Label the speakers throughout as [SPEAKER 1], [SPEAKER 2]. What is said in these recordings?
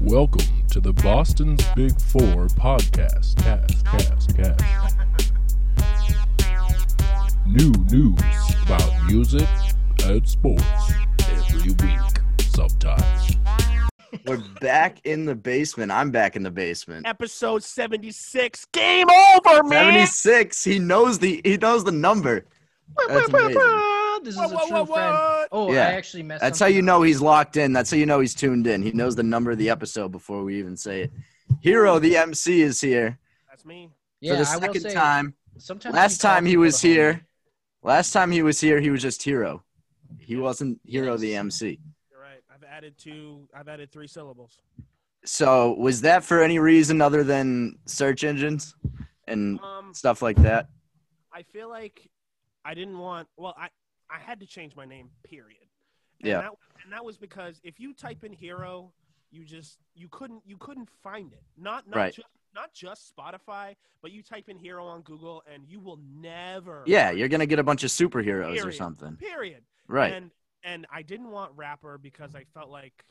[SPEAKER 1] Welcome to the Boston's Big Four podcast. Cast, cast, cast. New news about music and sports every week, sometimes.
[SPEAKER 2] We're back in the basement. I'm back in the basement.
[SPEAKER 3] episode 76. Game over, man.
[SPEAKER 2] 76. He knows the he knows the number. That's amazing.
[SPEAKER 4] This is
[SPEAKER 3] What,
[SPEAKER 4] a
[SPEAKER 3] what,
[SPEAKER 4] true
[SPEAKER 3] what,
[SPEAKER 4] friend.
[SPEAKER 3] what?
[SPEAKER 4] Oh,
[SPEAKER 2] Yeah.
[SPEAKER 4] I actually messed.
[SPEAKER 2] That's how
[SPEAKER 4] something
[SPEAKER 2] you
[SPEAKER 4] up.
[SPEAKER 2] know he's locked in. That's how you know he's tuned in. He knows the number of the episode before we even say it. Hero, the MC, is here
[SPEAKER 3] That's me.
[SPEAKER 4] Yeah,
[SPEAKER 2] for the
[SPEAKER 4] I will
[SPEAKER 2] second
[SPEAKER 4] say,
[SPEAKER 2] time.
[SPEAKER 4] Sometimes
[SPEAKER 2] Last
[SPEAKER 4] call
[SPEAKER 2] time he
[SPEAKER 4] people
[SPEAKER 2] was
[SPEAKER 4] to help me.
[SPEAKER 2] here. Last time he was here, he was just Hero. He wasn't Hero the MC.
[SPEAKER 3] You're right. I've added two, I've added three syllables.
[SPEAKER 2] So was that for any reason other than search engines and
[SPEAKER 3] Um,
[SPEAKER 2] stuff like that?
[SPEAKER 3] I feel like I didn't want, well, I, I had to change my name, period. And
[SPEAKER 2] Yeah.
[SPEAKER 3] That, and that was because if you type in hero, you just, you couldn't, you couldn't find it. Not, not
[SPEAKER 2] Right.
[SPEAKER 3] just, not just Spotify, but you type in hero on Google and you will never.
[SPEAKER 2] Yeah,
[SPEAKER 3] find
[SPEAKER 2] you're gonna get a bunch of superheroes or
[SPEAKER 3] Period.
[SPEAKER 2] something,
[SPEAKER 3] it. Period.
[SPEAKER 2] right?
[SPEAKER 3] And and I didn't want rapper because I felt like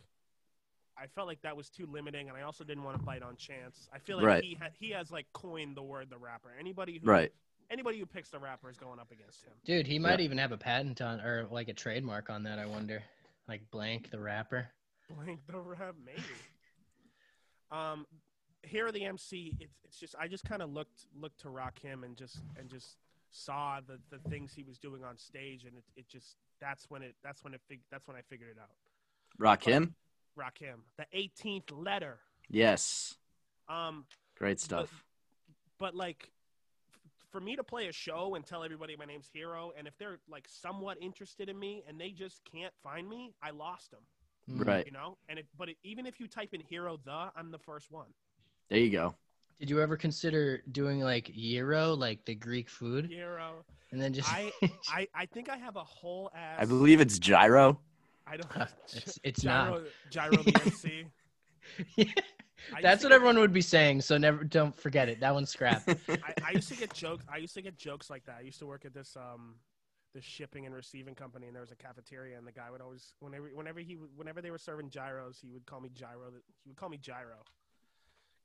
[SPEAKER 3] I felt like that was too limiting, and I also didn't want to bite on chance. I feel like
[SPEAKER 2] Right.
[SPEAKER 3] he ha- he has like coined the word the rapper. Anybody who
[SPEAKER 2] Right.
[SPEAKER 3] anybody who picks the rapper is going up against him.
[SPEAKER 4] Dude, he might even have a patent on or like a trademark on that. I wonder, like blank the rapper.
[SPEAKER 3] Blank the rap, maybe. um, here are the MC. It's it's just I just kind of looked looked to rock him and just and just saw the the things he was doing on stage, and it, it just that's when it that's when it fig- that's when I figured it out.
[SPEAKER 2] Rock him.
[SPEAKER 3] Rock him. The 18th letter.
[SPEAKER 2] Yes.
[SPEAKER 3] Um,
[SPEAKER 2] Great stuff.
[SPEAKER 3] but like f- for me to play a show and tell everybody my name's hero and if they're like somewhat interested in me and they just can't find me i lost them
[SPEAKER 4] Mm.
[SPEAKER 2] Right.
[SPEAKER 3] you know and it but it, even if you type in hero the i'm the first one
[SPEAKER 2] There you go.
[SPEAKER 4] Did you ever consider doing like gyro, like the Greek food,
[SPEAKER 3] hero
[SPEAKER 4] and then just?
[SPEAKER 3] I- i i think i have a whole ass
[SPEAKER 2] I believe it's gyro.
[SPEAKER 3] i don't
[SPEAKER 4] it's it's
[SPEAKER 3] gyro,
[SPEAKER 2] uh,
[SPEAKER 3] gyro the MC.
[SPEAKER 4] not.
[SPEAKER 3] I used
[SPEAKER 4] That's
[SPEAKER 3] to
[SPEAKER 4] what
[SPEAKER 3] get-
[SPEAKER 4] everyone would be saying. So never, don't forget it. That one's scrap.
[SPEAKER 3] I, I used to get jokes. I used to get jokes like that. I used to work at this um, this shipping and receiving company, and there was a cafeteria, and the guy would always, whenever, whenever he, would- whenever they were serving gyros, he would call me gyro. He would call me gyro.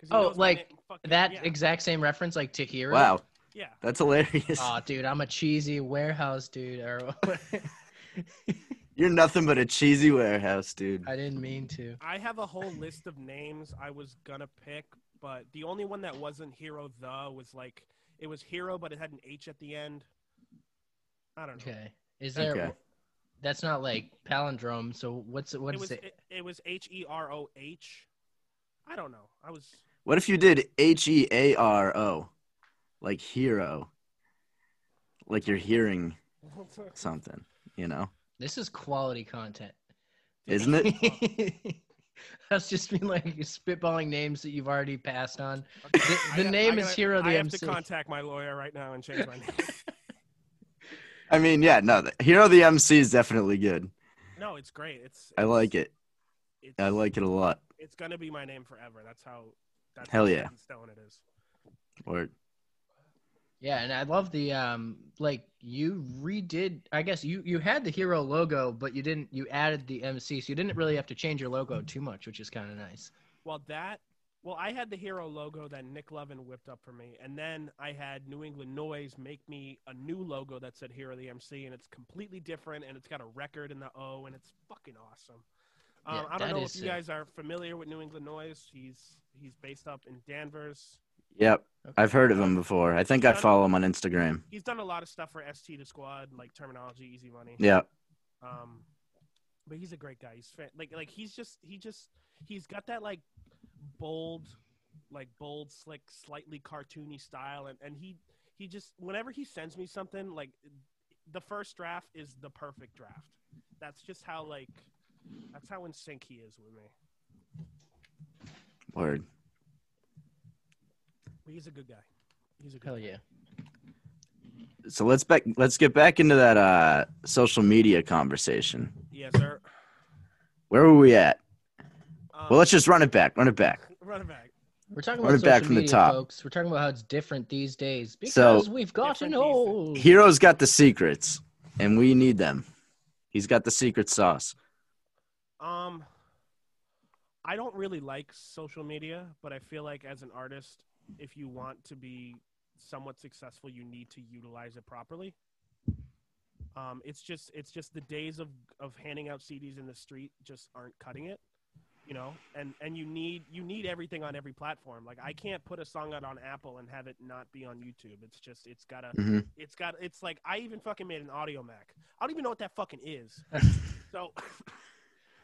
[SPEAKER 3] 'Cause he
[SPEAKER 4] Oh,
[SPEAKER 3] knows my
[SPEAKER 4] like
[SPEAKER 3] name- fucking-
[SPEAKER 4] that
[SPEAKER 3] Yeah,
[SPEAKER 4] exact same reference, like to hero.
[SPEAKER 2] Wow,
[SPEAKER 3] yeah.
[SPEAKER 2] that's hilarious.
[SPEAKER 4] Oh, dude, I'm a cheesy warehouse dude. Or
[SPEAKER 2] You're nothing but a cheesy warehouse, dude.
[SPEAKER 4] I didn't mean to.
[SPEAKER 3] I have a whole list of names I was gonna pick, but the only one that wasn't hero the was like it was hero, but it had an H at the end. I don't know.
[SPEAKER 4] Okay. Is there?
[SPEAKER 2] Okay.
[SPEAKER 4] That's not like palindrome. So what's
[SPEAKER 3] it
[SPEAKER 4] what is
[SPEAKER 3] was
[SPEAKER 4] it?
[SPEAKER 3] it, it was H E R O H. I don't know. I was.
[SPEAKER 2] What if you did H E A R O, like hero, like you're hearing something, you know?
[SPEAKER 4] This is quality content,
[SPEAKER 2] Isn't it?
[SPEAKER 4] That's just me like spitballing names that you've already passed on.
[SPEAKER 3] Okay,
[SPEAKER 4] The-
[SPEAKER 3] I
[SPEAKER 4] the
[SPEAKER 3] got-
[SPEAKER 4] name
[SPEAKER 3] I
[SPEAKER 4] is
[SPEAKER 3] gotta-
[SPEAKER 4] Hero the
[SPEAKER 3] I have
[SPEAKER 4] MC.
[SPEAKER 3] to contact my lawyer right now and change my name.
[SPEAKER 2] I mean, yeah, no, the, hero the MC is definitely good.
[SPEAKER 3] no, it's great. It's,
[SPEAKER 2] I like it.
[SPEAKER 3] It's,
[SPEAKER 2] I like it a lot.
[SPEAKER 3] It's gonna be my name forever. That's how. That's
[SPEAKER 2] Hell
[SPEAKER 3] how
[SPEAKER 2] yeah.
[SPEAKER 3] set in Stone it is.
[SPEAKER 2] Or
[SPEAKER 4] Yeah, and I love the um like you redid I guess you you had the hero logo, but you didn't you added the MC, so you didn't really have to change your logo too much, which is kind of nice.
[SPEAKER 3] Well, that. Well, I had the Hero logo that Nick Lovin whipped up for me, and then I had New England Noise make me a new logo that said Hero the MC, and it's completely different, and it's got a record in the O, and it's fucking awesome. Um,
[SPEAKER 4] Yeah,
[SPEAKER 3] I don't
[SPEAKER 4] that
[SPEAKER 3] know
[SPEAKER 4] is
[SPEAKER 3] if you
[SPEAKER 4] sick.
[SPEAKER 3] guys are familiar with New England Noise. He's he's based up in Danvers.
[SPEAKER 2] yep,
[SPEAKER 4] Okay.
[SPEAKER 2] I've heard of him before. I think I follow him on Instagram.
[SPEAKER 3] He's done a lot of stuff for ST to Squad, like terminology, easy money.
[SPEAKER 2] Yeah,
[SPEAKER 3] Um, but he's a great guy. He's fan- like like he's just he just he's got that like bold, like bold, slick, slightly cartoony style, and and he he just whenever he sends me something like the first draft is the perfect draft. That's just how like that's how in sync he is with me.
[SPEAKER 2] word.
[SPEAKER 3] But he's a good guy. He's a good
[SPEAKER 4] Hell
[SPEAKER 3] guy.
[SPEAKER 4] yeah.
[SPEAKER 2] So let's back let's get back into that uh social media conversation.
[SPEAKER 3] yeah, sir.
[SPEAKER 2] Where were we at?
[SPEAKER 3] Um,
[SPEAKER 2] Well, let's just run it back. Run it back.
[SPEAKER 3] run it back.
[SPEAKER 4] We're talking
[SPEAKER 2] Run
[SPEAKER 4] about
[SPEAKER 2] it back
[SPEAKER 4] social
[SPEAKER 2] from the
[SPEAKER 4] media,
[SPEAKER 2] top.
[SPEAKER 4] folks. We're talking about how it's different these days
[SPEAKER 2] So-
[SPEAKER 4] because we've gotten
[SPEAKER 3] Different these days.
[SPEAKER 4] old.
[SPEAKER 2] Hero's got the secrets, and we need them. He's got the secret sauce.
[SPEAKER 3] Um, I don't really like social media, but I feel like as an artist, if you want to be somewhat successful, you need to utilize it properly. Um, it's just it's just the days of of handing out CDs in the street just aren't cutting it, you know. And and you need you need everything on every platform. Like I can't put a song out on Apple and have it not be on YouTube. It's just it's gotta
[SPEAKER 2] Mhm.
[SPEAKER 3] it's got it's like I even fucking made an audio Mac. I don't even know what that fucking is. so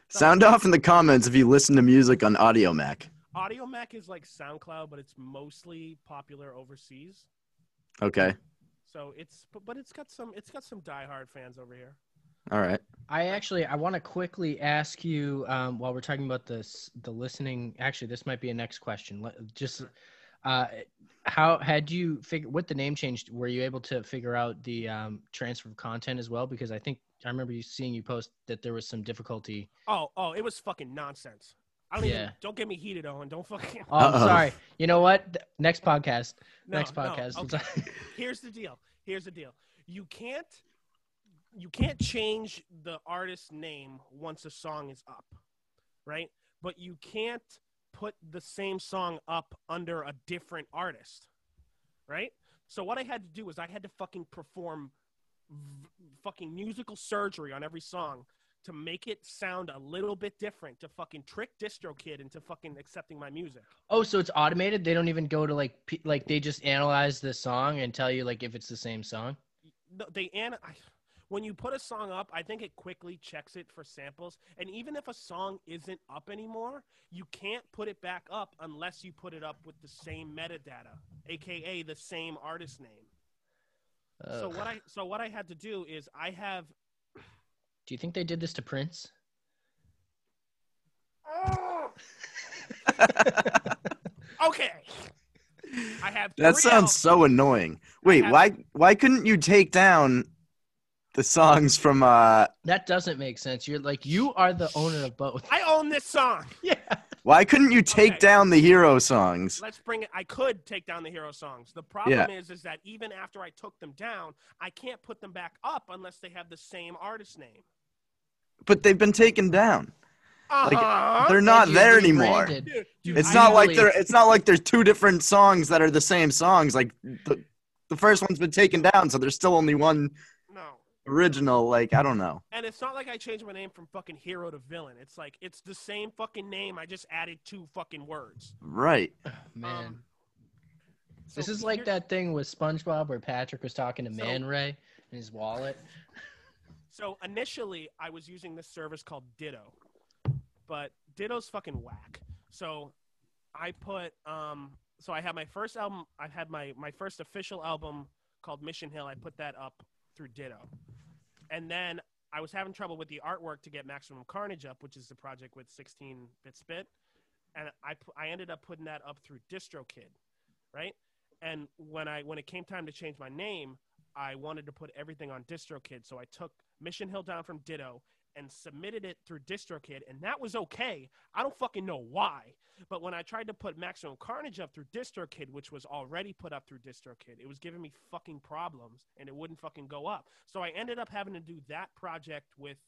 [SPEAKER 2] Sound off in the comments if you listen to music on Audio Mac.
[SPEAKER 3] Audio Mac is like SoundCloud, but it's mostly popular overseas.
[SPEAKER 2] Okay.
[SPEAKER 3] So it's but, but it's got some it's got some diehard fans over here.
[SPEAKER 2] All right.
[SPEAKER 4] I actually I want to quickly ask you um, while we're talking about this the listening. Actually, this might be a next question. Let- Just uh, how had you figured with the name change? Were you able to figure out the um, transfer of content as well? Because I think I remember you seeing you post that there was some difficulty.
[SPEAKER 3] Oh, oh, it was fucking nonsense. I don't even
[SPEAKER 4] Yeah.
[SPEAKER 3] don't get me heated, Owen. Don't fucking
[SPEAKER 4] Oh, I'm
[SPEAKER 2] Uh-oh.
[SPEAKER 4] sorry. You know what? Th- Next podcast.
[SPEAKER 3] no,
[SPEAKER 4] next
[SPEAKER 3] no,
[SPEAKER 4] podcast.
[SPEAKER 3] okay. Here's the deal. Here's the deal. You can't you can't change the artist's name once a song is up, right? But you can't put the same song up under a different artist, right? So what I had to do is I had to fucking perform v- fucking musical surgery on every song to make it sound a little bit different to fucking trick DistroKid into fucking accepting my music.
[SPEAKER 4] oh, so it's automated. They don't even go to like p- like they just analyze the song and tell you like if it's the same song.
[SPEAKER 3] no, they an I, when you put a song up, I think it quickly checks it for samples. And even if a song isn't up anymore, you can't put it back up unless you put it up with the same metadata, aka the same artist name. So
[SPEAKER 4] Ugh.
[SPEAKER 3] what I so what I had to do is I have
[SPEAKER 4] Do you think they did this to Prince?
[SPEAKER 3] okay. I have
[SPEAKER 2] That
[SPEAKER 3] three
[SPEAKER 2] sounds
[SPEAKER 3] albums.
[SPEAKER 2] so annoying. Wait,
[SPEAKER 3] have-
[SPEAKER 2] why why couldn't you take down the songs from uh
[SPEAKER 4] That doesn't make sense. You're like you are the owner of both.
[SPEAKER 3] I own this song.
[SPEAKER 4] yeah.
[SPEAKER 2] why couldn't you take
[SPEAKER 3] Okay.
[SPEAKER 2] down the hero songs?
[SPEAKER 3] Let's bring it. I could take down the hero songs. The problem is, is that even after I took them down, I can't put them back up unless they have the same artist name.
[SPEAKER 2] But they've been taken down. Like,
[SPEAKER 3] Uh-huh.
[SPEAKER 2] They're not
[SPEAKER 4] You
[SPEAKER 2] there anymore.
[SPEAKER 4] rebranded.
[SPEAKER 3] Dude,
[SPEAKER 4] You
[SPEAKER 3] dude,
[SPEAKER 2] It's
[SPEAKER 3] I
[SPEAKER 2] not
[SPEAKER 3] know-
[SPEAKER 2] like
[SPEAKER 4] really-
[SPEAKER 2] they're it's not like they're two different songs that are the same songs. Like the, the first one's been taken down, so there's still only one
[SPEAKER 3] no.
[SPEAKER 2] original, like I don't know.
[SPEAKER 3] And it's not like I changed my name from fucking hero to villain. It's like it's the same fucking name. I just added two fucking words.
[SPEAKER 2] Right.
[SPEAKER 4] Man,
[SPEAKER 3] Um,
[SPEAKER 4] this
[SPEAKER 3] so
[SPEAKER 4] is like
[SPEAKER 3] here-
[SPEAKER 4] that thing with SpongeBob where Patrick was talking to
[SPEAKER 3] So-
[SPEAKER 4] Man Ray in his wallet.
[SPEAKER 3] So initially, I was using this service called Ditto, but Ditto's fucking whack. So I put, um, so I had my first album. I had my my first official album called Mission Hill. I put that up through Ditto, and then I was having trouble with the artwork to get Maximum Carnage up, which is the project with 16 Bit Spit, and I pu- I ended up putting that up through DistroKid, right? And when I when it came time to change my name, I wanted to put everything on DistroKid, so I took Mission Hill down from Ditto and submitted it through DistroKid, and that was okay. I don't fucking know why, but when I tried to put Maximum Carnage up through DistroKid, which was already put up through DistroKid, it was giving me fucking problems, and it wouldn't fucking go up. So I ended up having to do that project with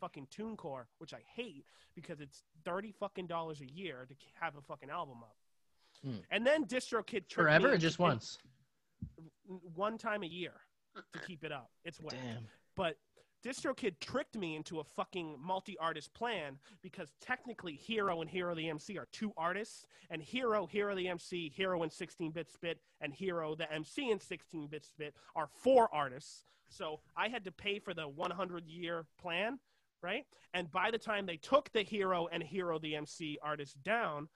[SPEAKER 3] fucking TuneCore, which I hate because it's thirty fucking dollars a year to have a fucking album up.
[SPEAKER 4] Hmm.
[SPEAKER 3] And then DistroKid tricked me
[SPEAKER 4] Forever or
[SPEAKER 3] into-
[SPEAKER 4] just
[SPEAKER 3] into-
[SPEAKER 4] once?
[SPEAKER 3] one time a year to keep it up. It's whack.
[SPEAKER 4] Damn.
[SPEAKER 3] But DistroKid tricked me into a fucking multi-artist plan because technically Hero and Hero the MC are two artists, and Hero, Hero the MC, Hero and 16-Bit Spit, and Hero the MC and 16-Bit Spit are four artists. So I had to pay for the 100-year plan, right? And by the time they took the Hero and Hero the MC artists down,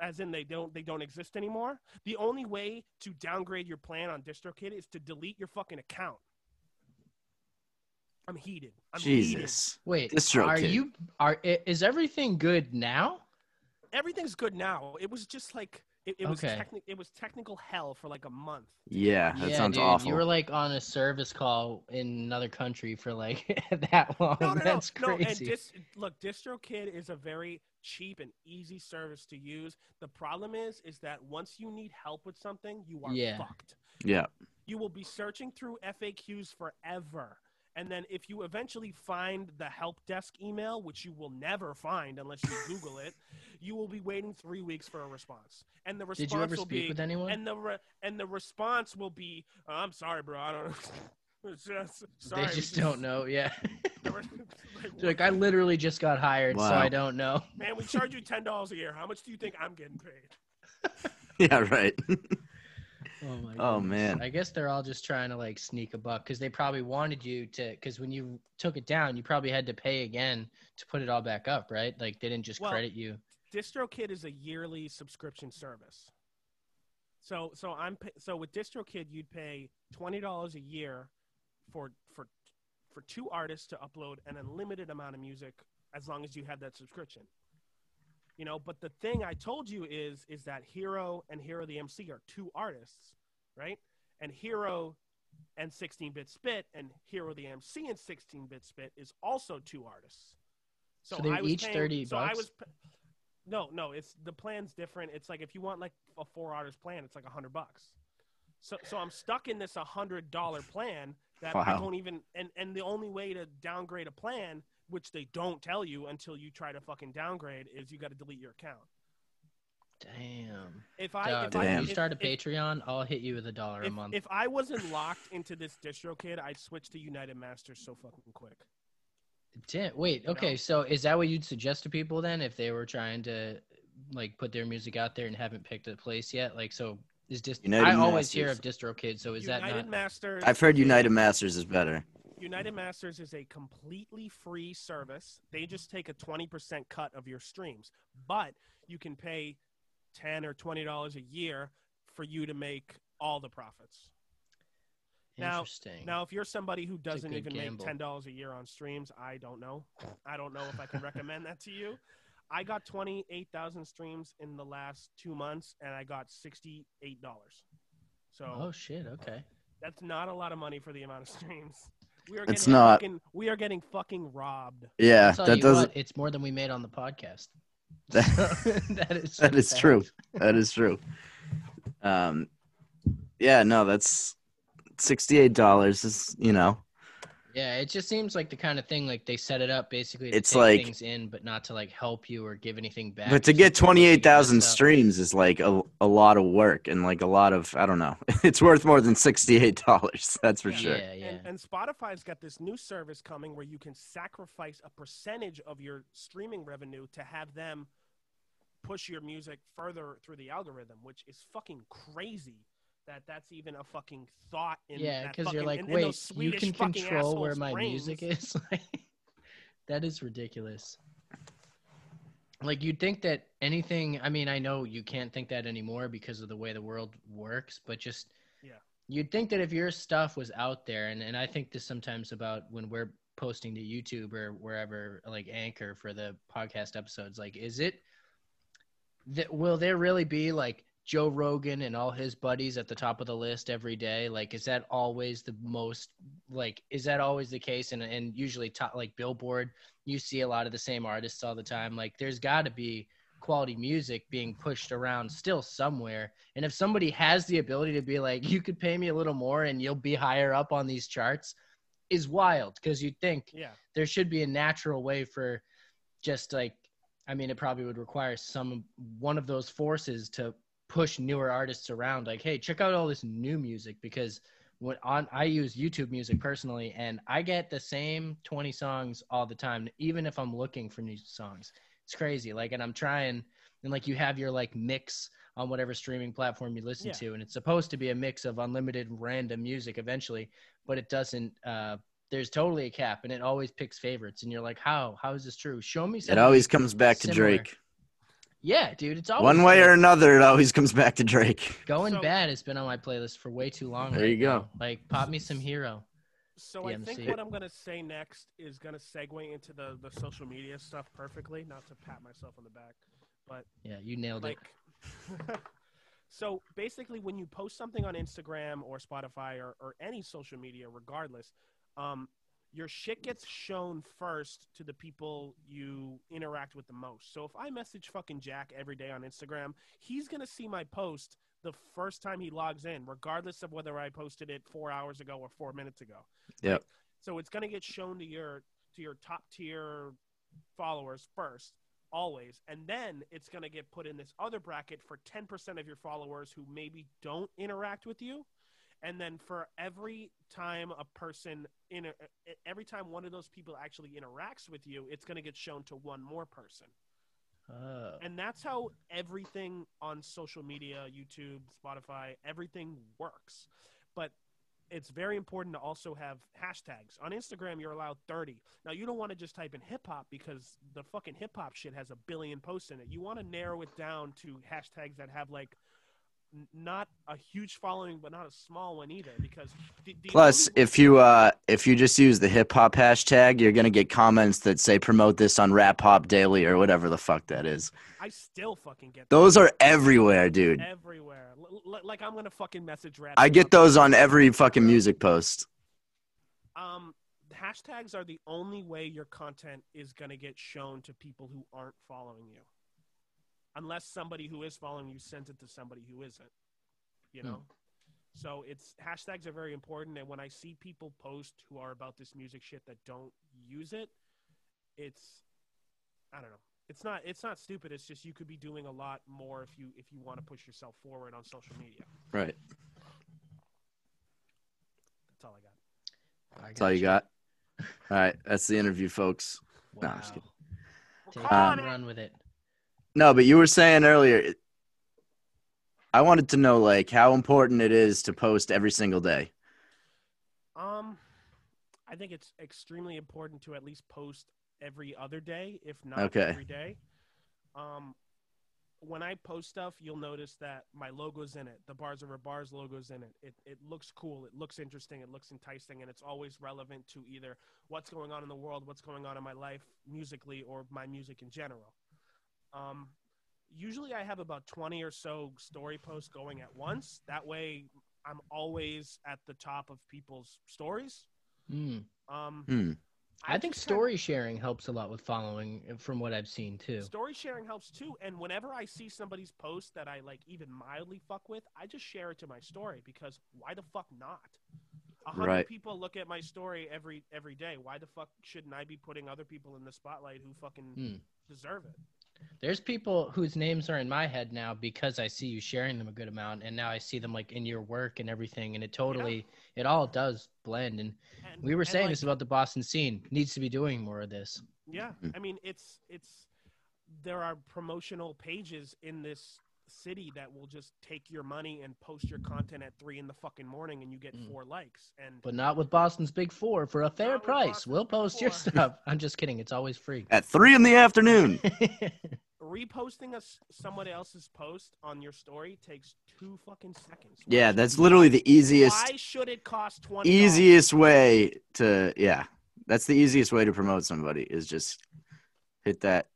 [SPEAKER 3] as in they don't they don't exist anymore. The only way to downgrade your plan on DistroKid is to delete your fucking account. I'm heated. I'm
[SPEAKER 2] Jesus.
[SPEAKER 4] Wait.
[SPEAKER 2] DistroKid.
[SPEAKER 4] Are you are i- is everything good now?
[SPEAKER 3] Heated. Everything's good now. It was just like it, it was
[SPEAKER 4] Okay.
[SPEAKER 3] techni- it was technical hell for like a month.
[SPEAKER 2] Yeah, Ah, that
[SPEAKER 4] yeah,
[SPEAKER 2] sounds
[SPEAKER 4] dude,
[SPEAKER 2] awful.
[SPEAKER 4] You were like on a service call in another country for like that long.
[SPEAKER 3] No, no,
[SPEAKER 4] Oh, That's
[SPEAKER 3] no, no. And
[SPEAKER 4] crazy.
[SPEAKER 3] dis- look, DistroKid is a very cheap and easy service to use. The problem is, is that once you need help with something, you are
[SPEAKER 4] Yeah.
[SPEAKER 3] fucked.
[SPEAKER 2] yeah.
[SPEAKER 3] You will be searching through FAQs forever. And then if you eventually find the help desk email, which you will never find unless you Google it, you will be waiting three weeks for a response. And the response
[SPEAKER 4] Did you ever
[SPEAKER 3] will
[SPEAKER 4] speak
[SPEAKER 3] be,
[SPEAKER 4] with anyone?
[SPEAKER 3] and the re- and the response will be, "Oh, "I'm sorry, bro. I don't know." It's just- sorry,
[SPEAKER 4] they
[SPEAKER 3] we
[SPEAKER 4] just don't know. Yeah.
[SPEAKER 3] the re-
[SPEAKER 4] They're
[SPEAKER 3] like,
[SPEAKER 4] like I literally just got hired, so
[SPEAKER 2] Wow.
[SPEAKER 4] I don't know.
[SPEAKER 3] man, we charge you ten dollars a year. How much do you think I'm getting paid?
[SPEAKER 2] Yeah, right.
[SPEAKER 4] Oh my.
[SPEAKER 2] Oh,
[SPEAKER 4] goodness.
[SPEAKER 2] man.
[SPEAKER 4] I guess they're all just trying to like sneak a buck because they probably wanted you to. Because when you took it down, you probably had to pay again to put it all back up, right? Like they didn't just
[SPEAKER 3] Well,
[SPEAKER 4] credit you.
[SPEAKER 3] DistroKid is a yearly subscription service. So so I'm pa- so with DistroKid you'd pay twenty dollars a year for for for two artists to upload an unlimited amount of music as long as you have that subscription. You know, but the thing I told you is is that Hero and Hero the MC are two artists, right? And Hero and 16-bit Spit and Hero the MC and 16-bit Spit is also two artists. So,
[SPEAKER 4] So they're
[SPEAKER 3] I was
[SPEAKER 4] each
[SPEAKER 3] paying-
[SPEAKER 4] 30
[SPEAKER 3] so I
[SPEAKER 4] bucks?
[SPEAKER 3] was pa- No, no, it's the plan's different. It's like if you want like a four artist plan, it's like a 100 bucks. So so I'm stuck in this $100 plan that I
[SPEAKER 2] Wow.
[SPEAKER 3] don't even and and the only way to downgrade a plan which they don't tell you until you try to fucking downgrade is you got to delete your account.
[SPEAKER 4] Damn.
[SPEAKER 3] If I
[SPEAKER 4] Dog,
[SPEAKER 3] if
[SPEAKER 4] if
[SPEAKER 3] I
[SPEAKER 2] Damn.
[SPEAKER 4] you
[SPEAKER 3] if-
[SPEAKER 4] start a
[SPEAKER 3] if-
[SPEAKER 4] Patreon, I'll hit you with a dollar a
[SPEAKER 3] if,
[SPEAKER 4] month.
[SPEAKER 3] if I wasn't locked into this distro kid, I'd switch to United Masters so fucking quick.
[SPEAKER 4] Damn, wait,
[SPEAKER 3] know?
[SPEAKER 4] okay, so is that what you'd suggest to people then if they were trying to like put their music out there and haven't picked a place yet? Like, so is just
[SPEAKER 2] United
[SPEAKER 4] I always hear of
[SPEAKER 2] Masters.
[SPEAKER 4] DistroKid, so is
[SPEAKER 3] United
[SPEAKER 4] that not
[SPEAKER 3] Masters
[SPEAKER 2] I've heard
[SPEAKER 3] is-
[SPEAKER 2] United Masters is better.
[SPEAKER 3] United Masters is a completely free service. They just take a 20% cut of your streams, but you can pay 10 or $20 a year for you to make all the profits. Now-
[SPEAKER 4] interesting?
[SPEAKER 3] Now, if you're somebody who doesn't
[SPEAKER 4] good
[SPEAKER 3] even
[SPEAKER 4] gamble.
[SPEAKER 3] make $10 a year on streams, I don't know. I don't know if I can recommend that to you. I got 28,000 streams in the last 2 months and I got $68. So,
[SPEAKER 4] oh shit, okay.
[SPEAKER 3] that's not a lot of money for the amount of streams. We are
[SPEAKER 2] It's
[SPEAKER 3] getting
[SPEAKER 2] not.
[SPEAKER 3] Fucking, we are getting fucking robbed.
[SPEAKER 2] Yeah,
[SPEAKER 4] I'll tell
[SPEAKER 2] that
[SPEAKER 4] you
[SPEAKER 2] doesn't.
[SPEAKER 4] what, it's more than we made on the podcast.
[SPEAKER 2] That,
[SPEAKER 4] that is
[SPEAKER 2] That
[SPEAKER 4] a
[SPEAKER 2] is
[SPEAKER 4] fact.
[SPEAKER 2] true. that is true. Um, yeah, no, that's sixty-eight dollars. Is you know,
[SPEAKER 4] Yeah, it just seems like the kind of thing like they set it up basically to
[SPEAKER 2] It's
[SPEAKER 4] take
[SPEAKER 2] like-
[SPEAKER 4] things in but not to like help you or give anything back.
[SPEAKER 2] but to
[SPEAKER 4] or
[SPEAKER 2] get
[SPEAKER 4] something, like, you
[SPEAKER 2] twenty-eight thousand
[SPEAKER 4] messed up.
[SPEAKER 2] streams is like a a lot of work and like a lot of I don't know. It's worth more than sixty-eight dollars. That's for
[SPEAKER 3] Yeah.
[SPEAKER 2] sure.
[SPEAKER 4] Yeah, yeah.
[SPEAKER 3] And, and Spotify's got this new service coming where you can sacrifice a percentage of your streaming revenue to have them push your music further through the algorithm, which is fucking crazy. That that's even a fucking thought in
[SPEAKER 4] yeah,
[SPEAKER 3] that
[SPEAKER 4] because you're
[SPEAKER 3] fucking-
[SPEAKER 4] like,
[SPEAKER 3] in- in
[SPEAKER 4] wait,
[SPEAKER 3] those
[SPEAKER 4] you
[SPEAKER 3] Swedish
[SPEAKER 4] can
[SPEAKER 3] fucking
[SPEAKER 4] control where
[SPEAKER 3] assholes'
[SPEAKER 4] my
[SPEAKER 3] brains."
[SPEAKER 4] music is. Like, that is ridiculous. Like you'd think that anything. I mean, I know you can't think that anymore because of the way the world works, but just
[SPEAKER 3] Yeah.
[SPEAKER 4] you'd think that if your stuff was out there, and and I think this sometimes about when we're posting to YouTube or wherever, like Anchor for the podcast episodes. Like, is it? That will there really be like Joe Rogan and all his buddies at the top of the list every day? Like, is that always the most like? Is that always the case? And and usually top like Billboard, you see a lot of the same artists all the time. Like, there's got to be quality music being pushed around still somewhere. And if somebody has the ability to be like, you could pay me a little more and you'll be higher up on these charts, is wild because you think
[SPEAKER 3] Yeah,
[SPEAKER 4] there should be a natural way for just like i mean it probably would require some one of those forces to push newer artists around like hey check out all this new music because when on i use youtube music personally and i get the same 20 songs all the time even if i'm looking for new songs it's crazy like and i'm trying and like you have your like mix on whatever streaming platform you listen
[SPEAKER 3] Yeah.
[SPEAKER 4] to and it's supposed to be a mix of unlimited random music eventually but it doesn't uh there's totally a cap and it always picks favorites and you're like how how is this true show me
[SPEAKER 2] It
[SPEAKER 4] something
[SPEAKER 2] always comes back to
[SPEAKER 4] Similar.
[SPEAKER 2] Drake.
[SPEAKER 4] yeah dude it's always
[SPEAKER 2] One way
[SPEAKER 4] Drake.
[SPEAKER 2] or another, it always comes back to Drake.
[SPEAKER 4] going
[SPEAKER 3] So-
[SPEAKER 4] bad has been on my playlist for way too long
[SPEAKER 2] There you
[SPEAKER 4] right
[SPEAKER 2] go.
[SPEAKER 4] now. like pop me some hero
[SPEAKER 3] So I think
[SPEAKER 4] DMC.
[SPEAKER 3] what I'm gonna say next is gonna segue into the the social media stuff perfectly. Not to pat myself on the back, but
[SPEAKER 4] yeah you nailed
[SPEAKER 3] like
[SPEAKER 4] it
[SPEAKER 3] so basically when you post something on instagram or spotify or, or any social media regardless um, your shit gets shown first to the people you interact with the most so if i message fucking jack every day on instagram he's gonna see my post the first time he logs in regardless of whether i posted it four hours ago or four minutes ago
[SPEAKER 2] Yep.
[SPEAKER 3] Like, So it's going to get shown to your to your top tier followers first, always, and then it's going to get put in this other bracket for 10% of your followers who maybe don't interact with you. And then for every time a person in a, every time one of those people actually interacts with you, it's going to get shown to one more person.
[SPEAKER 4] Oh.
[SPEAKER 3] And that's how everything on social media, YouTube, Spotify, everything works. But it's very important to also have hashtags. On Instagram, you're allowed 30. Now, you don't want to just type in hip hop because the fucking hip hop shit has a billion posts in it. You want to narrow it down to hashtags that have like n- not a huge following, but not a small one either. Because the- the
[SPEAKER 2] Plus,
[SPEAKER 3] only-
[SPEAKER 2] if you uh, if you just use the hip hop hashtag, you're gonna get comments that say promote this on Rap Hop Daily or whatever the fuck that is.
[SPEAKER 3] I still fucking get
[SPEAKER 2] Those are everywhere, dude.
[SPEAKER 3] everywhere. L- l- like I'm gonna fucking message rap.
[SPEAKER 2] I get those on every fucking music post.
[SPEAKER 3] um hashtags are the only way your content is going to get shown to people who aren't following you unless somebody who is following you sends it to somebody who isn't you
[SPEAKER 4] Hmm.
[SPEAKER 3] know so it's hashtags are very important and when i see people post who are about this music shit that don't use it it's i don't know it's not it's not stupid it's just you could be doing a lot more if you if you want to push yourself forward on social media
[SPEAKER 2] Right.
[SPEAKER 3] that's all i got
[SPEAKER 2] That's all you got. All right, that's the interview, folks. No,
[SPEAKER 4] Wow.
[SPEAKER 2] I'm just kidding.
[SPEAKER 4] Take
[SPEAKER 3] We're
[SPEAKER 4] it
[SPEAKER 3] calling
[SPEAKER 4] and
[SPEAKER 3] it.
[SPEAKER 4] run with it.
[SPEAKER 2] No, but you were saying earlier. I wanted to know like how important it is to post every single day.
[SPEAKER 3] Um, I think it's extremely important to at least post every other day, if not
[SPEAKER 2] Okay.
[SPEAKER 3] every day. Um, when I post stuff, you'll notice that my logo's in it. The Bars Over Bars logo's in it. It it looks cool. It looks interesting. It looks enticing, and it's always relevant to either what's going on in the world, what's going on in my life musically, or my music in general. Um, usually, I have about twenty or so story posts going at once. That way, I'm always at the top of people's stories.
[SPEAKER 4] Mm.
[SPEAKER 3] Um,
[SPEAKER 2] Hmm.
[SPEAKER 4] I think
[SPEAKER 3] just kinda-
[SPEAKER 4] story sharing helps a lot with following, uh, from what I've seen too.
[SPEAKER 3] story sharing helps too. And whenever I see somebody's post that I like even mildly fuck with, I just share it to my story because why the fuck not? A hundred
[SPEAKER 2] Right.
[SPEAKER 3] people look at my story every every day. Why the fuck shouldn't I be putting other people in the spotlight who fucking
[SPEAKER 4] Hmm.
[SPEAKER 3] deserve it?
[SPEAKER 4] There's people whose names are in my head now because I see you sharing them a good amount, and now I see them like in your work and everything, and it totally, it all does blend. And
[SPEAKER 3] And
[SPEAKER 4] we were
[SPEAKER 3] and,
[SPEAKER 4] saying
[SPEAKER 3] like,
[SPEAKER 4] this about the Boston scene needs to be doing more of this.
[SPEAKER 3] Yeah,
[SPEAKER 2] Mm.
[SPEAKER 3] I mean it's it's there are promotional pages in this city that will just take your money and post your content at three in the fucking morning and you get
[SPEAKER 2] Hmm.
[SPEAKER 4] Mm.
[SPEAKER 3] four likes and
[SPEAKER 4] but not with Boston's Big Four for a fair
[SPEAKER 3] with
[SPEAKER 4] price.
[SPEAKER 3] Boston's
[SPEAKER 4] We'll
[SPEAKER 3] Big
[SPEAKER 4] post your
[SPEAKER 3] Four.
[SPEAKER 4] stuff. I'm just kidding. It's always free.
[SPEAKER 2] At three in the afternoon.
[SPEAKER 3] reposting us someone else's post on your story takes two fucking seconds. Why
[SPEAKER 2] Yeah,
[SPEAKER 3] should-
[SPEAKER 2] that's literally the easiest
[SPEAKER 3] Why should it cost twenty?
[SPEAKER 2] easiest way to yeah. That's the easiest way to promote somebody is just hit that,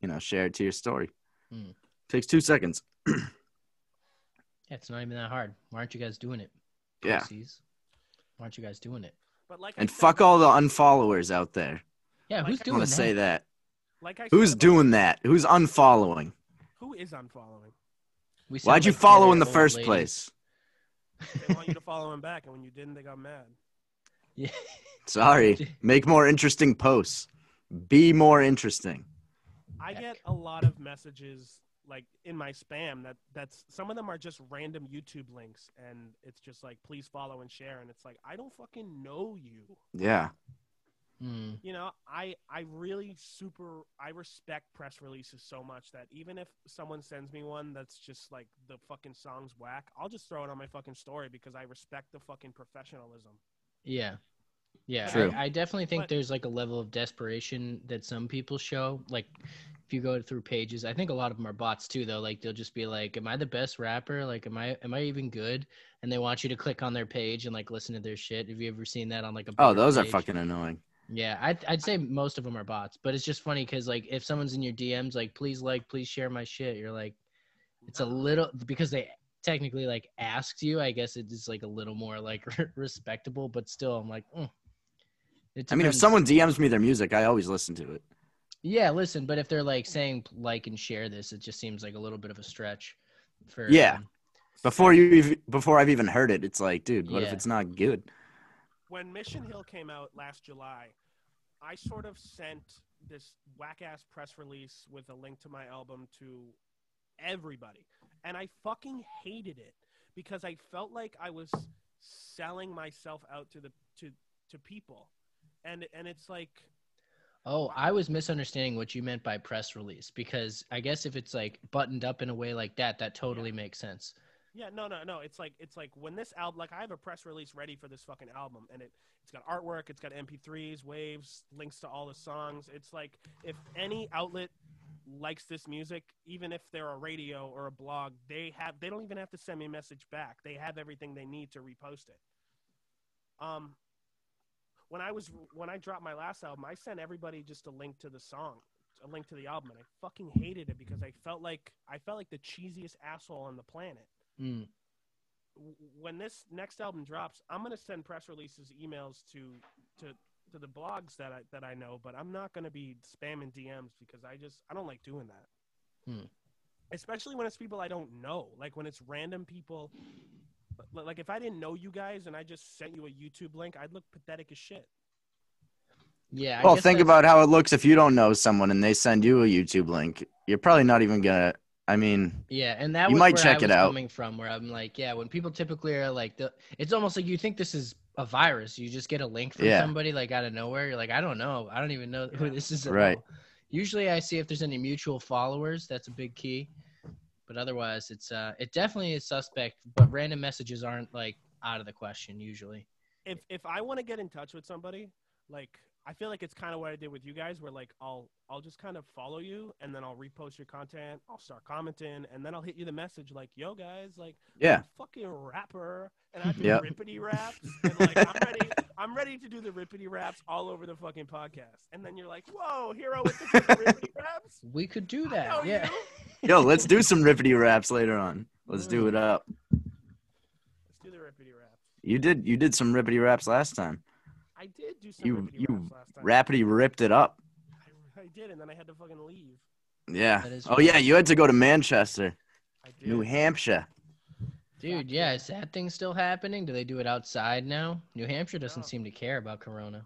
[SPEAKER 2] you know, share it to your story.
[SPEAKER 4] Hmm.
[SPEAKER 2] Takes two seconds.
[SPEAKER 4] it's not even that hard. Why aren't you guys doing it?
[SPEAKER 2] Yeah.
[SPEAKER 4] Pussies? Why aren't you guys doing it?
[SPEAKER 3] But like
[SPEAKER 2] And
[SPEAKER 3] I said,
[SPEAKER 2] fuck all the unfollowers out there.
[SPEAKER 4] Yeah,
[SPEAKER 3] Like,
[SPEAKER 4] who's
[SPEAKER 3] I
[SPEAKER 2] I
[SPEAKER 4] doing
[SPEAKER 2] want
[SPEAKER 4] that?
[SPEAKER 2] to say that.
[SPEAKER 3] Like I said
[SPEAKER 2] Who's
[SPEAKER 3] about-
[SPEAKER 2] doing that? Who's unfollowing?
[SPEAKER 3] Who is unfollowing?
[SPEAKER 4] We sound
[SPEAKER 2] Why'd you
[SPEAKER 4] like
[SPEAKER 2] follow in the
[SPEAKER 4] bitter old
[SPEAKER 2] first
[SPEAKER 4] ladies.
[SPEAKER 2] place?
[SPEAKER 3] They want you to follow him back, and when you didn't, they got mad.
[SPEAKER 4] Yeah.
[SPEAKER 2] Sorry. Make more interesting posts. Be more interesting.
[SPEAKER 3] I
[SPEAKER 4] Heck.
[SPEAKER 3] get a lot of messages like in my spam that that's some of them are just random YouTube links and it's just like please follow and share and it's like I don't fucking know you.
[SPEAKER 2] Yeah.
[SPEAKER 4] Hmm.
[SPEAKER 3] You know, I I really super I respect press releases so much that even if someone sends me one that's just like the fucking song's whack, I'll just throw it on my fucking story because I respect the fucking professionalism.
[SPEAKER 4] Yeah. Yeah,
[SPEAKER 2] True.
[SPEAKER 4] I, I definitely think
[SPEAKER 3] But-
[SPEAKER 4] there's like a level of desperation that some people show. Like, if you go through pages, I think a lot of them are bots too, though. Like, they'll just be like, "Am I the best rapper? Like, am I am I even good?" And they want you to click on their page and like listen to their shit. Have you ever seen that on like a?
[SPEAKER 2] Oh,
[SPEAKER 4] bigger
[SPEAKER 2] those are
[SPEAKER 4] page?
[SPEAKER 2] fucking annoying.
[SPEAKER 4] Yeah, I'd I'd say most of them are bots, but it's just funny because like if someone's in your DMs, like please like please share my shit, you're like, it's a little because they technically like asked you. I guess it is like a little more like respectable, but still, I'm like, mm. It
[SPEAKER 2] I mean, if
[SPEAKER 4] depends.
[SPEAKER 2] someone DMs me their music, I always listen to it.
[SPEAKER 4] yeah, listen, but if they're like saying like and share this, it just seems like a little bit of a stretch. For
[SPEAKER 2] Yeah.
[SPEAKER 4] um,
[SPEAKER 2] Before you, ev- before I've even heard it, it's like, dude, what if
[SPEAKER 4] Yeah.
[SPEAKER 2] it's not good?
[SPEAKER 3] when Mission Hill came out last July, I sort of sent this whack ass press release with a link to my album to everybody. And I fucking hated it because I felt like I was selling myself out to the to to people. And and it's like
[SPEAKER 4] Oh, I was misunderstanding what you meant by press release because I guess if it's like buttoned up in a way like that, that totally makes sense.
[SPEAKER 3] Yeah, no, no, no. It's like it's like when this album, like I have a press release ready for this fucking album, and it it's got artwork, it's got MP3s, waves, links to all the songs. It's like if any outlet likes this music, even if they're a radio or a blog, they have they don't even have to send me a message back. They have everything they need to repost it. Um, when I was when I dropped my last album, I sent everybody just a link to the song, a link to the album, and I fucking hated it because I felt like I felt like the cheesiest asshole on the planet
[SPEAKER 4] Mm.
[SPEAKER 3] w- when this next album drops, I'm gonna send press releases, emails to to to the blogs that I that I know, but I'm not gonna be spamming DMs because I just I don't like doing that.
[SPEAKER 4] Hmm.
[SPEAKER 3] Especially when it's people I don't know, like when it's random people. li- Like if I didn't know you guys and I just sent you a YouTube link, I'd look pathetic as shit.
[SPEAKER 4] Yeah. I
[SPEAKER 2] well,
[SPEAKER 4] guess
[SPEAKER 2] think
[SPEAKER 4] that's-
[SPEAKER 2] about how it looks if you don't know someone and they send you a YouTube link. You're probably not even gonna. I mean,
[SPEAKER 4] Yeah, and that
[SPEAKER 2] You
[SPEAKER 4] was
[SPEAKER 2] might
[SPEAKER 4] where I
[SPEAKER 2] check
[SPEAKER 4] was
[SPEAKER 2] it out.
[SPEAKER 4] coming from, where I'm like, yeah, when people typically are like, the, it's almost like you think this is a virus. You just get a link from
[SPEAKER 2] Yeah.
[SPEAKER 4] somebody like out of nowhere. You're like, I don't know, I don't even know who
[SPEAKER 3] Yeah.
[SPEAKER 4] this is. at
[SPEAKER 2] Right.
[SPEAKER 4] all. Usually, I see if there's any mutual followers. That's a big key. But otherwise, it's uh, it definitely is suspect. But random messages aren't like out of the question usually.
[SPEAKER 3] if if I want to get in touch with somebody, like I feel like it's kind of what I did with you guys, where like I'll I'll just kind of follow you, and then I'll repost your content, I'll start commenting, and then I'll hit you the message like, "Yo guys, like
[SPEAKER 2] yeah.
[SPEAKER 3] I'm a fucking rapper, and I do
[SPEAKER 2] Yep.
[SPEAKER 3] rippity raps, and like I'm ready, I'm ready to do the rippity raps all over the fucking podcast." And then you're like, "Whoa, hero with the fucking rippity raps."
[SPEAKER 4] We could do
[SPEAKER 3] I know
[SPEAKER 4] that. Yeah.
[SPEAKER 3] you.
[SPEAKER 2] Yo, let's do some rippity raps later on. Let's do it up.
[SPEAKER 3] Let's do the rippity raps.
[SPEAKER 2] You did. You did some rippity raps last time.
[SPEAKER 3] I did do some
[SPEAKER 2] You-
[SPEAKER 3] rippity
[SPEAKER 2] you
[SPEAKER 3] raps last time.
[SPEAKER 2] Rappity ripped it up.
[SPEAKER 3] I, I did, and then I had to fucking leave.
[SPEAKER 2] Yeah.
[SPEAKER 4] That is
[SPEAKER 2] Oh yeah, you had to go to Manchester,
[SPEAKER 3] I did.
[SPEAKER 2] New Hampshire.
[SPEAKER 4] Dude,
[SPEAKER 3] Fuck
[SPEAKER 4] yeah,
[SPEAKER 3] yeah.
[SPEAKER 4] is that thing still happening? Do they do it outside now? New Hampshire doesn't
[SPEAKER 3] No.
[SPEAKER 4] seem to care about Corona.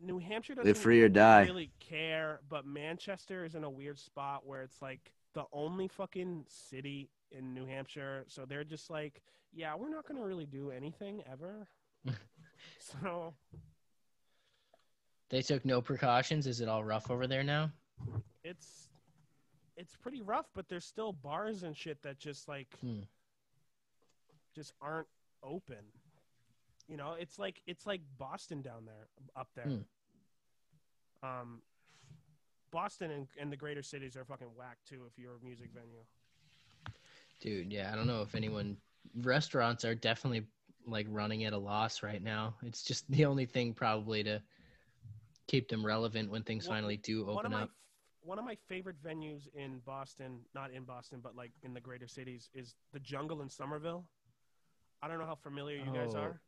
[SPEAKER 3] New Hampshire doesn't
[SPEAKER 2] Live free or die.
[SPEAKER 3] really care, but Manchester is in a weird spot where it's like the only fucking city in New Hampshire. So they're just like, yeah, we're not going to really do anything ever. so
[SPEAKER 4] They took no precautions. Is it all rough over there now?
[SPEAKER 3] it's it's pretty rough, but there's still bars and shit that just like
[SPEAKER 4] Hmm.
[SPEAKER 3] just aren't open. You know, it's like it's like Boston down there, up there.
[SPEAKER 4] Hmm.
[SPEAKER 3] Um, Boston and, and the greater cities are fucking whack too. If you're a music venue,
[SPEAKER 4] Dude, yeah, I don't know if anyone restaurants are definitely like running at a loss right now. It's just the only thing probably to keep them relevant when things
[SPEAKER 3] One-
[SPEAKER 4] finally do
[SPEAKER 3] one of
[SPEAKER 4] open
[SPEAKER 3] my
[SPEAKER 4] up.
[SPEAKER 3] one of my favorite venues in Boston, not in Boston, but like in the greater cities, is the Jungle in Somerville. I don't know how familiar you guys
[SPEAKER 4] Oh.
[SPEAKER 3] are.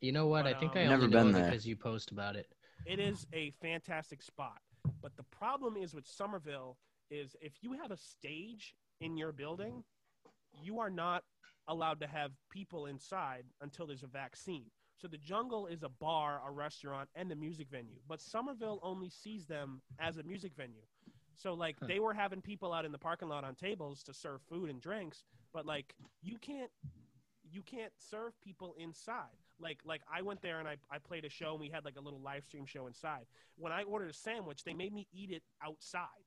[SPEAKER 4] You know what? I
[SPEAKER 3] but,
[SPEAKER 4] think
[SPEAKER 3] um,
[SPEAKER 4] I
[SPEAKER 2] Never
[SPEAKER 4] only know
[SPEAKER 2] been
[SPEAKER 4] it
[SPEAKER 2] there.
[SPEAKER 4] because you post about it.
[SPEAKER 3] It is a fantastic spot, but the problem is with Somerville is if you have a stage in your building, you are not allowed to have people inside until there's a vaccine. So the jungle is a bar, a restaurant, and a music venue. But Somerville only sees them as a music venue. So like
[SPEAKER 4] Huh.
[SPEAKER 3] they were having people out in the parking lot on tables to serve food and drinks, but like you can't you can't serve people inside. Like like I went there and I, I played a show and we had like a little live stream show inside. When I ordered a sandwich, they made me eat it outside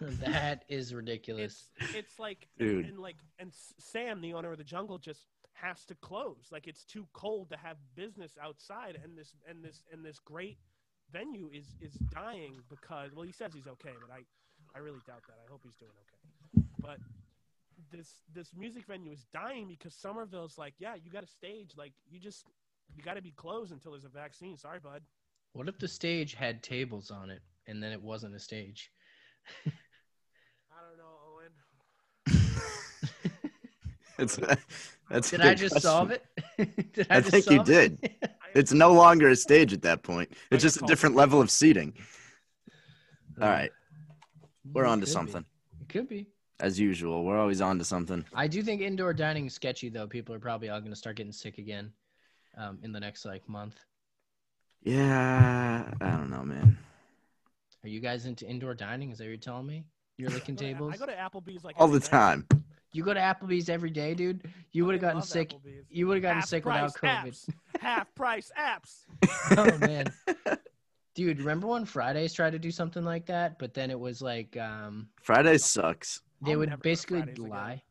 [SPEAKER 4] that is ridiculous.
[SPEAKER 3] it's it's like
[SPEAKER 2] Dude.
[SPEAKER 3] and like and S- Sam, the owner of the jungle, just has to close. Like it's too cold to have business outside, and this and this and this great venue is is dying because well, he says he's okay, but I I really doubt that. I hope he's doing okay, but. This this music venue is dying because Somerville's like, yeah, you got a stage, like you just you got to be closed until there's a vaccine. Sorry, bud.
[SPEAKER 4] What if the stage had tables on it and then it wasn't a stage?
[SPEAKER 3] I don't know, Owen.
[SPEAKER 2] It's, that's a
[SPEAKER 4] Did I
[SPEAKER 2] good
[SPEAKER 4] just
[SPEAKER 2] question.
[SPEAKER 4] solve it? did
[SPEAKER 2] I think you
[SPEAKER 4] solve it?
[SPEAKER 3] I am
[SPEAKER 2] It's no longer a stage at that point. It's just a
[SPEAKER 3] Agriculture.
[SPEAKER 2] different level of seating. All right, we're
[SPEAKER 4] It
[SPEAKER 2] on to
[SPEAKER 4] could be.
[SPEAKER 2] something
[SPEAKER 4] It could be.
[SPEAKER 2] as usual. We're always on to something.
[SPEAKER 4] I do think indoor dining is sketchy though. People are probably all going to start getting sick again. um, in the next like month?
[SPEAKER 2] Yeah, I don't know, man.
[SPEAKER 4] Are you guys into indoor dining? Is that what you're telling me? You're
[SPEAKER 3] I
[SPEAKER 4] licking
[SPEAKER 3] go to-
[SPEAKER 4] tables.
[SPEAKER 3] Oh, I go to Applebee's like
[SPEAKER 2] All
[SPEAKER 3] every
[SPEAKER 2] the
[SPEAKER 3] night.
[SPEAKER 2] time.
[SPEAKER 4] you go to Applebee's every day, dude. You would have
[SPEAKER 3] Fucking
[SPEAKER 4] gotten
[SPEAKER 3] love
[SPEAKER 4] sick.
[SPEAKER 3] Applebee's.
[SPEAKER 4] You would have gotten
[SPEAKER 3] Half
[SPEAKER 4] sick without COVID.
[SPEAKER 3] price apps. Half price apps.
[SPEAKER 4] oh man, dude. Remember when Fridays tried to do something like that, but then it was like um,
[SPEAKER 2] Friday sucks.
[SPEAKER 4] they
[SPEAKER 3] I'll
[SPEAKER 4] would
[SPEAKER 3] never go to
[SPEAKER 4] basically
[SPEAKER 3] Fridays again.
[SPEAKER 4] lie.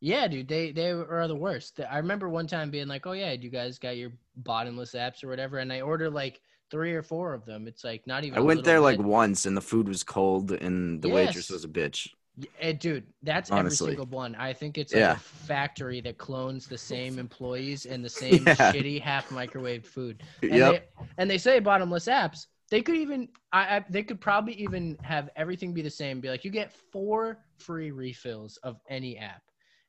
[SPEAKER 4] Yeah, dude, they they are the worst. I remember one time being like, "Oh yeah, you guys got your bottomless apps or whatever," and I ordered like three or four of them. It's like not even.
[SPEAKER 2] I
[SPEAKER 4] a
[SPEAKER 2] went
[SPEAKER 4] little
[SPEAKER 2] there like
[SPEAKER 4] bit.
[SPEAKER 2] once and the food was cold and the
[SPEAKER 4] Yes.
[SPEAKER 2] waitress was a bitch.
[SPEAKER 4] Y- eh, dude, that's
[SPEAKER 2] Honestly.
[SPEAKER 4] every single one. I think it's like
[SPEAKER 2] Yeah.
[SPEAKER 4] a factory that clones the same employees and the same
[SPEAKER 2] Yeah.
[SPEAKER 4] shitty half microwave food. And,
[SPEAKER 2] Yep.
[SPEAKER 4] they, and they say bottomless apps. They could even, I, I, they could probably even have everything be the same. Be like, you get four free refills of any app,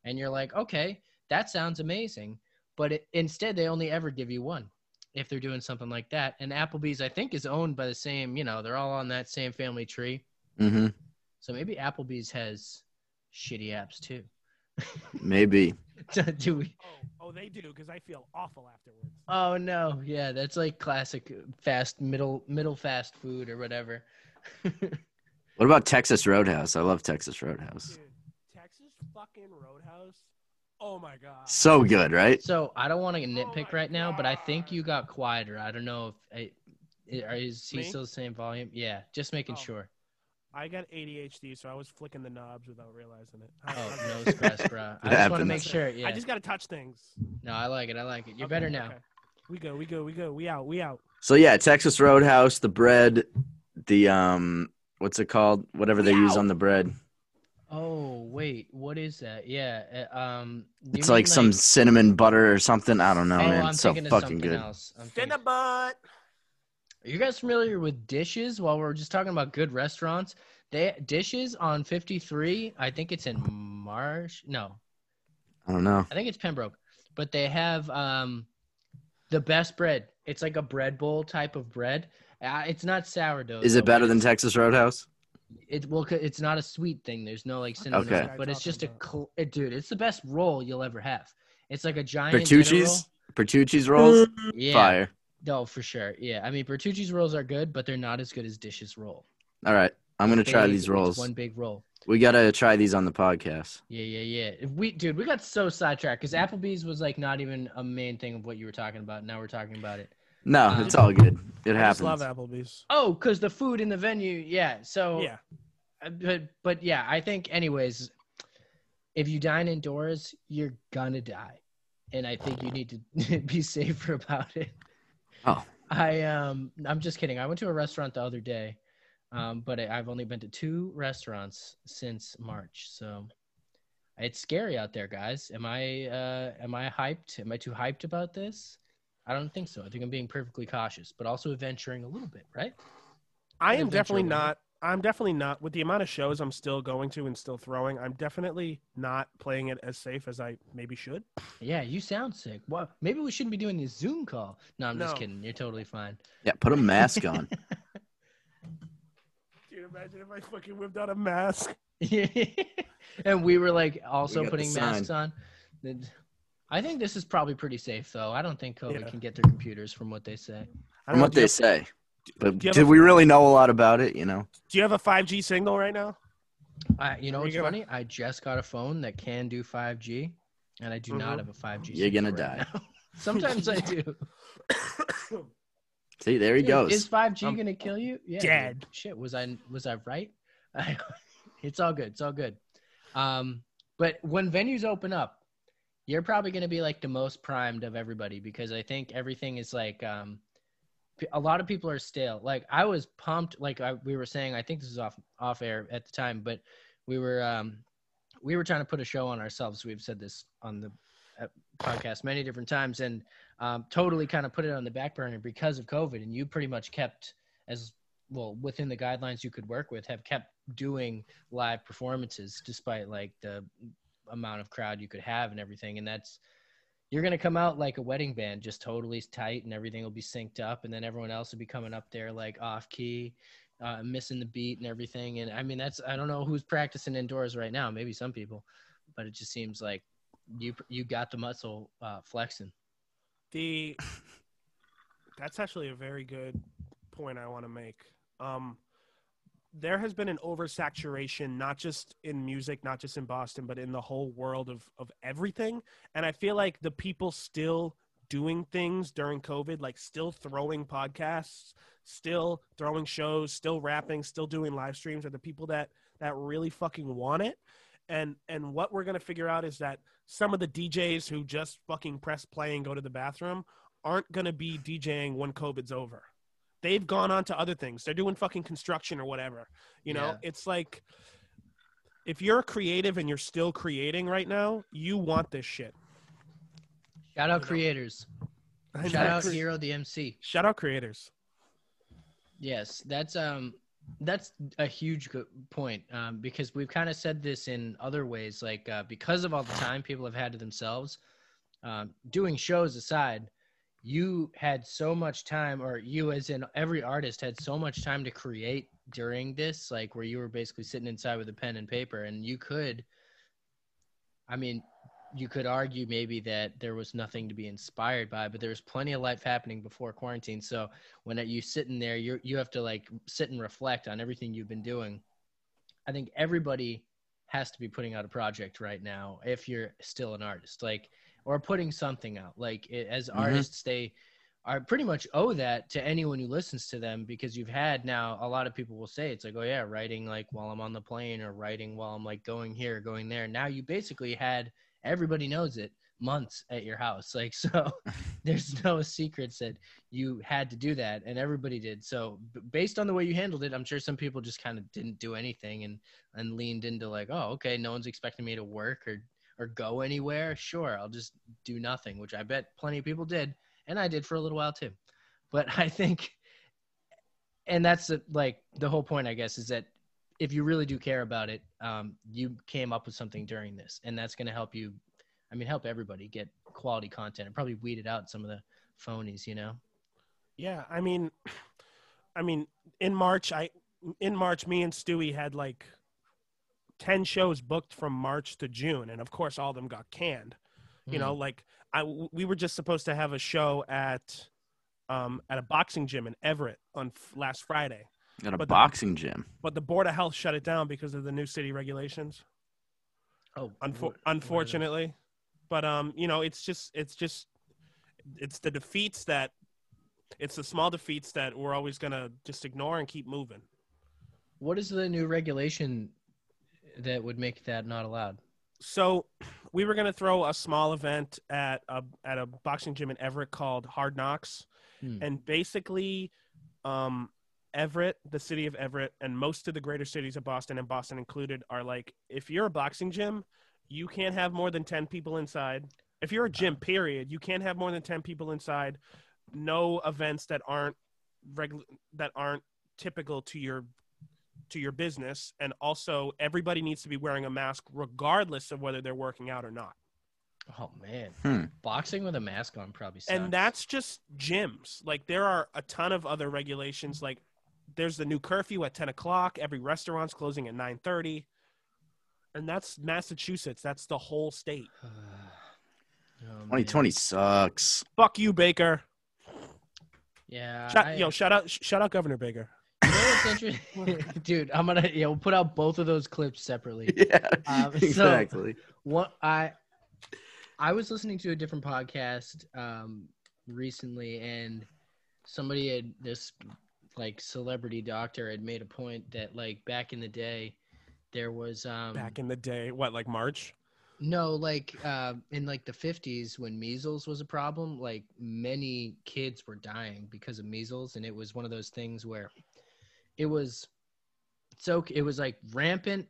[SPEAKER 4] and you're like, okay, that sounds amazing. But it, instead, they only ever give you one if they're doing something like that. And Applebee's, I think, is owned by the same. You know, they're all on that same family tree.
[SPEAKER 2] hmm
[SPEAKER 4] So maybe Applebee's has shitty apps too.
[SPEAKER 2] Maybe.
[SPEAKER 4] Do we?
[SPEAKER 3] Oh, oh, they do because I feel awful afterwards.
[SPEAKER 4] Oh no, yeah, that's like classic fast middle middle fast food or whatever.
[SPEAKER 2] What about Texas Roadhouse? I love Texas Roadhouse.
[SPEAKER 3] Dude, Texas fucking Roadhouse. Oh my god.
[SPEAKER 2] So good, right?
[SPEAKER 4] so I don't want to
[SPEAKER 3] my
[SPEAKER 4] nitpick right now, but I think
[SPEAKER 3] God.
[SPEAKER 4] you got quieter. I don't know if I, i- is he
[SPEAKER 3] Me?
[SPEAKER 4] still the same volume? Yeah, just making
[SPEAKER 3] Oh.
[SPEAKER 4] sure.
[SPEAKER 3] I got ADHD, so I was flicking the knobs without realizing it. I-
[SPEAKER 4] Oh,
[SPEAKER 3] I'm-
[SPEAKER 4] no stress, bro. I
[SPEAKER 2] It
[SPEAKER 4] just want to
[SPEAKER 2] happens.
[SPEAKER 4] make sure. Yeah.
[SPEAKER 3] I just gotta touch things.
[SPEAKER 4] No, I like it. I like it. You're
[SPEAKER 3] Okay,
[SPEAKER 4] better now.
[SPEAKER 3] okay. We go, we go, we go. We out, we out.
[SPEAKER 2] So yeah, Texas Roadhouse, the bread, the um what's it called? Whatever they use
[SPEAKER 3] Meow.
[SPEAKER 2] on the bread.
[SPEAKER 4] Oh wait, what is that? Yeah. uh, Um. you
[SPEAKER 2] It's
[SPEAKER 4] mean
[SPEAKER 2] like some cinnamon butter or something. I don't know,
[SPEAKER 4] Oh,
[SPEAKER 2] man.
[SPEAKER 4] I'm
[SPEAKER 2] It's so
[SPEAKER 4] thinking of
[SPEAKER 2] fucking
[SPEAKER 4] something
[SPEAKER 2] good.
[SPEAKER 4] else. I'm thinking-
[SPEAKER 3] Cinnabon.
[SPEAKER 4] Are you guys familiar with dishes? While we're just talking about good restaurants, they dishes on 53. I think it's in Marsh. No,
[SPEAKER 2] I don't know.
[SPEAKER 4] I think it's Pembroke. But they have um, the best bread. It's like a bread bowl type of bread. Uh, it's not sourdough.
[SPEAKER 2] Is
[SPEAKER 4] though,
[SPEAKER 2] it
[SPEAKER 4] but
[SPEAKER 2] better than
[SPEAKER 4] it's-
[SPEAKER 2] Texas Roadhouse?
[SPEAKER 4] It well, 'cause it's not a sweet thing. There's no like cinnamon,
[SPEAKER 2] Okay.
[SPEAKER 4] on it, but it's just a
[SPEAKER 3] Talking about.
[SPEAKER 4] cl- uh, dude. It's the best roll you'll ever have. It's like a giant dinner
[SPEAKER 2] Bertucci's? Bertucci's rolls?
[SPEAKER 4] roll. Yeah,
[SPEAKER 2] Fire.
[SPEAKER 4] no, for sure. Yeah, I mean Bertucci's rolls are good, but they're not as good as dishes roll.
[SPEAKER 2] All right. I'm gonna try
[SPEAKER 4] Big-
[SPEAKER 2] these
[SPEAKER 4] it's
[SPEAKER 2] rolls.
[SPEAKER 4] One big roll.
[SPEAKER 2] We gotta try these on the podcast.
[SPEAKER 4] Yeah, yeah, yeah. We, dude, we got so sidetracked because Applebee's was like not even a main thing of what you were talking about. Now we're talking about it.
[SPEAKER 2] No,
[SPEAKER 4] Um,
[SPEAKER 2] it's all good. It
[SPEAKER 3] I just
[SPEAKER 2] happens.
[SPEAKER 3] love Applebee's.
[SPEAKER 4] Oh, because the food in the venue. Yeah. So,
[SPEAKER 3] Yeah.
[SPEAKER 4] uh, But, but yeah, I think, anyways, if you dine indoors, you're gonna die. And I think you need to be safer about it.
[SPEAKER 2] Oh.
[SPEAKER 4] I, um, I'm just kidding. I went to a restaurant the other day, um, but I- I've only been to two restaurants since March. So, it's scary out there, guys. Am I, uh, am I hyped? Am I too hyped about this? I don't think so. I think I'm being perfectly cautious, but also adventuring a little bit, right?
[SPEAKER 3] I am
[SPEAKER 4] Adventure
[SPEAKER 3] definitely
[SPEAKER 4] Lane.
[SPEAKER 3] not. I'm definitely not with the amount of shows I'm still going to and still throwing. I'm definitely not playing it as safe as I maybe should.
[SPEAKER 4] Yeah, you sound sick. Well, maybe we shouldn't be doing this Zoom call. No, I'm just
[SPEAKER 3] No.
[SPEAKER 4] kidding. You're totally fine.
[SPEAKER 2] Yeah, put a mask on.
[SPEAKER 3] Dude, imagine if I fucking whipped out a mask.
[SPEAKER 4] and we were like also
[SPEAKER 2] got the
[SPEAKER 4] putting
[SPEAKER 2] sign.
[SPEAKER 4] masks on. Then- I think this is probably pretty safe, though. I don't think COVID
[SPEAKER 3] Yeah.
[SPEAKER 4] can get through computers, from what they say.
[SPEAKER 3] I
[SPEAKER 2] From
[SPEAKER 3] know,
[SPEAKER 2] what
[SPEAKER 3] do, you
[SPEAKER 2] they
[SPEAKER 3] have,
[SPEAKER 2] say. But
[SPEAKER 3] do you have
[SPEAKER 2] did
[SPEAKER 3] a-
[SPEAKER 2] we really know a lot about it, you know?
[SPEAKER 3] do you have a 5G signal right now?
[SPEAKER 4] I, you know
[SPEAKER 3] Are
[SPEAKER 4] what's
[SPEAKER 3] you gonna-
[SPEAKER 4] funny? I just got a phone that can do 5G, and I do
[SPEAKER 3] Mhm.
[SPEAKER 4] not have a 5G.
[SPEAKER 2] You're
[SPEAKER 4] signal
[SPEAKER 2] gonna
[SPEAKER 4] right now. Sometimes I do.
[SPEAKER 2] See, there he
[SPEAKER 4] Dude,
[SPEAKER 2] goes.
[SPEAKER 4] Is five G
[SPEAKER 3] I'm
[SPEAKER 4] gonna kill you? Yeah. dude.
[SPEAKER 3] dead.
[SPEAKER 4] Shit, was I was I right? it's all good. It's all good. Um, but when venues open up, you're probably gonna be like the most primed of everybody because I think everything is like um, p- a lot of people are stale. Like I was pumped. Like I, we were saying, I think this is off off air at the time, but we were um, we were trying to put a show on ourselves. We've said this on the uh, podcast many different times, and um, totally kind of put it on the back burner because of COVID, and you pretty much kept as well within the guidelines you could work with, have kept doing live performances despite like the amount of crowd you could have and everything, and that's you're gonna come out like a wedding band, just totally tight, and everything will be synced up, and then everyone else will be coming up there like off key. Uh, missing the beat and everything, and I mean that's I don't know who's practicing indoors right now. Maybe some people, but it just seems like you you got the muscle uh, flexing.
[SPEAKER 3] The that's actually a very good point I want to make. Um, there has been an oversaturation, not just in music, not just in Boston, but in the whole world of of everything. And I feel like the people still doing things during COVID, like still throwing podcasts, still throwing shows, still rapping, still doing live streams are the people that that really fucking want it. And and what we're gonna figure out is that some of the DJs who just fucking press play and go to the bathroom aren't gonna be DJing when COVID's over. They've gone on to other things. They're doing fucking construction or whatever. You know,
[SPEAKER 4] Yeah.
[SPEAKER 3] it's like if you're a creative and you're still creating right now, you want this shit.
[SPEAKER 4] Shout out
[SPEAKER 3] know.
[SPEAKER 4] creators.
[SPEAKER 3] I
[SPEAKER 4] Shout
[SPEAKER 3] know.
[SPEAKER 4] out Hero the MC.
[SPEAKER 3] Shout out creators.
[SPEAKER 4] Yes, that's um that's a huge good point um, because we've kind of said this in other ways like uh, because of all the time people have had to themselves um, doing shows aside you had so much time or you as in every artist had so much time to create during this like where you were basically sitting inside with a pen and paper and you could i mean you could argue maybe that there was nothing to be inspired by but there was plenty of life happening before quarantine so when you sit in there you you have to like sit and reflect on everything you've been doing i think everybody has to be putting out a project right now if you're still an artist like or putting something out like i as
[SPEAKER 2] Mhm.
[SPEAKER 4] artists they are pretty much owe that to anyone who listens to them because you've had now a lot of people will say it's like oh yeah writing like while i'm on the plane or writing while i'm like going here going there now you basically had everybody knows it months at your house like so there's no secrets that you had to do that and everybody did so b- based on the way you handled it i'm sure some people just kind of didn't do anything and and leaned into like oh okay no one's expecting me to work or or go anywhere sure i'll just do nothing which i bet plenty of people did and i did for a little while too but i think and that's the, like the whole point i guess is that if you really do care about it um, you came up with something during this and that's going to help you i mean help everybody get quality content and probably weeded out some of the phonies you know
[SPEAKER 3] Yeah, I mean, I mean, in March, I in March, me and Stewie had like ten shows booked from March to June, and of course, all of them got canned. You know, like I we were just supposed to have a show at um at a boxing gym in Everett on f- last Friday,
[SPEAKER 2] Got a
[SPEAKER 3] But the-
[SPEAKER 2] boxing gym.
[SPEAKER 3] but the Board of Health shut it down because of the new city regulations.
[SPEAKER 4] Oh,
[SPEAKER 3] Unfor- unfortunately, but um, you know, it's just it's just it's the defeats that it's the small defeats that we're always gonna just ignore and keep moving.
[SPEAKER 4] What is the new regulation that would make that not allowed?
[SPEAKER 3] So, we were gonna throw a small event at a at a boxing gym in Everett called Hard Knocks,
[SPEAKER 4] Hmm.
[SPEAKER 3] and basically, um, Everett, the city of Everett, and most of the greater cities of Boston and Boston included are like, if you're a boxing gym, you can't have more than ten people inside. If you're a gym, period, you can't have more than ten people inside. No events that aren't regu- that aren't typical to your to your business and also everybody needs to be wearing a mask regardless of whether they're working out or not
[SPEAKER 4] Oh man,
[SPEAKER 2] Hmm.
[SPEAKER 4] boxing with a mask on probably. Sucks.
[SPEAKER 3] and that's just gyms like there are a ton of other regulations like there's the new curfew at 10 o'clock every restaurant's closing at 9.30 and that's massachusetts that's the whole state
[SPEAKER 4] Oh, man.
[SPEAKER 2] 2020 sucks.
[SPEAKER 3] fuck you baker
[SPEAKER 4] Yeah.
[SPEAKER 3] Shout-
[SPEAKER 4] I-
[SPEAKER 3] yo shout out sh- shout out governor baker
[SPEAKER 4] you know what's interesting? Dude, I'm gonna yeah, we'll put out both of those clips separately.
[SPEAKER 2] Yeah,
[SPEAKER 4] Um, so-
[SPEAKER 2] exactly.
[SPEAKER 4] what i i was listening to a different podcast um recently and somebody had this like celebrity doctor had made a point that like back in the day there was um
[SPEAKER 3] back in the day what like march
[SPEAKER 4] no like uh in like the 50s when measles was a problem like many kids were dying because of measles and it was one of those things where it was so it was like rampant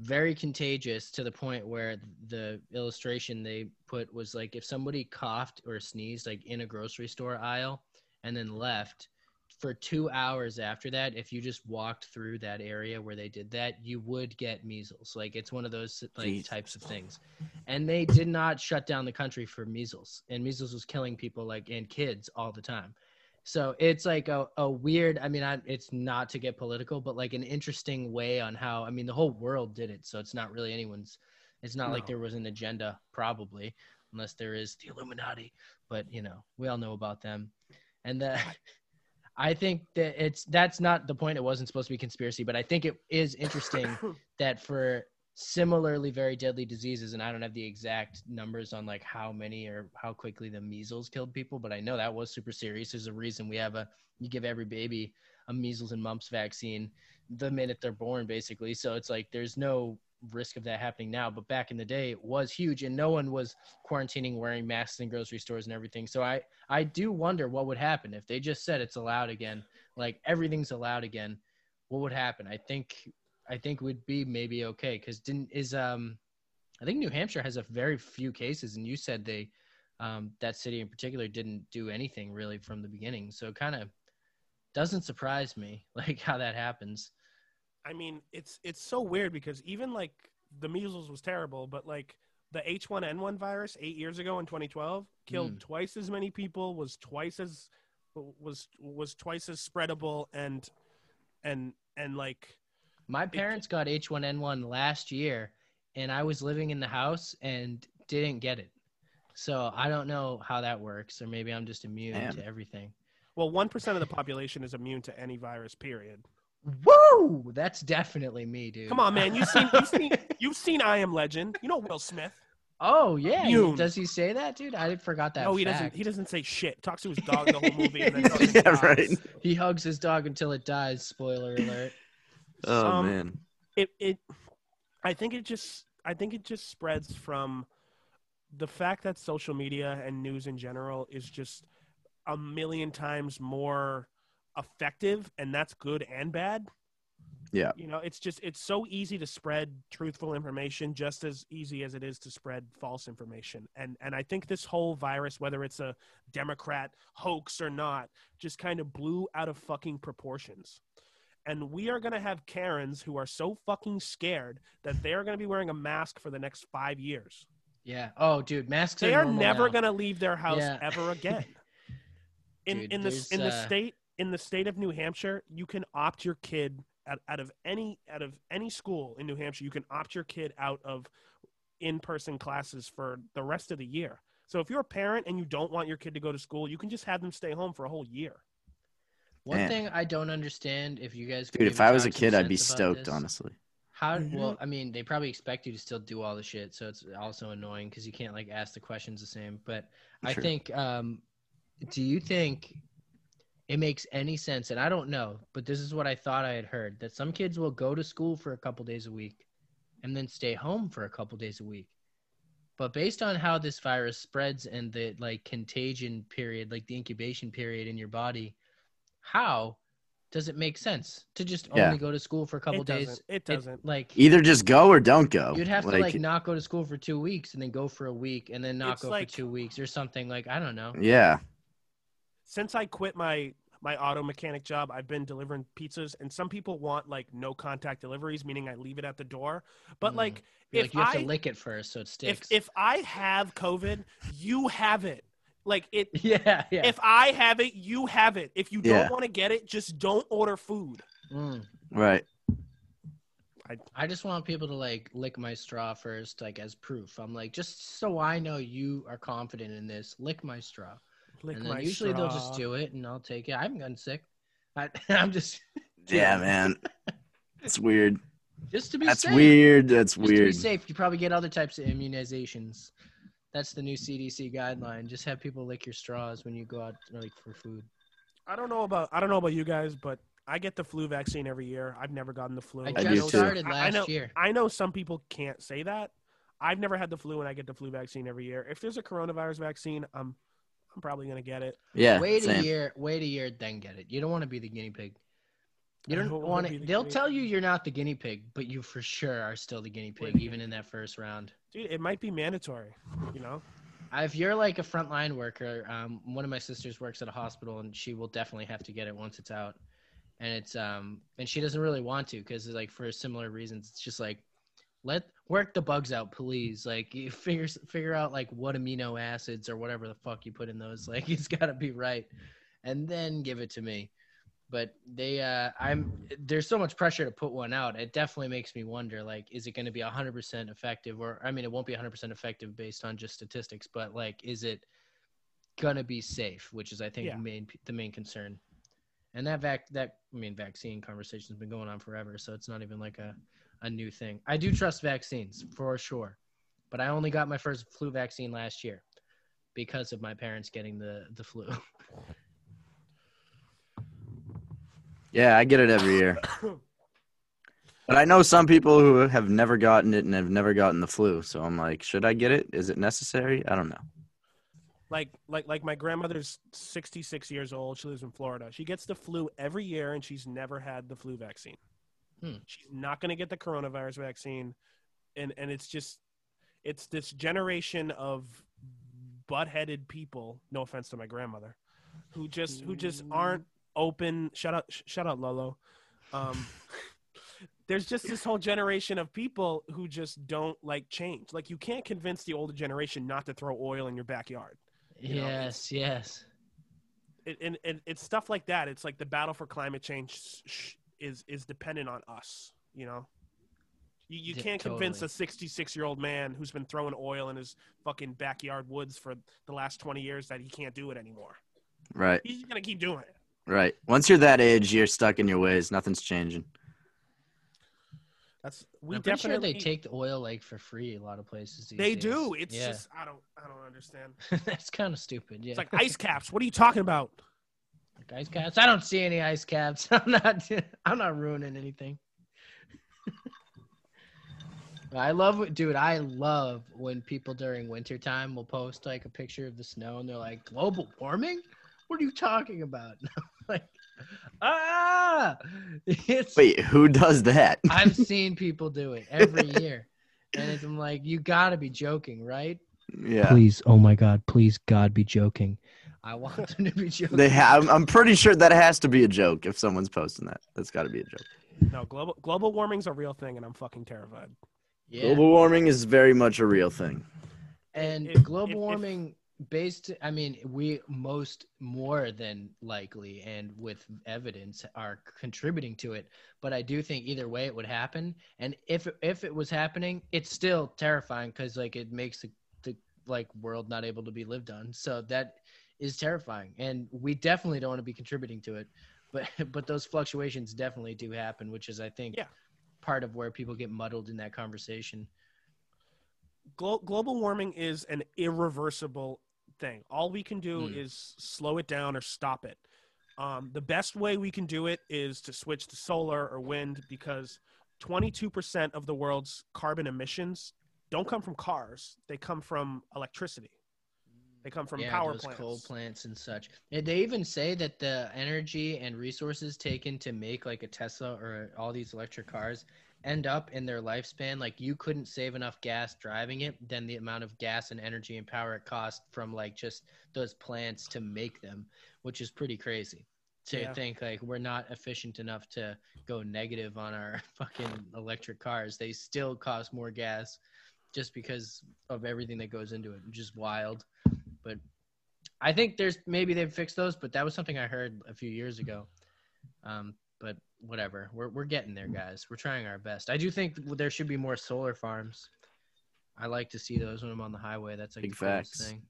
[SPEAKER 4] very contagious to the point where the illustration they put was like if somebody coughed or sneezed like in a grocery store aisle and then left for 2 hours after that if you just walked through that area where they did that you would get measles like it's one of those like
[SPEAKER 2] Jesus.
[SPEAKER 4] types of things and they did not shut down the country for measles and measles was killing people like and kids all the time so it's like a, a weird, I mean, I, it's not to get political, but like an interesting way on how, I mean, the whole world did it. So it's not really anyone's, it's not like
[SPEAKER 3] No.
[SPEAKER 4] there was an agenda, probably, unless there is the Illuminati. but you know we all know about them, and that I think that it's that's not the point. It wasn't supposed to be conspiracy, but I think it is interesting that for similarly very deadly diseases, and I don't have the exact numbers on like how many or how quickly the measles killed people, but I know that was super serious. There's a reason we have a you give every baby a measles and mumps vaccine the minute they're born, basically. So it's like there's no risk of that happening now, but back in the day it was huge, and no one was quarantining, wearing masks in grocery stores and everything. So I I do wonder what would happen if they just said it's allowed again, like everything's allowed again. What would happen? I think I think would be maybe okay because didn't is um I think New Hampshire has a very few cases, and you said they um, that city in particular didn't do anything really from the beginning. So it kind of doesn't surprise me like how that happens.
[SPEAKER 3] I mean, it's it's so weird because even like the measles was terrible, but like the H1N1 virus 8 years ago in 2012 killed twice as many people, was twice as was was twice as spreadable and and and like
[SPEAKER 4] My parents got H1N1 last year, and I was living in the house and didn't get it. So I don't know how that works, or maybe I'm just immune
[SPEAKER 2] Damn.
[SPEAKER 4] to everything.
[SPEAKER 3] well, 1% of the population is immune to any virus period.
[SPEAKER 4] Woo! That's definitely me, dude.
[SPEAKER 3] Come on, man. You've seen, you've seen, you've seen I Am Legend. You know Will Smith.
[SPEAKER 4] oh yeah.
[SPEAKER 3] Immune.
[SPEAKER 4] Does he say that, dude? I forgot that.
[SPEAKER 3] no, he
[SPEAKER 4] fact.
[SPEAKER 3] doesn't. He doesn't say shit. Talks to his dog the whole movie. And then
[SPEAKER 4] He's
[SPEAKER 3] fucking
[SPEAKER 4] just-
[SPEAKER 2] yeah,
[SPEAKER 3] dies.
[SPEAKER 2] right.
[SPEAKER 4] He hugs his dog until it dies. Spoiler alert.
[SPEAKER 2] Oh
[SPEAKER 3] Um,
[SPEAKER 2] man.
[SPEAKER 3] It, it. I think it just. I think it just spreads from the fact that social media and news in general is just a million times more effective, and that's good and bad.
[SPEAKER 2] Yeah.
[SPEAKER 3] You know, it's just it's so easy to spread truthful information just as easy as it is to spread false information. And and I think this whole virus whether it's a democrat hoax or not just kind of blew out of fucking proportions. And we are going to have Karens who are so fucking scared that they are going to be wearing a mask for the next 5 years.
[SPEAKER 4] Yeah. Oh, dude, masks.
[SPEAKER 3] They are
[SPEAKER 4] normal
[SPEAKER 3] never
[SPEAKER 4] now.
[SPEAKER 3] going to leave their house
[SPEAKER 4] Yeah.
[SPEAKER 3] ever again. In
[SPEAKER 4] Dude,
[SPEAKER 3] in the
[SPEAKER 4] there's,
[SPEAKER 3] in the
[SPEAKER 4] uh,
[SPEAKER 3] state in the state of New Hampshire, you can opt your kid out, out of any out of any school in New Hampshire. You can opt your kid out of in person classes for the rest of the year. So if you're a parent and you don't want your kid to go to school, you can just have them stay home for a whole year.
[SPEAKER 4] One
[SPEAKER 2] Man.
[SPEAKER 4] thing I don't understand, if you guys, could
[SPEAKER 2] Dude,
[SPEAKER 4] maybe
[SPEAKER 2] if I was a
[SPEAKER 4] talk some
[SPEAKER 2] kid, I'd be
[SPEAKER 4] sense about
[SPEAKER 2] stoked,
[SPEAKER 4] this.
[SPEAKER 2] honestly.
[SPEAKER 4] How?
[SPEAKER 3] Mhm.
[SPEAKER 4] Well, I mean, they probably expect you to still do all the shit, so it's also annoying because you can't like ask the questions the same. But I
[SPEAKER 2] True.
[SPEAKER 4] think, um, do you think it makes any sense? And I don't know, but this is what I thought I had heard that some kids will go to school for a couple days a week, and then stay home for a couple days a week. But based on how this virus spreads and the like contagion period, like the incubation period in your body, how does it make sense to just
[SPEAKER 2] Yeah.
[SPEAKER 4] only go to school for a couple
[SPEAKER 3] it
[SPEAKER 4] days?
[SPEAKER 3] doesn't. It
[SPEAKER 4] It-
[SPEAKER 3] doesn't.
[SPEAKER 4] like
[SPEAKER 2] Either just go or don't go.
[SPEAKER 4] You'd have to like not go to school for two weeks and then go for a week and then not
[SPEAKER 3] It's
[SPEAKER 4] go
[SPEAKER 3] like-
[SPEAKER 4] for two weeks or something. Like I don't know.
[SPEAKER 2] Yeah.
[SPEAKER 3] Since I quit my my auto mechanic job, I've been delivering pizzas, and some people want like no contact deliveries, meaning I leave it at the door. But
[SPEAKER 4] Mm.
[SPEAKER 3] like,
[SPEAKER 4] You're
[SPEAKER 3] if
[SPEAKER 4] like you have
[SPEAKER 3] I
[SPEAKER 4] to lick it first so
[SPEAKER 3] if
[SPEAKER 4] it sticks.
[SPEAKER 3] if I have COVID, you have it. Like it.
[SPEAKER 4] yeah, yeah.
[SPEAKER 3] If I have it, you have it. If you don't
[SPEAKER 2] Yeah.
[SPEAKER 3] want to get it, just don't order food.
[SPEAKER 4] Mm.
[SPEAKER 2] Right.
[SPEAKER 4] I just want people to like lick my straw first, like as proof. I'm like, just so I know you are confident in this, lick my straw.
[SPEAKER 3] Lick
[SPEAKER 4] and then
[SPEAKER 3] my
[SPEAKER 4] usually they'll
[SPEAKER 3] straw.
[SPEAKER 4] just do it and I'll take it. I haven't gotten sick. I, I'm just
[SPEAKER 2] Yeah,
[SPEAKER 4] Yeah.
[SPEAKER 2] man. It's weird.
[SPEAKER 4] just to be
[SPEAKER 2] That's
[SPEAKER 4] safe.
[SPEAKER 2] weird. That's
[SPEAKER 4] Just to be
[SPEAKER 2] weird.
[SPEAKER 4] safe, you probably get other types of immunizations. That's the new CDC guideline. Just have people lick your straws when you go out like for food.
[SPEAKER 3] I don't know about I don't know about you guys, but I get the flu vaccine every year. I've never gotten the flu.
[SPEAKER 4] I
[SPEAKER 2] do
[SPEAKER 4] just
[SPEAKER 2] too.
[SPEAKER 4] started
[SPEAKER 3] I- I
[SPEAKER 4] last
[SPEAKER 3] know-
[SPEAKER 4] year.
[SPEAKER 3] I know some people can't say that. I've never had the flu, and I get the flu vaccine every year. If there's a coronavirus vaccine, I'm I'm probably gonna get it.
[SPEAKER 2] Yeah.
[SPEAKER 4] wait
[SPEAKER 2] same.
[SPEAKER 4] a year, wait a year, then get it. You don't want to be the guinea pig. You
[SPEAKER 3] I
[SPEAKER 4] don't
[SPEAKER 3] don't wanna
[SPEAKER 4] want
[SPEAKER 3] be
[SPEAKER 4] to.
[SPEAKER 3] the
[SPEAKER 4] They'll
[SPEAKER 3] guinea
[SPEAKER 4] tell
[SPEAKER 3] pig.
[SPEAKER 4] you you're not the guinea pig, but you for sure are still the guinea pig,
[SPEAKER 3] the
[SPEAKER 4] even
[SPEAKER 3] guinea
[SPEAKER 4] in that first round.
[SPEAKER 3] Dude, it might be mandatory. You know,
[SPEAKER 4] Uh, If you're like a frontline worker, um, one of my sisters works at a hospital, and she will definitely have to get it once it's out. And it's um, and she doesn't really want to because like for similar reasons, it's just like let work the bugs out, please. Like you figure figure out like what amino acids or whatever the fuck you put in those. Like it's got to be right, and then give it to me. But they, uh, I'm there's so much pressure to put one out. It definitely makes me wonder, like, is it going to be 100% effective? Or I mean, it won't be 100% effective based on just statistics, but like, is it gonna be safe, which is I think
[SPEAKER 3] Yeah.
[SPEAKER 4] main the main concern. And that vac that I mean vaccine conversation's been going on forever, so it's not even like a a new thing. I do trust vaccines for sure, but I only got my first flu vaccine last year because of my parents getting the the flu.
[SPEAKER 2] Yeah, I get it every year. But I know some people who have never gotten it and have never gotten the flu. So I'm like, should I get it? Is it necessary? I don't know.
[SPEAKER 3] like like like my grandmother's 66 years old she lives in florida she gets the flu every year and she's never had the flu vaccine
[SPEAKER 4] Hmm.
[SPEAKER 3] she's not going to get the coronavirus vaccine and and it's just it's this generation of butt-headed people no offense to my grandmother who just who just aren't open shut up sh- shut up lolo um there's just this whole generation of people who just don't like change like you can't convince the older generation not to throw oil in your backyard You know,
[SPEAKER 4] yes, yes.
[SPEAKER 3] it, and, and it's stuff like that. It's like the battle for climate change s- sh- is is dependent on us. You know, you, you
[SPEAKER 4] Yeah,
[SPEAKER 3] can't convince a
[SPEAKER 4] totally.
[SPEAKER 3] 66 year old man who's been throwing oil in his fucking backyard woods for the last 20 years that he can't do it anymore.
[SPEAKER 2] Right,
[SPEAKER 3] He's just gonna keep doing it.
[SPEAKER 2] right. Once you're that age, you're stuck in your ways. Nothing's changing.
[SPEAKER 3] That's we
[SPEAKER 4] I'm pretty sure
[SPEAKER 3] definitely
[SPEAKER 4] they take the oil like for free a lot of places. these
[SPEAKER 3] They
[SPEAKER 4] days.
[SPEAKER 3] do. It's
[SPEAKER 4] yeah.
[SPEAKER 3] just I don't I don't understand.
[SPEAKER 4] that's kind of stupid. Yeah,
[SPEAKER 3] It's like ice caps. What are you talking about?
[SPEAKER 4] Like ice caps. I don't see any ice caps. I'm not. I'm not ruining anything. I love, when- dude. I love when people during wintertime will post like a picture of the snow and they're like, "Global warming? What are you talking about?" And I'm like, ah, it's.
[SPEAKER 2] Wait, who does that?
[SPEAKER 4] I've seen people do it every year, and it's, I'm like, "You gotta be joking, right?"
[SPEAKER 2] yeah.
[SPEAKER 4] Please, oh my God, please, God, be joking. I want them to be joking.
[SPEAKER 2] They ha- I'm, I'm pretty sure that has to be a joke if someone's posting that. That's got to be a joke.
[SPEAKER 3] No, global global warming's a real thing, and I'm fucking terrified.
[SPEAKER 4] yeah.
[SPEAKER 2] Global warming is very much a real thing.
[SPEAKER 4] and
[SPEAKER 3] if- if-
[SPEAKER 4] global
[SPEAKER 3] if-
[SPEAKER 4] warming based i mean we most more than likely and with evidence are contributing to it but i do think either way it would happen and if if it was happening it's still terrifying because like it makes the, the like world not able to be lived on so that is terrifying and we definitely don't want to be contributing to it but but those fluctuations definitely do happen which is i think
[SPEAKER 3] Yeah.
[SPEAKER 4] part of where people get muddled in that conversation
[SPEAKER 3] Glo- global warming is an irreversible thing. All we can do
[SPEAKER 4] Hmm.
[SPEAKER 3] is slow it down or stop it. Um, the best way we can do it is to switch to solar or wind because 22% of the world's carbon emissions don't come from cars, they come from electricity. They come from power
[SPEAKER 4] those
[SPEAKER 3] plants.
[SPEAKER 4] coal plants and such. And they even say that the energy and resources taken to make like a Tesla or all these electric cars end up in their lifespan. Like you couldn't save enough gas driving it than the amount of gas and energy and power it cost from like just those plants to make them, which is pretty crazy. To
[SPEAKER 3] Yeah.
[SPEAKER 4] think like we're not efficient enough to go negative on our fucking electric cars. They still cost more gas just because of everything that goes into it. Just wild. But I think there's maybe they've fixed those, but that was something I heard a few years ago. Um, but whatever, we're we're getting there, guys. We're trying our best. I do think there should be more solar farms. I like to see those when I'm on the highway. That's like
[SPEAKER 2] Big
[SPEAKER 4] the coolest
[SPEAKER 2] facts.
[SPEAKER 4] thing.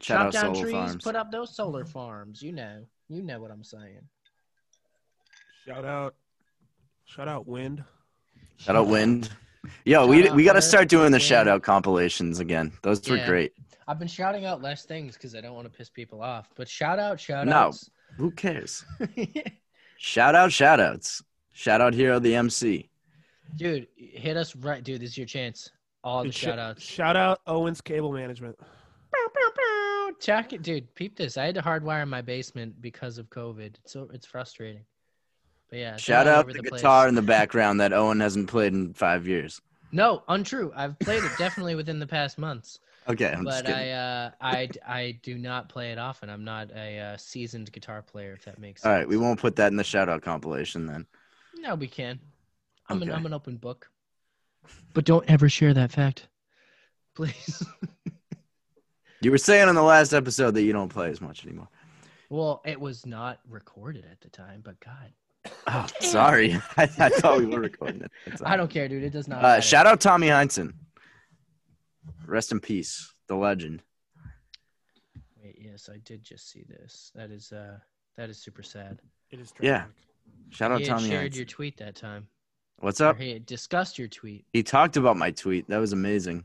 [SPEAKER 2] Shout out
[SPEAKER 4] Chop down
[SPEAKER 2] solar
[SPEAKER 4] trees,
[SPEAKER 2] farms.
[SPEAKER 4] put up those solar farms. You know, you know what I'm saying.
[SPEAKER 3] Shout out. Shout out wind.
[SPEAKER 2] Shout out wind. Yo, we
[SPEAKER 4] Shout out
[SPEAKER 2] we got to
[SPEAKER 4] wind.
[SPEAKER 2] start doing the
[SPEAKER 4] Yeah.
[SPEAKER 2] shout out compilations again. Those were
[SPEAKER 4] Yeah.
[SPEAKER 2] great.
[SPEAKER 4] I've been shouting out less things because I don't want to piss people off. But shout out, shout
[SPEAKER 2] No.
[SPEAKER 4] outs.
[SPEAKER 2] Who cares? Shout out, shout outs. Shout out Hero the MC.
[SPEAKER 4] dude, hit us right, dude. This is your chance. All the
[SPEAKER 3] Dude, sh-
[SPEAKER 4] shout outs.
[SPEAKER 3] Shout out Owens Cable Management.
[SPEAKER 4] Bow, bow, bow. Check it, dude. Peep this. I had to hardwire in my basement because of COVID. So it's frustrating. But yeah, it's
[SPEAKER 2] Shout
[SPEAKER 4] all
[SPEAKER 2] out
[SPEAKER 4] over
[SPEAKER 2] the
[SPEAKER 4] place.
[SPEAKER 2] guitar in the background that Owen hasn't played in five years.
[SPEAKER 4] No, untrue. I've played it definitely within the past months,
[SPEAKER 2] Okay, I'm just
[SPEAKER 4] but
[SPEAKER 2] kidding.
[SPEAKER 4] I, uh, I, I do not play it often. I'm not a uh, seasoned guitar player, if that makes
[SPEAKER 2] All
[SPEAKER 4] sense.
[SPEAKER 2] right, we won't put that in the shout out compilation then.
[SPEAKER 4] No, we can. I'm an
[SPEAKER 2] Okay.
[SPEAKER 4] I'm an open book. But don't ever share that fact, please.
[SPEAKER 2] You were saying on the last episode that you don't play as much anymore.
[SPEAKER 4] well, it was not recorded at the time, but God,
[SPEAKER 2] Oh, sorry. I, I thought we were recording it. That's all
[SPEAKER 4] I don't care, dude. It does not.
[SPEAKER 2] Uh,
[SPEAKER 4] matter.
[SPEAKER 2] shout out Tommy Heinsohn. Rest in peace, the legend.
[SPEAKER 4] Wait, Yes, I did just see this. That is uh that is super sad.
[SPEAKER 3] It is
[SPEAKER 2] Yeah.
[SPEAKER 3] tragic.
[SPEAKER 2] Shout out
[SPEAKER 4] he had
[SPEAKER 2] Tommy.
[SPEAKER 4] shared
[SPEAKER 2] Hanks.
[SPEAKER 4] your tweet that time.
[SPEAKER 2] What's
[SPEAKER 4] Or
[SPEAKER 2] up?
[SPEAKER 4] he had discussed your tweet.
[SPEAKER 2] He talked about my tweet. That was amazing.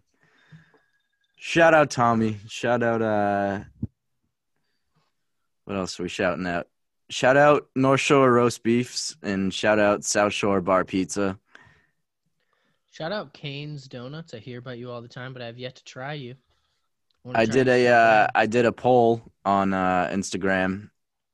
[SPEAKER 2] Shout out Tommy. Shout out uh what else are we shouting out? Shout out North Shore Roast Beefs and shout out South Shore Bar Pizza.
[SPEAKER 4] Shout out Kane's Donuts. I hear about you all the time, but I've yet to try you. wanna
[SPEAKER 2] I
[SPEAKER 4] try
[SPEAKER 2] did
[SPEAKER 4] it
[SPEAKER 2] a
[SPEAKER 4] so
[SPEAKER 2] uh
[SPEAKER 4] bad.
[SPEAKER 2] I did a poll on uh Instagram.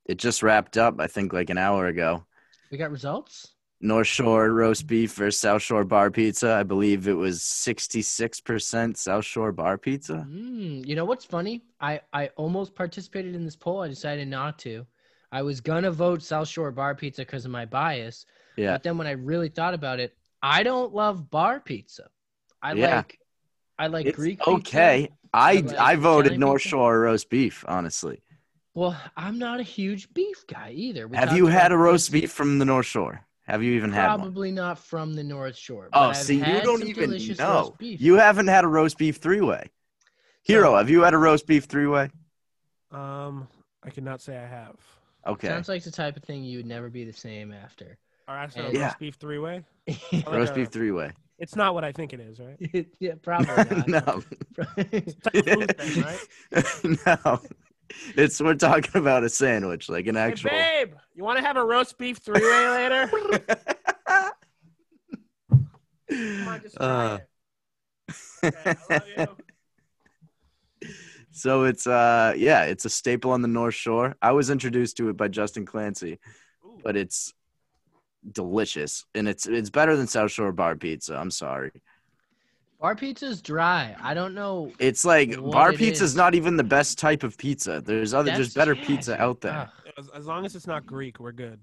[SPEAKER 2] It just wrapped up, I think like an hour ago.
[SPEAKER 4] We got results.
[SPEAKER 2] North Shore roast beef versus South Shore bar pizza. I believe it was 66% South Shore bar pizza.
[SPEAKER 4] Mm, you know what's funny? I I almost participated in this poll. I decided not to. I was gonna vote South Shore Bar Pizza because of my bias.
[SPEAKER 2] Yeah.
[SPEAKER 4] But then when I really thought about it, I don't love bar pizza. I
[SPEAKER 2] Yeah.
[SPEAKER 4] like I like
[SPEAKER 2] It's
[SPEAKER 4] Greek. pizza.
[SPEAKER 2] okay. I
[SPEAKER 4] like
[SPEAKER 2] I voted
[SPEAKER 4] Italian
[SPEAKER 2] North
[SPEAKER 4] pizza.
[SPEAKER 2] Shore roast beef. Honestly,
[SPEAKER 4] Well, I'm not a huge beef guy either. We
[SPEAKER 2] have
[SPEAKER 4] talked
[SPEAKER 2] you had
[SPEAKER 4] about
[SPEAKER 2] a roast
[SPEAKER 4] this.
[SPEAKER 2] beef from the North Shore? Have you even had one?
[SPEAKER 4] Probably not from the North Shore.
[SPEAKER 2] Oh,
[SPEAKER 4] but I've
[SPEAKER 2] see, you
[SPEAKER 4] had
[SPEAKER 2] don't
[SPEAKER 4] some
[SPEAKER 2] even
[SPEAKER 4] delicious
[SPEAKER 2] know.
[SPEAKER 4] roast beef.
[SPEAKER 2] You haven't had a roast beef three way. Hero,
[SPEAKER 4] So-
[SPEAKER 2] have you had a roast beef three way?
[SPEAKER 3] Um, I cannot say I have.
[SPEAKER 2] Okay,
[SPEAKER 4] Sounds like the type of thing you would never be the same after.
[SPEAKER 3] Or actually, a
[SPEAKER 4] Yeah.
[SPEAKER 3] roast beef three way.
[SPEAKER 2] roast beef three way.
[SPEAKER 3] It's not what I think it is, right?
[SPEAKER 4] yeah, probably not.
[SPEAKER 2] no,
[SPEAKER 3] It's like a food thing, right?
[SPEAKER 2] no, it's we're talking about a sandwich, like an actual.
[SPEAKER 3] Hey, babe, you want to have a roast beef three way later? Come on, just try
[SPEAKER 2] Uh,
[SPEAKER 3] it. Okay, I love you.
[SPEAKER 2] So it's uh yeah, it's a staple on the North Shore. I was introduced to it by Justin Clancy,
[SPEAKER 3] Ooh.
[SPEAKER 2] but it's delicious and it's it's better than South Shore bar pizza. I'm sorry.
[SPEAKER 4] Bar pizza's dry. I don't know.
[SPEAKER 2] It's like
[SPEAKER 4] What
[SPEAKER 2] bar
[SPEAKER 4] it
[SPEAKER 2] pizza is
[SPEAKER 4] is.
[SPEAKER 2] not even the best type of pizza. There's other there's
[SPEAKER 4] That's-
[SPEAKER 2] better
[SPEAKER 4] yeah,
[SPEAKER 2] pizza
[SPEAKER 4] dude.
[SPEAKER 2] out there.
[SPEAKER 4] Ugh.
[SPEAKER 3] As, as long as it's not Greek, we're good.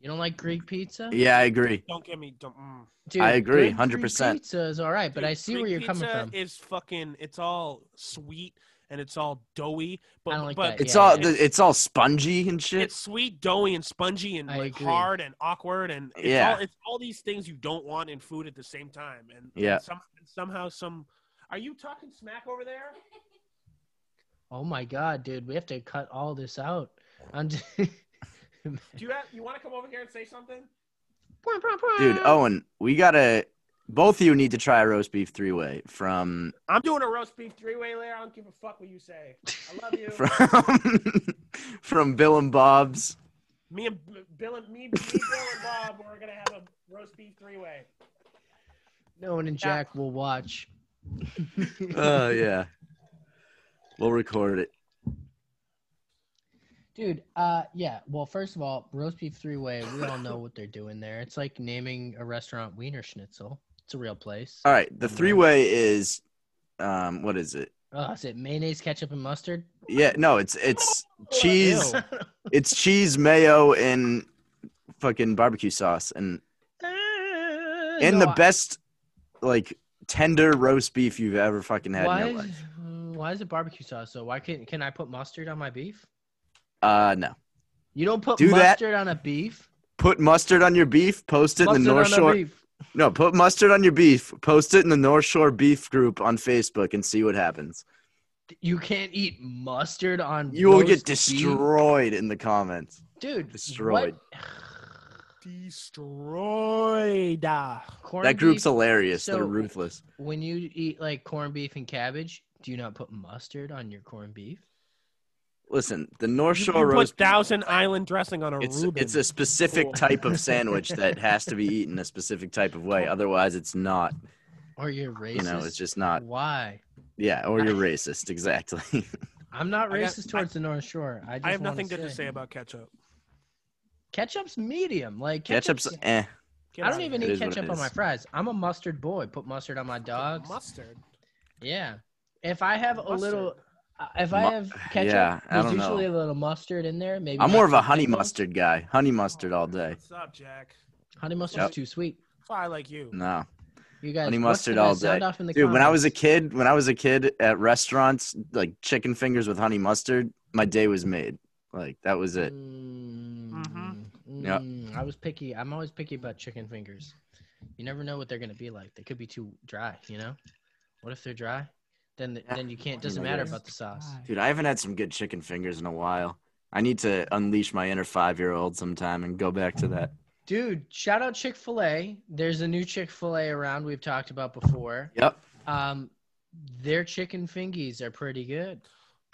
[SPEAKER 4] you don't like Greek pizza?
[SPEAKER 2] Yeah, I agree.
[SPEAKER 3] Don't get me. Don't, mm.
[SPEAKER 4] Dude,
[SPEAKER 2] I agree,
[SPEAKER 4] good
[SPEAKER 2] 100%.
[SPEAKER 4] Greek pizza is all right, but
[SPEAKER 3] Dude,
[SPEAKER 4] I see
[SPEAKER 3] Greek
[SPEAKER 4] where you're coming
[SPEAKER 3] pizza
[SPEAKER 4] from.
[SPEAKER 3] Is fucking. It's all sweet and it's all doughy. But
[SPEAKER 4] I don't like
[SPEAKER 3] but
[SPEAKER 4] that.
[SPEAKER 2] It's
[SPEAKER 4] Yeah,
[SPEAKER 2] all
[SPEAKER 4] yeah.
[SPEAKER 2] it's all spongy and shit.
[SPEAKER 3] it's sweet, doughy, and spongy, and
[SPEAKER 4] I
[SPEAKER 3] like
[SPEAKER 4] agree.
[SPEAKER 3] hard and awkward, and it's
[SPEAKER 2] Yeah.
[SPEAKER 3] all it's all these things you don't want in food at the same time. And
[SPEAKER 2] Yeah.
[SPEAKER 3] some, somehow some. Are you talking smack over there?
[SPEAKER 4] oh my god, dude, we have to cut all this out. I'm just...
[SPEAKER 3] Do you have, you want to come over here and say something?
[SPEAKER 2] Dude, Owen, we gotta both of you need to try a roast beef three way from
[SPEAKER 3] I'm doing a roast beef three way later. I don't give a fuck what you say. I love you.
[SPEAKER 2] from from Bill and Bob's.
[SPEAKER 3] me and B- Bill and me, me, Bill and Bob, we're gonna have a roast beef three way.
[SPEAKER 4] no one and Jack will watch.
[SPEAKER 2] Oh yeah. We'll record it.
[SPEAKER 4] Dude, uh, yeah. Well, first of all, roast beef three way. We all know what they're doing there. It's like naming a restaurant Wiener Schnitzel. It's a real place.
[SPEAKER 2] All right, the three way is, um, what is it?
[SPEAKER 4] Oh, is it mayonnaise, ketchup, and mustard?
[SPEAKER 2] Yeah, no, it's it's
[SPEAKER 4] Oh,
[SPEAKER 2] cheese,
[SPEAKER 3] Ew.
[SPEAKER 2] it's cheese, mayo, and fucking barbecue sauce, and and the best like tender roast beef you've ever fucking had
[SPEAKER 4] Why
[SPEAKER 2] in your
[SPEAKER 4] is,
[SPEAKER 2] life.
[SPEAKER 4] why is it barbecue sauce? So why can't can I put mustard on my beef?
[SPEAKER 2] Uh, no,
[SPEAKER 4] You don't put
[SPEAKER 2] Do that.
[SPEAKER 4] mustard on a beef.
[SPEAKER 2] put mustard on your beef. Post it in
[SPEAKER 4] Mustard
[SPEAKER 2] the North
[SPEAKER 4] on a
[SPEAKER 2] Shore.
[SPEAKER 4] beef.
[SPEAKER 2] No, put mustard on your beef. Post it in the North Shore Beef group on Facebook and see what happens.
[SPEAKER 4] You can't eat mustard on.
[SPEAKER 2] You will get
[SPEAKER 4] roast beef?
[SPEAKER 2] destroyed in the comments.
[SPEAKER 4] dude. what-
[SPEAKER 2] destroyed.
[SPEAKER 3] Destroyed.
[SPEAKER 4] Corned
[SPEAKER 2] That group's
[SPEAKER 4] beef-
[SPEAKER 2] hilarious. They're
[SPEAKER 4] so-
[SPEAKER 2] ruthless.
[SPEAKER 4] When you eat like corned beef and cabbage, do you not put mustard on your corned beef?
[SPEAKER 2] Listen, the North
[SPEAKER 3] You,
[SPEAKER 2] Shore
[SPEAKER 3] you put
[SPEAKER 2] roast. beef-
[SPEAKER 3] Thousand Island dressing on a
[SPEAKER 2] It's
[SPEAKER 3] Reuben.
[SPEAKER 2] it's a specific
[SPEAKER 3] Cool.
[SPEAKER 2] type of sandwich that has to be eaten a specific type of way. Otherwise, it's not.
[SPEAKER 4] Or you're racist?
[SPEAKER 2] You know, it's just not.
[SPEAKER 4] Why?
[SPEAKER 2] Yeah, or you're racist. Exactly.
[SPEAKER 4] I'm not
[SPEAKER 3] I got-
[SPEAKER 4] racist towards the North Shore. I, just
[SPEAKER 3] I have
[SPEAKER 4] wanna
[SPEAKER 3] nothing good to say about ketchup.
[SPEAKER 4] Ketchup's medium. Like
[SPEAKER 2] Ketchup's eh.
[SPEAKER 3] Get
[SPEAKER 4] I
[SPEAKER 3] out
[SPEAKER 4] don't
[SPEAKER 3] of
[SPEAKER 4] even
[SPEAKER 2] It
[SPEAKER 4] eat
[SPEAKER 2] is what it
[SPEAKER 4] ketchup on
[SPEAKER 2] is.
[SPEAKER 4] my fries. I'm a mustard boy. Put mustard on my
[SPEAKER 3] here.
[SPEAKER 4] dogs.
[SPEAKER 3] mustard.
[SPEAKER 4] Yeah. If I have a little,
[SPEAKER 3] Mustard.
[SPEAKER 4] uh, if I
[SPEAKER 2] Mu-
[SPEAKER 4] have ketchup,
[SPEAKER 2] yeah, I
[SPEAKER 4] there's
[SPEAKER 2] don't know.
[SPEAKER 4] usually a little mustard in there. Maybe
[SPEAKER 2] I'm more of a
[SPEAKER 4] mustard
[SPEAKER 2] honey
[SPEAKER 4] pickle.
[SPEAKER 2] mustard guy. Honey mustard all day.
[SPEAKER 3] What's up, Jack?
[SPEAKER 4] Honey mustard's
[SPEAKER 2] Yep.
[SPEAKER 4] too sweet.
[SPEAKER 3] That's why I like you.
[SPEAKER 2] No,
[SPEAKER 4] You guys,
[SPEAKER 2] Honey
[SPEAKER 4] what's the
[SPEAKER 2] mustard all
[SPEAKER 4] best sound
[SPEAKER 2] day.
[SPEAKER 4] off in the
[SPEAKER 2] dude. When I was a
[SPEAKER 4] comments?
[SPEAKER 2] kid, when I was a kid at restaurants, like chicken fingers with honey mustard, my day was made. Like that was it.
[SPEAKER 4] Mm,
[SPEAKER 2] Yep.
[SPEAKER 4] mm, I was picky. I'm always picky about chicken fingers. You never know what they're gonna be like. They could be too dry. You know. What if they're dry? then the,
[SPEAKER 2] Yeah.
[SPEAKER 4] then you can't. Doesn't
[SPEAKER 2] I
[SPEAKER 4] matter
[SPEAKER 2] guess.
[SPEAKER 4] about the sauce.
[SPEAKER 2] Dude, I haven't had some good chicken fingers in a while. I need to unleash my inner five year old sometime and go back to that.
[SPEAKER 4] Dude, shout out Chick Fil A. There's a new Chick Fil A around we've talked about before.
[SPEAKER 2] Yep.
[SPEAKER 4] Um, their chicken fingies are pretty good.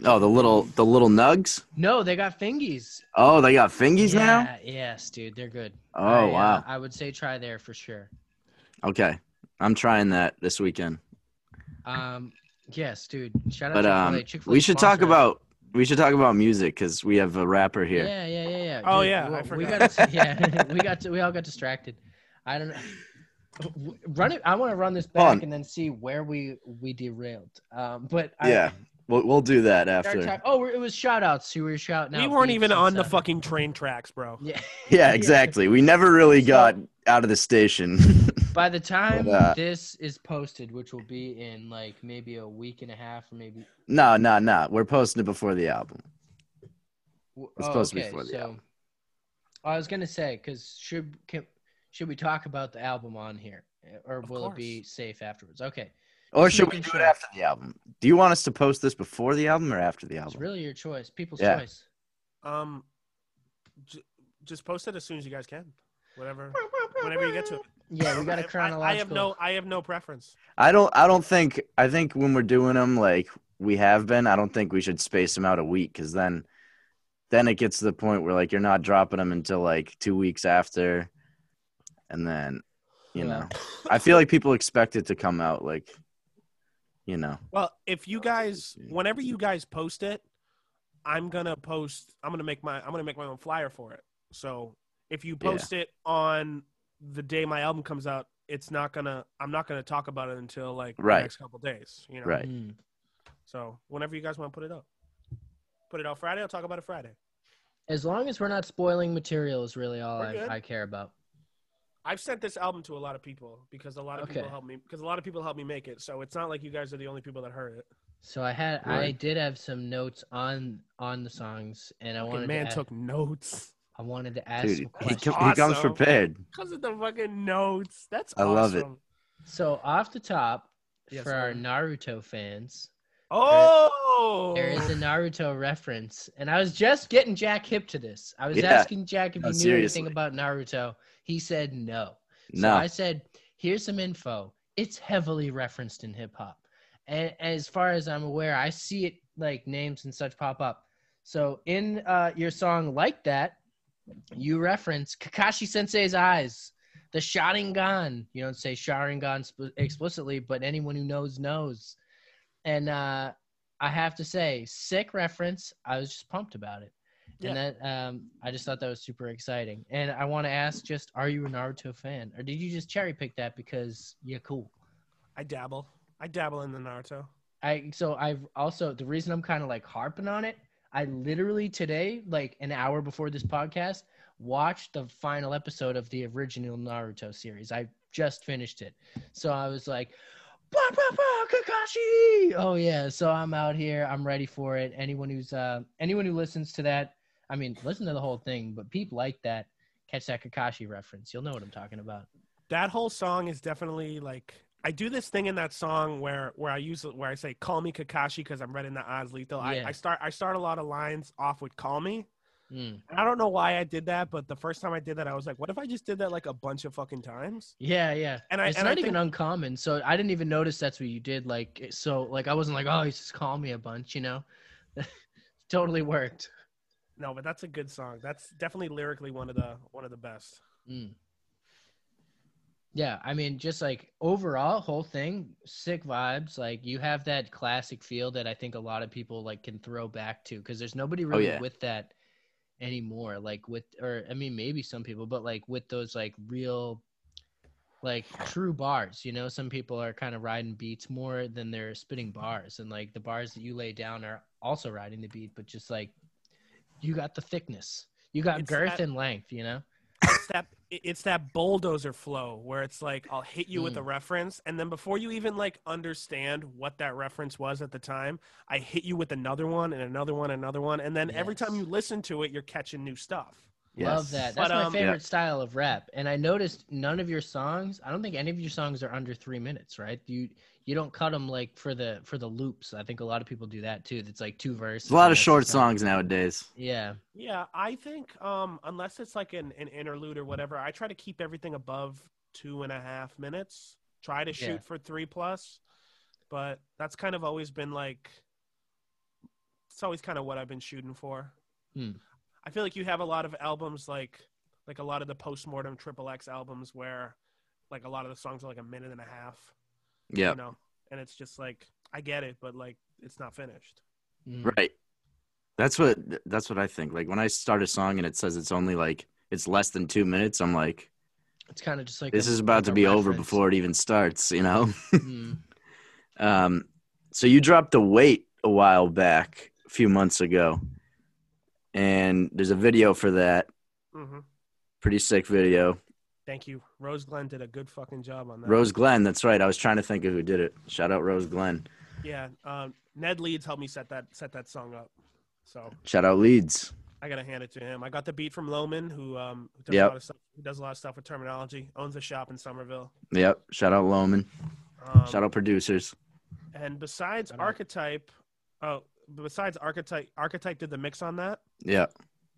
[SPEAKER 2] Oh, the little the little nugs.
[SPEAKER 4] No, they got fingies.
[SPEAKER 2] Oh, they got fingies
[SPEAKER 4] yeah,
[SPEAKER 2] now.
[SPEAKER 4] Yes, dude, they're good.
[SPEAKER 2] Oh
[SPEAKER 4] I, uh,
[SPEAKER 2] wow.
[SPEAKER 4] I would say try there for sure.
[SPEAKER 2] Okay, I'm trying that this weekend.
[SPEAKER 4] Um, yes, dude. Shout out
[SPEAKER 2] But
[SPEAKER 4] Chick-fil-A.
[SPEAKER 2] um,
[SPEAKER 4] Chick-fil-A
[SPEAKER 2] we should talk
[SPEAKER 4] sponsor us.
[SPEAKER 2] about we should talk about music because we have a rapper here.
[SPEAKER 4] Yeah, yeah, yeah, yeah.
[SPEAKER 3] Oh, yeah, I
[SPEAKER 4] we, we
[SPEAKER 3] forgot.
[SPEAKER 4] got. yeah, we got. To, we all got distracted. I don't know. Run it. I want to run this
[SPEAKER 2] Hold on.
[SPEAKER 4] back and then see where we we derailed. Um, but I,
[SPEAKER 2] we'll we'll do that
[SPEAKER 4] Our
[SPEAKER 2] after.
[SPEAKER 4] time- oh, we're- it was shout outs. You were shouting
[SPEAKER 3] we
[SPEAKER 4] out
[SPEAKER 3] weren't
[SPEAKER 4] beeps
[SPEAKER 3] even
[SPEAKER 4] and
[SPEAKER 3] on the
[SPEAKER 4] stuff.
[SPEAKER 3] fucking train tracks, bro.
[SPEAKER 4] Yeah.
[SPEAKER 2] Yeah, exactly. We never really
[SPEAKER 4] So-
[SPEAKER 2] got out of the station.
[SPEAKER 4] By the time
[SPEAKER 2] But, uh,
[SPEAKER 4] this is posted, which will be in like maybe a week and a half, or maybe.
[SPEAKER 2] no, no, no. We're posting it before the album.
[SPEAKER 4] w-
[SPEAKER 2] It's
[SPEAKER 4] oh,
[SPEAKER 2] supposed to be
[SPEAKER 4] okay,
[SPEAKER 2] for the
[SPEAKER 4] so,
[SPEAKER 2] album.
[SPEAKER 4] I was gonna say because should can, should we talk about the album on here, or
[SPEAKER 3] Of
[SPEAKER 4] will it be safe afterwards? Okay,
[SPEAKER 2] Or
[SPEAKER 4] Just
[SPEAKER 2] should we
[SPEAKER 4] making
[SPEAKER 2] do
[SPEAKER 4] sure.
[SPEAKER 2] it after the album? Do you want us to post this before the album or after the
[SPEAKER 4] it's
[SPEAKER 2] album?
[SPEAKER 4] really your choice, people's
[SPEAKER 2] Yeah.
[SPEAKER 4] choice.
[SPEAKER 3] Um, j- just post it as soon as you guys can. Whatever, whenever you get to it.
[SPEAKER 4] Yeah, we got a
[SPEAKER 3] I- I-
[SPEAKER 4] chronological.
[SPEAKER 3] I have no, I have no preference.
[SPEAKER 2] I don't. I don't think. I think when we're doing them like we have been, I don't think we should space them out a week because then, then it gets to the point where like you're not dropping them until like two weeks after, and then, you
[SPEAKER 4] Yeah.
[SPEAKER 2] know, I feel like people expect it to come out like, you know,
[SPEAKER 3] Well, if you guys,
[SPEAKER 2] see.
[SPEAKER 3] whenever you guys post it, I'm gonna post. I'm gonna make my. I'm gonna make my own flyer for it. So if you
[SPEAKER 2] Yeah.
[SPEAKER 3] post it on the day my album comes out, it's not gonna. I'm not gonna talk about it until like
[SPEAKER 2] Right.
[SPEAKER 3] the next couple days. You know.
[SPEAKER 2] right?
[SPEAKER 4] Hmm.
[SPEAKER 3] So whenever you guys want to put it up, put it out Friday. I'll talk about it Friday.
[SPEAKER 4] As long as we're not spoiling material is really all
[SPEAKER 3] We're
[SPEAKER 4] I,
[SPEAKER 3] good.
[SPEAKER 4] I care about.
[SPEAKER 3] I've sent this album to a lot of people because a lot of
[SPEAKER 4] Okay.
[SPEAKER 3] people helped me because a lot of people helped me make it. So it's not like you guys are the only people that heard it.
[SPEAKER 4] So I had I
[SPEAKER 2] Right.
[SPEAKER 4] did have some notes on on the songs, and I
[SPEAKER 3] Fucking
[SPEAKER 4] wanted
[SPEAKER 3] man
[SPEAKER 4] to ask,
[SPEAKER 3] took notes.
[SPEAKER 4] I wanted to ask
[SPEAKER 2] Dude,
[SPEAKER 4] some
[SPEAKER 2] he,
[SPEAKER 4] questions.
[SPEAKER 2] com- he comes
[SPEAKER 3] Awesome.
[SPEAKER 2] prepared.
[SPEAKER 3] Cause of the fucking notes. That's
[SPEAKER 2] I
[SPEAKER 3] awesome.
[SPEAKER 2] love it.
[SPEAKER 4] So off the top,
[SPEAKER 3] Yes,
[SPEAKER 4] for our
[SPEAKER 3] sir.
[SPEAKER 4] Naruto fans,
[SPEAKER 3] Oh,
[SPEAKER 4] there is a Naruto reference, and I was just getting Jack hip to this. I was
[SPEAKER 2] Yeah.
[SPEAKER 4] asking Jack if
[SPEAKER 2] No,
[SPEAKER 4] he knew
[SPEAKER 2] seriously.
[SPEAKER 4] anything about Naruto. He said no. So
[SPEAKER 2] No,
[SPEAKER 4] I said, here's some info. It's heavily referenced in hip hop. And as far as I'm aware, I see it like names and such pop up. So in uh, your song like that, you reference Kakashi Sensei's eyes, the Sharingan. You don't say Sharingan sp- explicitly, but anyone who knows knows. And uh, I have to say, sick reference. I was just pumped about it. And that um, I just thought that was super exciting. And I want to ask, just are you a Naruto fan, or did you just cherry pick that because yeah, cool?
[SPEAKER 3] I dabble. I dabble in the Naruto.
[SPEAKER 4] I so I've also the reason I'm kind of like harping on it. I literally today, like an hour before this podcast, watched the final episode of the original Naruto series. I just finished it, so I was like, bah, bah, bah, Kakashi! Oh yeah, so I'm out here. I'm ready for it. Anyone who's uh, anyone who listens to that, I mean, listen to the whole thing. But peep like that, catch that Kakashi reference. You'll know what I'm talking about.
[SPEAKER 3] That whole song is definitely like I do this thing in that song where where I use where I say "Call me Kakashi" because I'm reading the odds lethal.
[SPEAKER 4] Yeah.
[SPEAKER 3] I, I start I start a lot of lines off with "Call me."
[SPEAKER 4] Mm.
[SPEAKER 3] And I don't know why I did that, but the first time I did that, I was like, "What if I just did that like a bunch of fucking times?"
[SPEAKER 4] Yeah, yeah.
[SPEAKER 3] And I
[SPEAKER 4] it's
[SPEAKER 3] and
[SPEAKER 4] not
[SPEAKER 3] I think,
[SPEAKER 4] even uncommon. So I didn't even notice that's what you did. Like it- so, like I wasn't like, oh, he's just calling me a bunch, you know. totally worked.
[SPEAKER 3] no, but that's a good song. That's definitely lyrically one of the one of the best.
[SPEAKER 4] Mm. Yeah, I mean, just like overall, whole thing, sick vibes. Like you have that classic feel that I think a lot of people like can throw back to because there's nobody
[SPEAKER 3] Oh,
[SPEAKER 4] really
[SPEAKER 2] yeah.
[SPEAKER 4] with that anymore. Like with, or I mean, maybe some people, but like with those like real, like true bars. You know, some people are kind of riding beats more than they're spitting bars, and like the bars that you lay down are also riding the beat, but just like you got the thickness, you got
[SPEAKER 3] It's
[SPEAKER 4] girth
[SPEAKER 3] that-
[SPEAKER 4] and length. You know.
[SPEAKER 3] it's that it's that bulldozer flow where it's like I'll hit you with a reference and then before you even like understand what that reference was at the time, I hit you with another one and another one, another one, and then every time
[SPEAKER 4] Yes.
[SPEAKER 3] you listen to it, you're catching new stuff.
[SPEAKER 4] Love
[SPEAKER 2] Yes.
[SPEAKER 4] that.
[SPEAKER 3] But,
[SPEAKER 4] That's my
[SPEAKER 3] um,
[SPEAKER 4] favorite style of rap. And I noticed none of your songs. I don't think any of your songs are under three minutes, right? You you don't cut them like for the for the loops. I think a lot of people do that too. That's like two verses.
[SPEAKER 2] It's a lot
[SPEAKER 4] and
[SPEAKER 2] of
[SPEAKER 4] that's the
[SPEAKER 2] short
[SPEAKER 4] song.
[SPEAKER 2] songs nowadays.
[SPEAKER 4] Yeah,
[SPEAKER 3] Yeah, I think um, unless it's like an, an interlude or whatever, I try to keep everything above two and a half minutes. Try to shoot
[SPEAKER 4] Yeah.
[SPEAKER 3] for three plus, but that's kind of always been like it's always kind of what I've been shooting for.
[SPEAKER 4] Hmm.
[SPEAKER 3] I feel like you have a lot of albums like like a lot of the postmortem triple X albums where like a lot of the songs are like a minute and a half,
[SPEAKER 2] Yeah.
[SPEAKER 3] you know, and it's just like I get it, but like it's not finished.
[SPEAKER 4] Mm.
[SPEAKER 2] Right. That's what that's what I think. Like when I start a song and it says it's only like it's less than 2 minutes, I'm like
[SPEAKER 4] It's kind of just like
[SPEAKER 2] this
[SPEAKER 4] a-
[SPEAKER 2] is
[SPEAKER 4] like
[SPEAKER 2] about to
[SPEAKER 4] a
[SPEAKER 2] be over
[SPEAKER 4] reference.
[SPEAKER 2] before it even starts, you know.
[SPEAKER 4] Mm.
[SPEAKER 2] Um so you dropped the weight a while back, a few months ago. And there's a video for that.
[SPEAKER 3] hmm
[SPEAKER 2] Pretty sick video.
[SPEAKER 3] Thank you. Rose Glenn did a good fucking job on that.
[SPEAKER 2] Rose Glenn, that's right. I was trying to think of who did it. Shout out Rose Glenn.
[SPEAKER 3] Yeah, um, Ned Leeds helped me set that set that song up, so
[SPEAKER 2] Shout out Leeds.
[SPEAKER 3] I gotta hand it to him. I got the beat from Loman, who um, who does
[SPEAKER 2] Yep.
[SPEAKER 3] a lot of stuff. Who does a lot of stuff with terminology. Owns a shop in Somerville.
[SPEAKER 2] Yep. Shout out Loman.
[SPEAKER 3] Um,
[SPEAKER 2] Shout out producers.
[SPEAKER 3] And besides
[SPEAKER 4] Shout out.
[SPEAKER 3] Archetype, oh, besides Archetype, Archetype did the mix on that.
[SPEAKER 2] Yeah.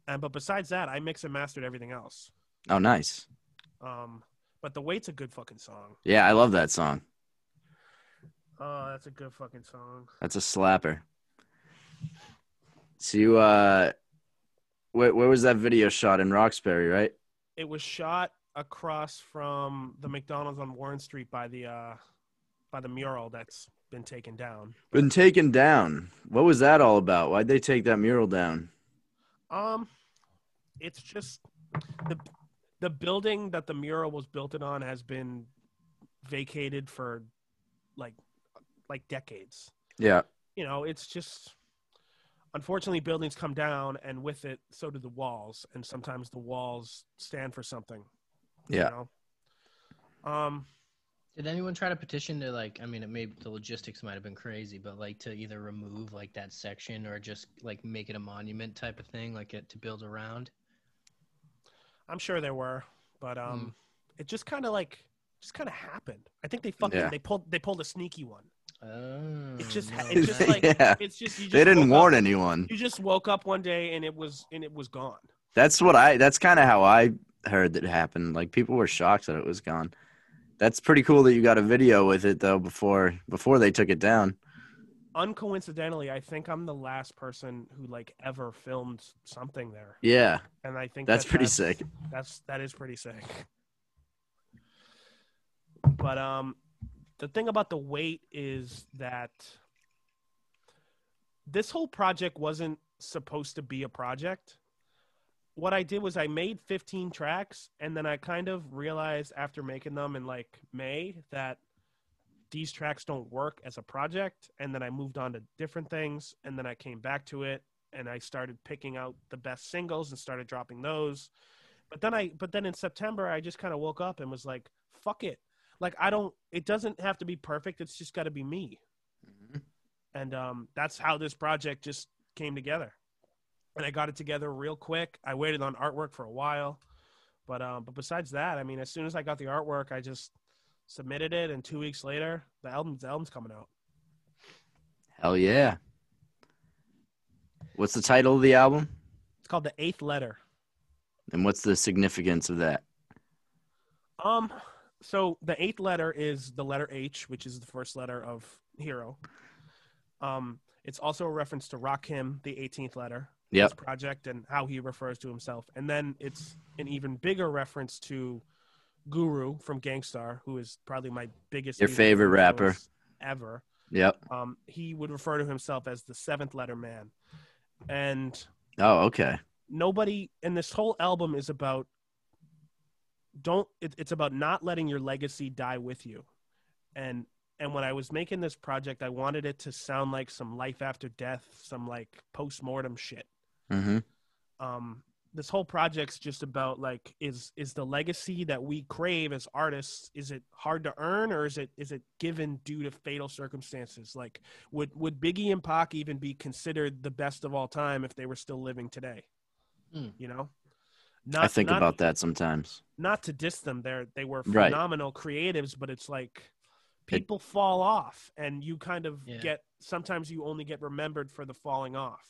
[SPEAKER 3] And but besides that, I mix and mastered everything else.
[SPEAKER 2] Oh, nice.
[SPEAKER 3] Um, but the weight's a good fucking song.
[SPEAKER 2] Yeah, I love that song.
[SPEAKER 3] Oh, that's a good fucking song.
[SPEAKER 2] That's a slapper. So you uh where where was that video shot in Roxbury, right?
[SPEAKER 3] It was shot across from the McDonald's on Warren Street by the uh, by the mural that's been taken down.
[SPEAKER 2] Been taken down. What was that all about? Why'd they take that mural down?
[SPEAKER 3] Um, it's just the the building that the mural was built in on has been vacated for like like decades.
[SPEAKER 2] Yeah.
[SPEAKER 3] You know, it's just unfortunately buildings come down and with it so do the walls and sometimes the walls stand for something.
[SPEAKER 2] Yeah.
[SPEAKER 3] You know? Um
[SPEAKER 4] Did anyone try to petition to like? I mean, it may the logistics might have been crazy, but like to either remove like that section or just like make it a monument type of thing, like it to build around.
[SPEAKER 3] I'm sure there were, but um it just kind of like just kind of happened. I think they fucking
[SPEAKER 2] Mm. Yeah.
[SPEAKER 3] they pulled they pulled a sneaky one.
[SPEAKER 4] Oh,
[SPEAKER 3] It's just
[SPEAKER 4] no
[SPEAKER 3] it's just
[SPEAKER 4] way.
[SPEAKER 3] like
[SPEAKER 2] Yeah.
[SPEAKER 3] it's just you just
[SPEAKER 2] They didn't
[SPEAKER 3] woke up-
[SPEAKER 2] warn anyone.
[SPEAKER 3] you just woke up one day and it was and it was gone
[SPEAKER 2] That's what I that's kind of how I heard that happened. Like people were shocked that it was gone. That's pretty cool that you got a video with it though before before they took it down.
[SPEAKER 3] uncoincidentally i think i'm the last person who like ever filmed something there
[SPEAKER 2] Yeah.
[SPEAKER 3] and i think
[SPEAKER 2] That's
[SPEAKER 3] that
[SPEAKER 2] pretty sick.
[SPEAKER 3] that's that is pretty sick but um the thing about the weight is that this whole project wasn't supposed to be a project what i did was i made 15 tracks and then i kind of realized after making them in like may that these tracks don't work as a project and then i moved on to different things and then i came back to it and i started picking out the best singles and started dropping those but then i but then in september i just kind of woke up and was like fuck it like i don't it doesn't have to be perfect it's just got to be me and um, that's how this project just came together. And I got it together real quick. I waited on artwork for a while, but um, but besides that, I mean, as soon as I got the artwork, I just submitted it, and two weeks later, the album the album's coming out.
[SPEAKER 2] Hell yeah. What's the title of the album?
[SPEAKER 3] It's called the Eighth Letter.
[SPEAKER 2] And what's the significance of that?
[SPEAKER 3] Um, so the eighth letter is the letter H, which is the first letter of hero. Um, it's also a reference to Rock Him, the 18th letter. of his
[SPEAKER 2] Yep.
[SPEAKER 3] project and how he refers to himself. And then it's an even bigger reference to Guru from Gangstar, who is probably my biggest
[SPEAKER 2] Your
[SPEAKER 3] music
[SPEAKER 2] favorite rapper.
[SPEAKER 3] influence ever.
[SPEAKER 2] Yep.
[SPEAKER 3] Um, he would refer to himself as the seventh letter man. And
[SPEAKER 2] Oh, okay.
[SPEAKER 3] nobody and this whole album is about don't it, it's about not letting your legacy die with you and and when i was making this project i wanted it to sound like some life after death some like post-mortem shit
[SPEAKER 2] hmm
[SPEAKER 3] um this whole project's just about like is is the legacy that we crave as artists is it hard to earn or is it is it given due to fatal circumstances like would would biggie and pac even be considered the best of all time if they were still living today
[SPEAKER 4] Hmm.
[SPEAKER 3] you know Not,
[SPEAKER 2] I think
[SPEAKER 3] not, e
[SPEAKER 2] about that sometimes.
[SPEAKER 3] Not to diss them, they they were
[SPEAKER 2] Right.
[SPEAKER 3] phenomenal creatives, but it's like
[SPEAKER 2] It-
[SPEAKER 3] people fall off, and you kind of
[SPEAKER 4] Yeah.
[SPEAKER 3] get. Sometimes you only get remembered for the falling off.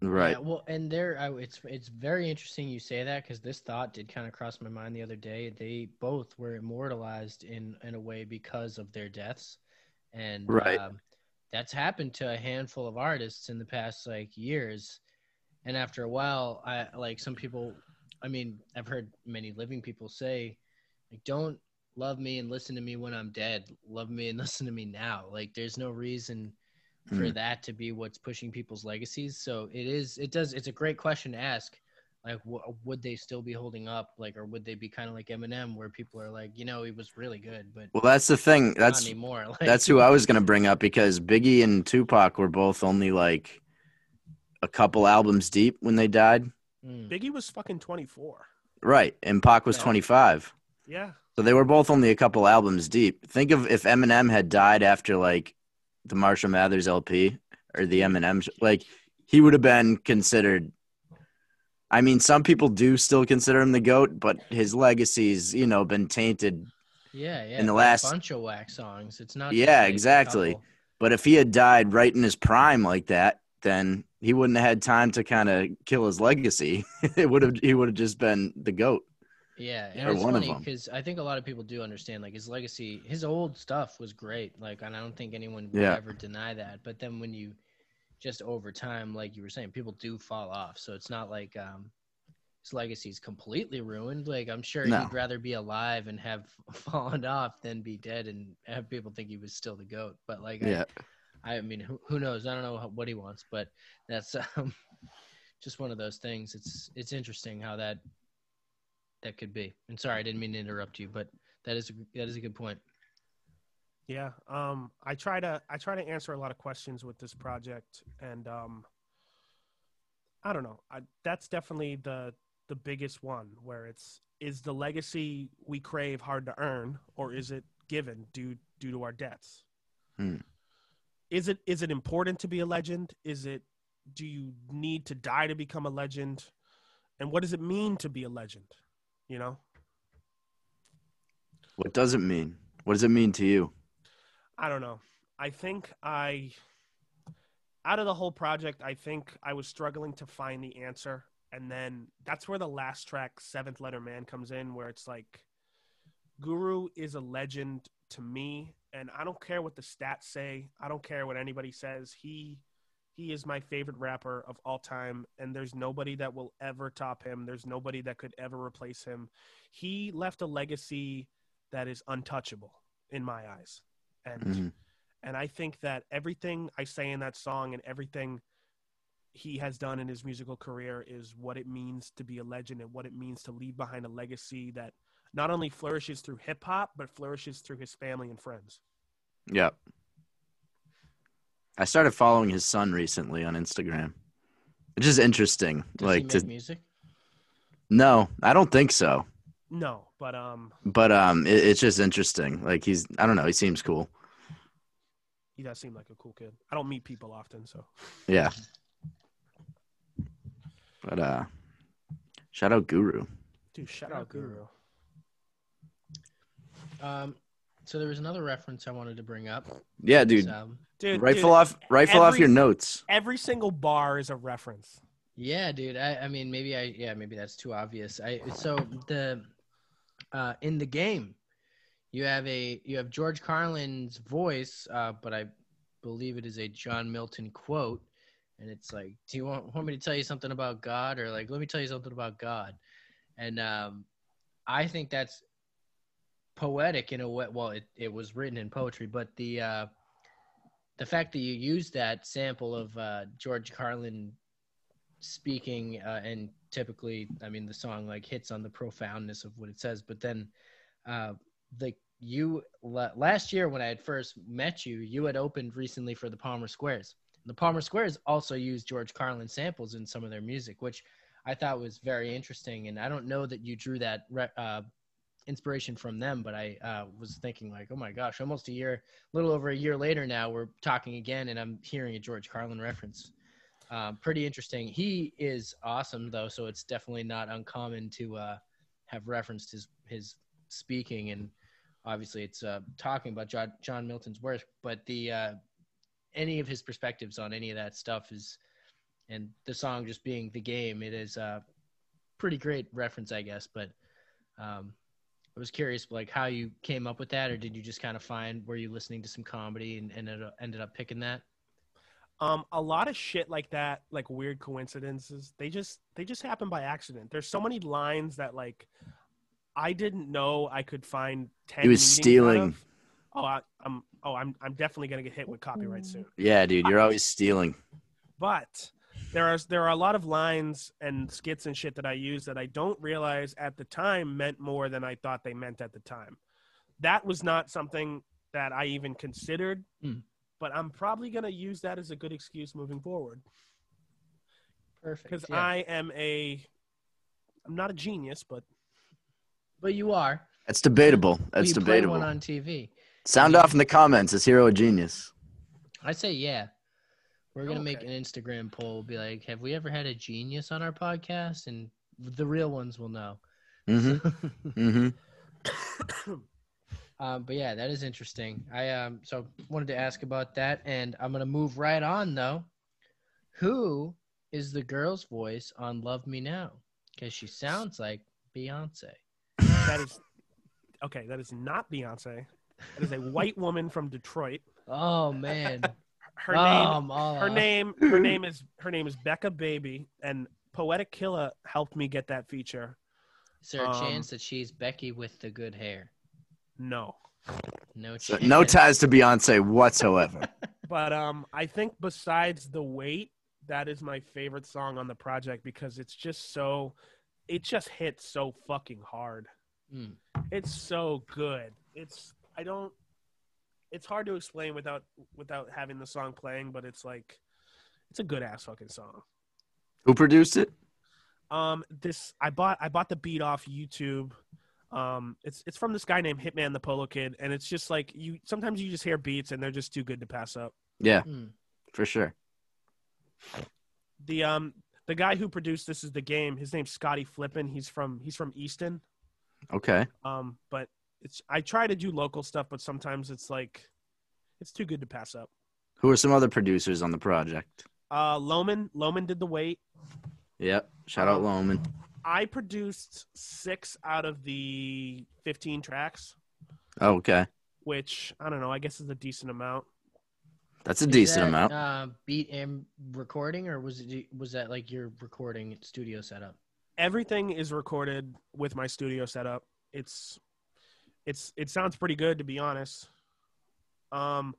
[SPEAKER 2] Hmm. Right.
[SPEAKER 4] Yeah, well, and there, I, it's it's very interesting you say that because this thought did kind of cross my mind the other day. They both were immortalized in in a way because of their deaths, and
[SPEAKER 2] Right.
[SPEAKER 4] um, that's happened to a handful of artists in the past like years. And after a while, I like some people. I mean, I've heard many living people say, like, "Don't love me and listen to me when I'm dead. Love me and listen to me now." Like, there's no reason for
[SPEAKER 2] Mm.
[SPEAKER 4] that to be what's pushing people's legacies. So it is, it does, it's a great question to ask. Like, wh- would they still be holding up? Like, or would they be kind of like Eminem, where people are like, you know, he was really good, but
[SPEAKER 2] Well, that's the thing.
[SPEAKER 4] not
[SPEAKER 2] That's
[SPEAKER 4] anymore. Like,
[SPEAKER 2] that's who I was gonna bring up because Biggie and Tupac were both only like a couple albums deep when they died.
[SPEAKER 4] Mm,
[SPEAKER 3] Biggie was fucking twenty four.
[SPEAKER 2] Right. And Pac was
[SPEAKER 4] Yeah.
[SPEAKER 2] 25.
[SPEAKER 3] Yeah,
[SPEAKER 2] So they were both only a couple albums deep. Think of if Eminem had died after like the Marshall Mathers LP or the Eminem, sh- like he would have been considered. I mean, some people do still consider him the goat, but his legacy's you know been tainted.
[SPEAKER 4] yeah, yeah.
[SPEAKER 2] in the
[SPEAKER 4] a
[SPEAKER 2] last-
[SPEAKER 4] bunch of whack songs. It's not.
[SPEAKER 2] Yeah,
[SPEAKER 4] a
[SPEAKER 2] exactly.
[SPEAKER 4] couple.
[SPEAKER 2] But if he had died right in his prime like that, then he wouldn't have had time to kind of kill his legacy. it would have he would have just been the goat.
[SPEAKER 4] Yeah,
[SPEAKER 2] Or
[SPEAKER 4] and it's
[SPEAKER 2] one of
[SPEAKER 4] funny
[SPEAKER 2] them.
[SPEAKER 4] because I think a lot of people do understand like his legacy, his old stuff was great. Like, and I don't think anyone would
[SPEAKER 2] Yeah.
[SPEAKER 4] ever deny that. But then when you just over time, like you were saying, people do fall off. So it's not like um, his legacy is completely ruined. Like I'm sure
[SPEAKER 2] No.
[SPEAKER 4] he'd rather be alive and have fallen off than be dead and have people think he was still the goat. But like, I-
[SPEAKER 2] Yeah.
[SPEAKER 4] I, mean, who, who knows? I don't know how, what he wants, but that's um, just one of those things. It's it's interesting how that that could be. And sorry, I didn't mean to interrupt you, but that is a, that is a good point.
[SPEAKER 3] yeah. Um, I try to I try to answer a lot of questions with this project, and um, I don't know. I, that's definitely the the biggest one where it's is the legacy we crave hard to earn, or is it given due due to our debts?
[SPEAKER 2] Hmm.
[SPEAKER 3] Is it is it important to be a legend? Is it do you need to die to become a legend? And what does it mean to be a legend? You know.
[SPEAKER 2] What does it mean? What does it mean to you?
[SPEAKER 3] I don't know. I think I, out of the whole project, I think I was struggling to find the answer. And then that's where the last track, Seventh Letter Man, comes in, where it's like, Guru is a legend to me. And I don't care what the stats say, I don't care what anybody says. He. He is my favorite rapper of all time, and there's nobody that will ever top him. There's nobody that could ever replace him. He left a legacy that is untouchable in my eyes. And
[SPEAKER 2] Mhm.
[SPEAKER 3] and I think that everything I say in that song and everything he has done in his musical career is what it means to be a legend and what it means to leave behind a legacy that not only flourishes through hip hop, but flourishes through his family and friends.
[SPEAKER 2] Yeah. I started following his son recently on Instagram. It's just interesting.
[SPEAKER 4] Does he
[SPEAKER 2] like
[SPEAKER 4] make
[SPEAKER 2] to
[SPEAKER 4] music?
[SPEAKER 2] no, I don't think so.
[SPEAKER 3] No, but um,
[SPEAKER 2] But um, it, it's just interesting. Like he's I don't know. He seems cool.
[SPEAKER 3] he does seem like a cool kid. I don't meet people often, so
[SPEAKER 2] Yeah. But uh, shout out Guru.
[SPEAKER 3] dude, shout
[SPEAKER 4] Shout
[SPEAKER 3] out
[SPEAKER 4] out Guru.
[SPEAKER 3] Guru.
[SPEAKER 4] Um, so there was another reference I wanted to bring up. um,
[SPEAKER 2] Yeah, dude.
[SPEAKER 4] So,
[SPEAKER 3] Dude,
[SPEAKER 2] Rifle
[SPEAKER 3] dude,
[SPEAKER 2] off, rifle off your
[SPEAKER 3] every-
[SPEAKER 2] notes.
[SPEAKER 3] Every single bar is a reference.
[SPEAKER 4] yeah, dude. I, I mean, maybe I yeah, maybe that's too obvious. I so the uh, in the game, you have a you have George Carlin's voice, uh, but I believe it is a John Milton quote, and it's like, do you want want me to tell you something about God, or like, let me tell you something about God, and um, I think that's poetic in a way. Well, it it was written in poetry, but the uh, the fact that you use that sample of uh, George Carlin speaking uh, and typically i mean the song like hits on the profoundness of what it says but then uh like you la- last year when i had first met you you had opened recently for the palmer squares the palmer squares also use george carlin samples in some of their music which i thought was very interesting and i don't know that you drew that re- uh, inspiration from them but i uh, was thinking like oh my gosh almost a year a little over a year later now we're talking again and i'm hearing a george carlin reference um, pretty interesting. He is awesome though, so it's definitely not uncommon to uh, have referenced his his speaking and obviously it's uh, talking about John, John Milton's work, but the uh, any of his perspectives on any of that stuff is, and the song just being the game, it is a pretty great reference, I guess. But um, I was curious, like how you came up with that, or did you just kind of find were you listening to some comedy and, and ended up- ended up picking that?
[SPEAKER 3] Um, a lot of shit like that, like weird coincidences, they just they just happen by accident. There's so many lines that like I didn't know I could find ten.
[SPEAKER 2] He was
[SPEAKER 3] meanings out
[SPEAKER 2] stealing.
[SPEAKER 3] of. Oh, I, I'm oh I'm I'm definitely gonna get hit with copyright soon.
[SPEAKER 2] Yeah, dude, you're always stealing.
[SPEAKER 3] but there are there are a lot of lines and skits and shit that I use that I don't realize at the time meant more than I thought they meant at the time. That was not something that I even considered,
[SPEAKER 4] Hmm.
[SPEAKER 3] but I'm probably gonna use that as a good excuse moving forward
[SPEAKER 4] Perfect.
[SPEAKER 3] because
[SPEAKER 4] yeah.
[SPEAKER 3] I am a I'm not a genius, but
[SPEAKER 4] but you are.
[SPEAKER 2] That's debatable.
[SPEAKER 4] We
[SPEAKER 2] That's
[SPEAKER 4] play
[SPEAKER 2] debatable.
[SPEAKER 4] One on TV.
[SPEAKER 2] Sound off in the comments. Is Hero a genius?
[SPEAKER 4] I say yeah. We're gonna make
[SPEAKER 3] Okay.
[SPEAKER 4] an Instagram poll. Be like, have we ever had a genius on our podcast? And the real ones will know.
[SPEAKER 2] hmm hmm
[SPEAKER 4] Um, but yeah, that is interesting. I um, so wanted to ask about that, and I'm gonna move right on though. Who is the girl's voice on "Love Me Now"? Because she sounds like Beyonce.
[SPEAKER 3] that is okay. That is not Beyonce. That is a white woman from Detroit.
[SPEAKER 4] Oh man,
[SPEAKER 3] Her
[SPEAKER 4] Oh,
[SPEAKER 3] name
[SPEAKER 4] I'm all
[SPEAKER 3] her
[SPEAKER 4] off.
[SPEAKER 3] name her name is her name is becca baby and poetic killa helped me get that feature
[SPEAKER 4] Is there a
[SPEAKER 3] um,
[SPEAKER 4] chance that she's Becky with the good hair?
[SPEAKER 3] no
[SPEAKER 4] No
[SPEAKER 2] So,
[SPEAKER 4] chance.
[SPEAKER 2] no ties to Beyonce whatsoever.
[SPEAKER 3] but um i think besides the wait that is my favorite song on the project because it's just so it just hits so fucking hard
[SPEAKER 4] Mm.
[SPEAKER 3] it's so good it's i don't it's hard to explain without without having the song playing but it's like it's a good ass fucking song
[SPEAKER 2] Who produced it?
[SPEAKER 3] Um, this I bought I bought the beat off YouTube. Um, it's it's from this guy named Hitman the Polo Kid, and it's just like you sometimes you just hear beats and they're just too good to pass up.
[SPEAKER 2] Yeah,
[SPEAKER 4] Mm.
[SPEAKER 2] for sure.
[SPEAKER 3] The um the guy who produced this is the game. His name's Scotty Flippin. He's from he's from Easton.
[SPEAKER 2] Okay.
[SPEAKER 3] Um, but it's I try to do local stuff, but sometimes it's like it's too good to pass up.
[SPEAKER 2] Who are some other producers on the project?
[SPEAKER 3] Uh, Loman Loman did the wait.
[SPEAKER 2] Yep. Shout out Loman.
[SPEAKER 3] I produced six out of the fifteen tracks,
[SPEAKER 2] Oh, okay.
[SPEAKER 3] which I don't know. I guess is a decent amount.
[SPEAKER 2] That's a
[SPEAKER 4] Is
[SPEAKER 2] decent
[SPEAKER 4] that,
[SPEAKER 2] amount.
[SPEAKER 4] Uh, beat and recording, or was it was that like your recording studio setup?
[SPEAKER 3] everything is recorded with my studio setup. It's it's it sounds pretty good to be honest. Um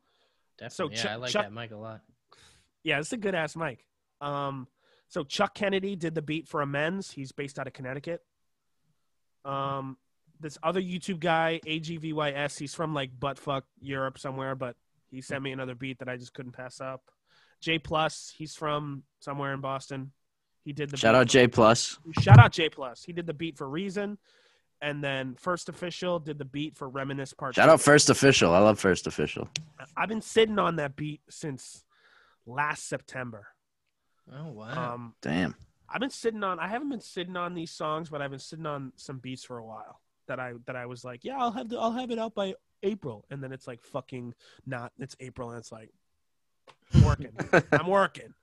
[SPEAKER 4] Definitely. yeah,
[SPEAKER 3] Chuck-
[SPEAKER 4] I like
[SPEAKER 3] Chuck-
[SPEAKER 4] that mic a lot.
[SPEAKER 3] yeah, it's a good ass mic. Um so Chuck Kennedy did the beat for Amends. He's based out of Connecticut. Um this other YouTube guy, AGVYS, he's from like buttfuck Europe somewhere, but he sent me another beat that I just couldn't pass up. J Plus, he's from somewhere in Boston. He did the
[SPEAKER 2] Shout
[SPEAKER 3] beat
[SPEAKER 2] out
[SPEAKER 3] for-
[SPEAKER 2] J Plus.
[SPEAKER 3] shout out J Plus. He did the beat for Reason, and then First Official did the beat for Reminisce Part.
[SPEAKER 2] Shout
[SPEAKER 3] Two.
[SPEAKER 2] out First Official. I love First Official.
[SPEAKER 3] I've been sitting on that beat since last September.
[SPEAKER 4] Oh wow.
[SPEAKER 3] Um,
[SPEAKER 2] Damn.
[SPEAKER 3] I've been sitting on. I haven't been sitting on these songs, but I've been sitting on some beats for a while. That I that I was like, yeah, I'll have the, I'll have it out by April, and then it's like fucking not. It's April, and it's like working. I'm working.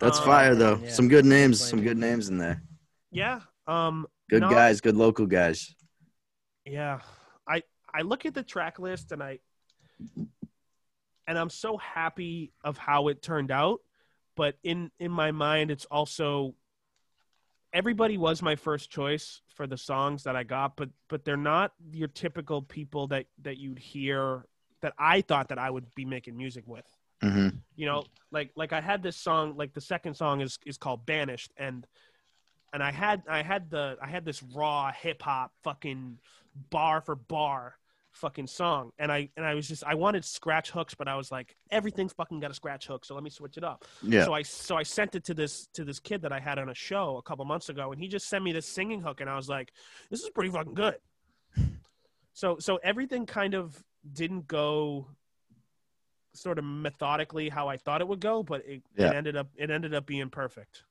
[SPEAKER 2] That's
[SPEAKER 3] Um,
[SPEAKER 2] fire though.
[SPEAKER 4] yeah.
[SPEAKER 2] Some good names.
[SPEAKER 4] Definitely.
[SPEAKER 2] Some good names in there.
[SPEAKER 3] Yeah. Um.
[SPEAKER 2] Good
[SPEAKER 3] No.
[SPEAKER 2] guys. Good local guys.
[SPEAKER 3] Yeah. I I look at the track list and I and I'm so happy of how it turned out, but in in my mind it's also everybody was my first choice for the songs that I got, but but they're not your typical people that that you'd hear that I thought that I would be making music with
[SPEAKER 2] hmm
[SPEAKER 3] you know like like i had this song like the second song is is called banished and and i had i had the i had this raw hip hop fucking bar for bar fucking song and i and i was just i wanted scratch hooks but i was like everything's fucking got a scratch hook so let me switch it up
[SPEAKER 2] Yeah.
[SPEAKER 3] so i so i sent it to this to this kid that i had on a show a couple months ago and he just sent me this singing hook and i was like this is pretty fucking good so so everything kind of didn't go sort of methodically how I thought it would go, but it,
[SPEAKER 2] Yeah.
[SPEAKER 3] it ended up it ended up being perfect.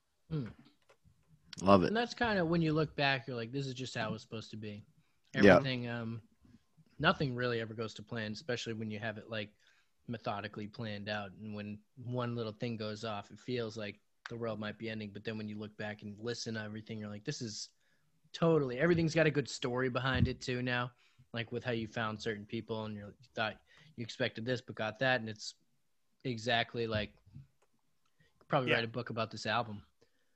[SPEAKER 2] Love it.
[SPEAKER 4] And that's kind of when you look back, you're like, this is just how it's supposed to be.
[SPEAKER 2] Yeah.
[SPEAKER 4] Everything, um, nothing really ever goes to plan, especially when you have it like methodically planned out. And when one little thing goes off, it feels like the world might be ending. But then when you look back and listen to everything, you're like, this is totally everything's got a good story behind it too now. Like with how you found certain people and you're, you thought you expected this but got that, and it's exactly like probably
[SPEAKER 3] Yeah.
[SPEAKER 4] write a book about this album.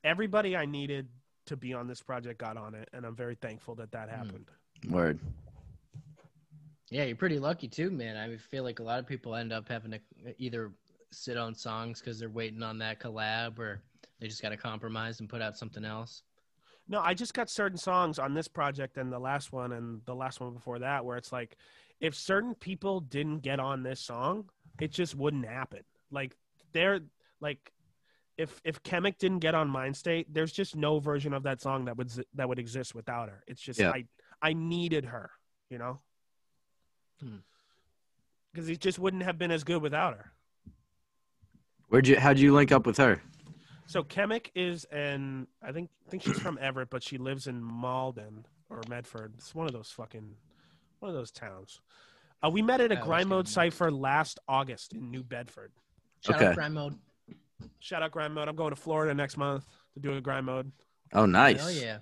[SPEAKER 3] Everybody I needed to be on this project got on it, and I'm very thankful that that
[SPEAKER 4] Hmm.
[SPEAKER 3] happened.
[SPEAKER 2] Word.
[SPEAKER 4] Yeah, you're pretty lucky too, man. I feel like a lot of people end up having to either sit on songs because they're waiting on that collab, or they just got to compromise and put out something else.
[SPEAKER 3] No, I just got certain songs on this project and the last one and the last one before that where it's like if certain people didn't get on this song, it just wouldn't happen. Like they're like if if Chemic didn't get on Mind State, there's just no version of that song that would z- that would exist without her. It's just
[SPEAKER 2] Yeah.
[SPEAKER 3] I I needed her, you know?
[SPEAKER 4] Hmm.
[SPEAKER 3] Cuz it just wouldn't have been as good without her.
[SPEAKER 2] Where'd you? How'd you link up with her?
[SPEAKER 3] So Chemic is an I think I think she's from Everett, but she lives in Malden or Medford. It's one of those fucking one of those towns. Uh, we met at a
[SPEAKER 4] Oh,
[SPEAKER 3] grind mode
[SPEAKER 4] Shannon.
[SPEAKER 3] cipher last August in New Bedford.
[SPEAKER 4] Shout
[SPEAKER 2] Okay.
[SPEAKER 4] out Crime Mode.
[SPEAKER 3] Shout out grind mode. I'm going to Florida next month to do a grind mode.
[SPEAKER 2] Oh, nice.
[SPEAKER 4] Hell yeah.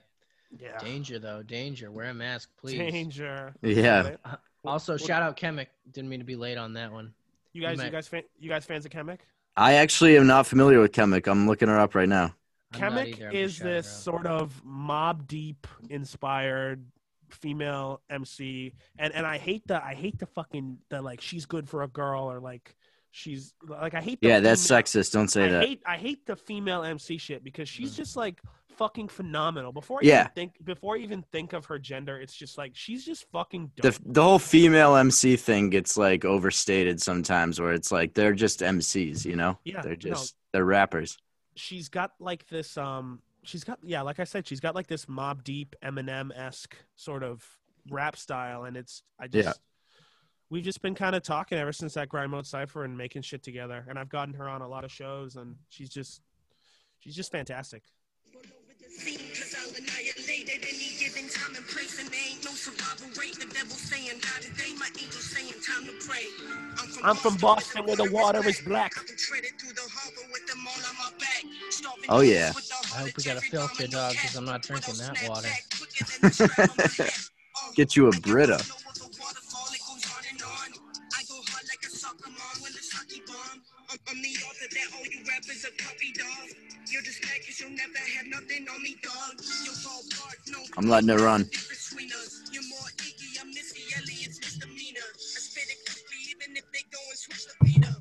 [SPEAKER 3] Yeah.
[SPEAKER 4] Danger though, danger. Wear a mask, please.
[SPEAKER 3] Danger.
[SPEAKER 2] Yeah.
[SPEAKER 4] Also,
[SPEAKER 3] What-
[SPEAKER 4] shout out Chemic. Didn't mean to be late on that one.
[SPEAKER 3] You guys, you,
[SPEAKER 4] might-
[SPEAKER 3] guys, fan, you guys fans of Chemic?
[SPEAKER 2] I actually am not familiar with Chemic. I'm looking her up right now.
[SPEAKER 4] I'm not
[SPEAKER 3] Chemic
[SPEAKER 4] either, I'm just
[SPEAKER 3] is
[SPEAKER 4] shouting her
[SPEAKER 3] this
[SPEAKER 4] out.
[SPEAKER 3] sort of mob deep inspired female MC, and and I hate the I hate the fucking the like she's good for a girl or like she's like I hate the
[SPEAKER 2] Yeah, that's
[SPEAKER 3] female-
[SPEAKER 2] sexist. Don't say
[SPEAKER 3] I
[SPEAKER 2] that.
[SPEAKER 3] hate I hate the female MC shit because she's
[SPEAKER 4] Mm.
[SPEAKER 3] just like fucking phenomenal. Before I
[SPEAKER 2] Yeah.
[SPEAKER 3] even think before I even think of her gender, it's just like she's just fucking dope.
[SPEAKER 2] The the whole female MC thing gets like overstated sometimes, where it's like they're just MCs, you know?
[SPEAKER 3] Yeah,
[SPEAKER 2] They're
[SPEAKER 3] no.
[SPEAKER 2] just they're rappers.
[SPEAKER 3] she's got like this um she's got yeah like i said she's got like this mob deep eminem-esque sort of rap style and it's i just
[SPEAKER 2] Yeah.
[SPEAKER 3] we've just been kind of talking ever since that grind mode cypher and making shit together and i've gotten her on a lot of shows and she's just she's just fantastic
[SPEAKER 5] Cause I'll annihilate at any given time and place And there ain't no survival rate The devil's saying die today My angel's saying time to pray
[SPEAKER 3] I'm from Boston where the water is black.
[SPEAKER 5] I've been treading through the harbor with them all on my back. Starving
[SPEAKER 2] Oh, yeah.
[SPEAKER 5] with the
[SPEAKER 4] I hope we got a
[SPEAKER 5] holiday
[SPEAKER 4] filter
[SPEAKER 5] bomb
[SPEAKER 4] dog
[SPEAKER 5] in the
[SPEAKER 4] because I'm not
[SPEAKER 5] cat.
[SPEAKER 4] drinking that
[SPEAKER 5] Without
[SPEAKER 4] water.
[SPEAKER 5] Snapchat, quicker than the strap on my back. Oh,
[SPEAKER 2] Get you a
[SPEAKER 5] I got
[SPEAKER 2] Brita.
[SPEAKER 5] the flow of a waterfall, it goes on and on. I go hard like a soccer mom with a hockey bomb. I'm, I'm the author that all you rappers are puppy dog. You're just bad 'cause you'll never have nothing on me, dog. You'll fall apart, no
[SPEAKER 2] I'm letting it run.
[SPEAKER 5] difference between us. You're more icky, I'm Missy Elliott's misdemeanor. I spit it quickly, even if they go and switch the beat up.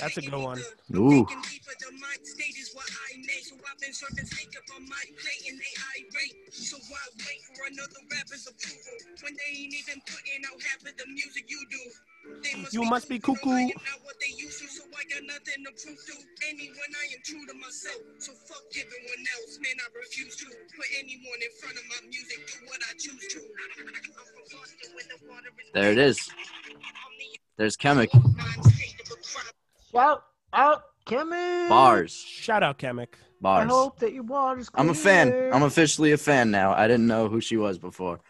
[SPEAKER 3] That's a good one.
[SPEAKER 2] Ooh.
[SPEAKER 5] Thinking deeper, the mind state is what I made. So I've been serving steak up on my plate and they irate. So why wait for another rapper's approval when they ain't even putting out half of the music you do? They
[SPEAKER 3] You must be cuckoo.
[SPEAKER 5] I am not what they used to, so I got nothing to prove to anyone. I am true to myself, so fuck everyone else, man. I refuse to put anyone in front of my music. Do what I choose to. I'm from Boston, where the water is
[SPEAKER 2] There it is. There's Chemic.
[SPEAKER 5] Mind state of a crop.
[SPEAKER 4] Shout out Chemic.
[SPEAKER 2] Bars.
[SPEAKER 3] shout out Kamek.
[SPEAKER 2] Bars.
[SPEAKER 4] that your water's
[SPEAKER 2] I'm a fan. I'm officially a fan now. I didn't know who she was before,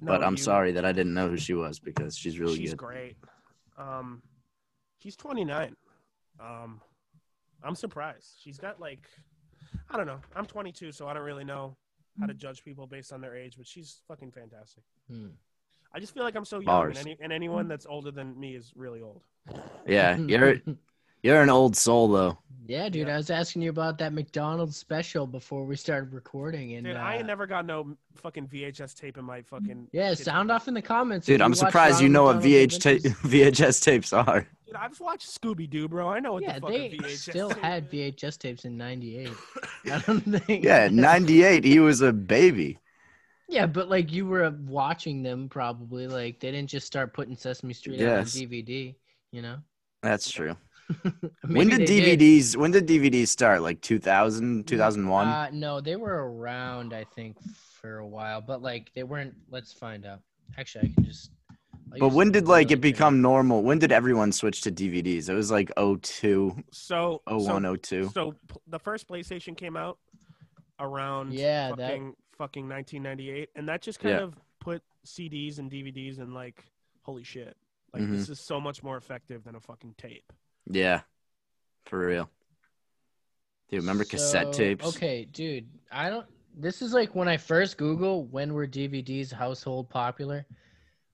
[SPEAKER 3] No,
[SPEAKER 2] but I'm
[SPEAKER 3] you-
[SPEAKER 2] sorry that I didn't know who she was because she's really
[SPEAKER 3] she's
[SPEAKER 2] good.
[SPEAKER 3] great um she's 29 um i'm surprised she's got like i don't know i'm 22 so i don't really know how to judge people based on their age but she's fucking fantastic
[SPEAKER 4] Hmm.
[SPEAKER 3] i just feel like i'm so young
[SPEAKER 2] Bars.
[SPEAKER 3] and, any, and anyone that's older than me is really old
[SPEAKER 2] Yeah, you're you're an old soul though.
[SPEAKER 4] Yeah, dude,
[SPEAKER 3] Yeah.
[SPEAKER 4] I was asking you about that McDonald's special before we started recording, and
[SPEAKER 3] dude
[SPEAKER 4] uh,
[SPEAKER 3] i ain't never got no fucking vhs tape in my fucking
[SPEAKER 4] yeah,
[SPEAKER 3] kid-
[SPEAKER 4] sound off in the comments. if
[SPEAKER 2] Dude, I'm
[SPEAKER 4] watched
[SPEAKER 2] surprised
[SPEAKER 4] Ronald
[SPEAKER 2] you know what
[SPEAKER 4] McDonald's
[SPEAKER 2] VH ta-
[SPEAKER 4] Adventures.
[SPEAKER 2] VHS tapes are.
[SPEAKER 3] dude i've watched scooby-doo bro i know what
[SPEAKER 4] Yeah,
[SPEAKER 3] the fucking
[SPEAKER 4] they
[SPEAKER 3] vhs
[SPEAKER 4] still
[SPEAKER 3] tape
[SPEAKER 4] had
[SPEAKER 3] is.
[SPEAKER 4] VHS tapes in '98. I don't think.
[SPEAKER 2] Yeah, 98 he was a baby.
[SPEAKER 4] Yeah, but like you were uh, watching them probably. Like they didn't just start putting Sesame Street out on
[SPEAKER 2] Yes.
[SPEAKER 4] DVD. You know.
[SPEAKER 2] That's true. when
[SPEAKER 4] Maybe
[SPEAKER 2] did
[SPEAKER 4] they
[SPEAKER 2] DVDs when did DVDs start? Like 2000, 2001?
[SPEAKER 4] Uh, no, they were around, I think, for a while, but like they weren't. Let's find out. Actually, I can just I
[SPEAKER 2] But
[SPEAKER 4] used
[SPEAKER 2] when
[SPEAKER 4] to
[SPEAKER 2] did like
[SPEAKER 4] really
[SPEAKER 2] it become normal? When did everyone switch to DVDs? It was like 02,
[SPEAKER 3] So, so-
[SPEAKER 2] 01, 02.
[SPEAKER 3] So p- the first PlayStation came out around
[SPEAKER 4] Yeah, that-
[SPEAKER 3] fucking, fucking 1998, and that just kind
[SPEAKER 2] Yeah.
[SPEAKER 3] of put CDs and DVDs in like holy shit, like
[SPEAKER 2] Mhm.
[SPEAKER 3] this is so much more effective than a fucking tape.
[SPEAKER 2] Yeah. For real. Dude, remember cassette
[SPEAKER 4] So,
[SPEAKER 2] tapes?
[SPEAKER 4] Okay, dude, I don't. This is like when I first Google when were DVDs household popular.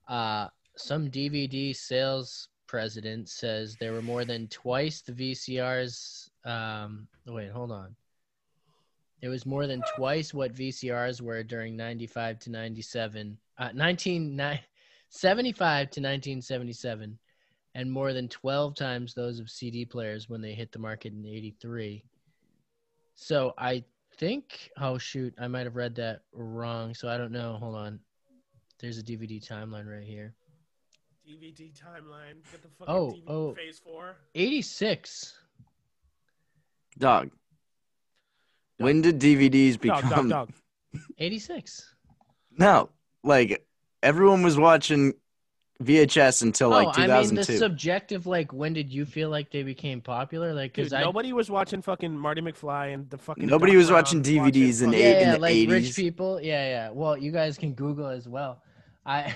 [SPEAKER 4] Uh, some DVD sales president says there were more than twice the VCRs. Um, wait, hold on. It was more than twice what VCRs were during 95 to 97, uh, 1975 to 1977, and more than 12 times those of CD players when they hit the market in 83. So I think, oh shoot, I might have read that wrong. So I don't know. Hold on. There's a DVD timeline right here.
[SPEAKER 3] DVD timeline. Get the fucking
[SPEAKER 4] Oh,
[SPEAKER 3] DVD
[SPEAKER 4] oh.
[SPEAKER 3] Phase four.
[SPEAKER 4] 86.
[SPEAKER 2] Dog. When did DVDs
[SPEAKER 3] Dog,
[SPEAKER 2] become
[SPEAKER 3] dog, dog.
[SPEAKER 4] 86.
[SPEAKER 2] No, like everyone was watching VHS until
[SPEAKER 4] oh,
[SPEAKER 2] like
[SPEAKER 4] I mean
[SPEAKER 2] 2002.
[SPEAKER 4] the subjective, like when did you feel like they became popular? Like, cause
[SPEAKER 3] Dude,
[SPEAKER 4] I
[SPEAKER 3] nobody was watching fucking Marty McFly and the fucking.
[SPEAKER 2] Nobody
[SPEAKER 3] Doc
[SPEAKER 2] was
[SPEAKER 3] Brown,
[SPEAKER 2] watching DVDs in
[SPEAKER 3] fucking-
[SPEAKER 2] eight-
[SPEAKER 4] yeah, yeah
[SPEAKER 2] the
[SPEAKER 4] like rich
[SPEAKER 2] 80s.
[SPEAKER 4] people. Yeah, yeah. Well, you guys can Google as well. I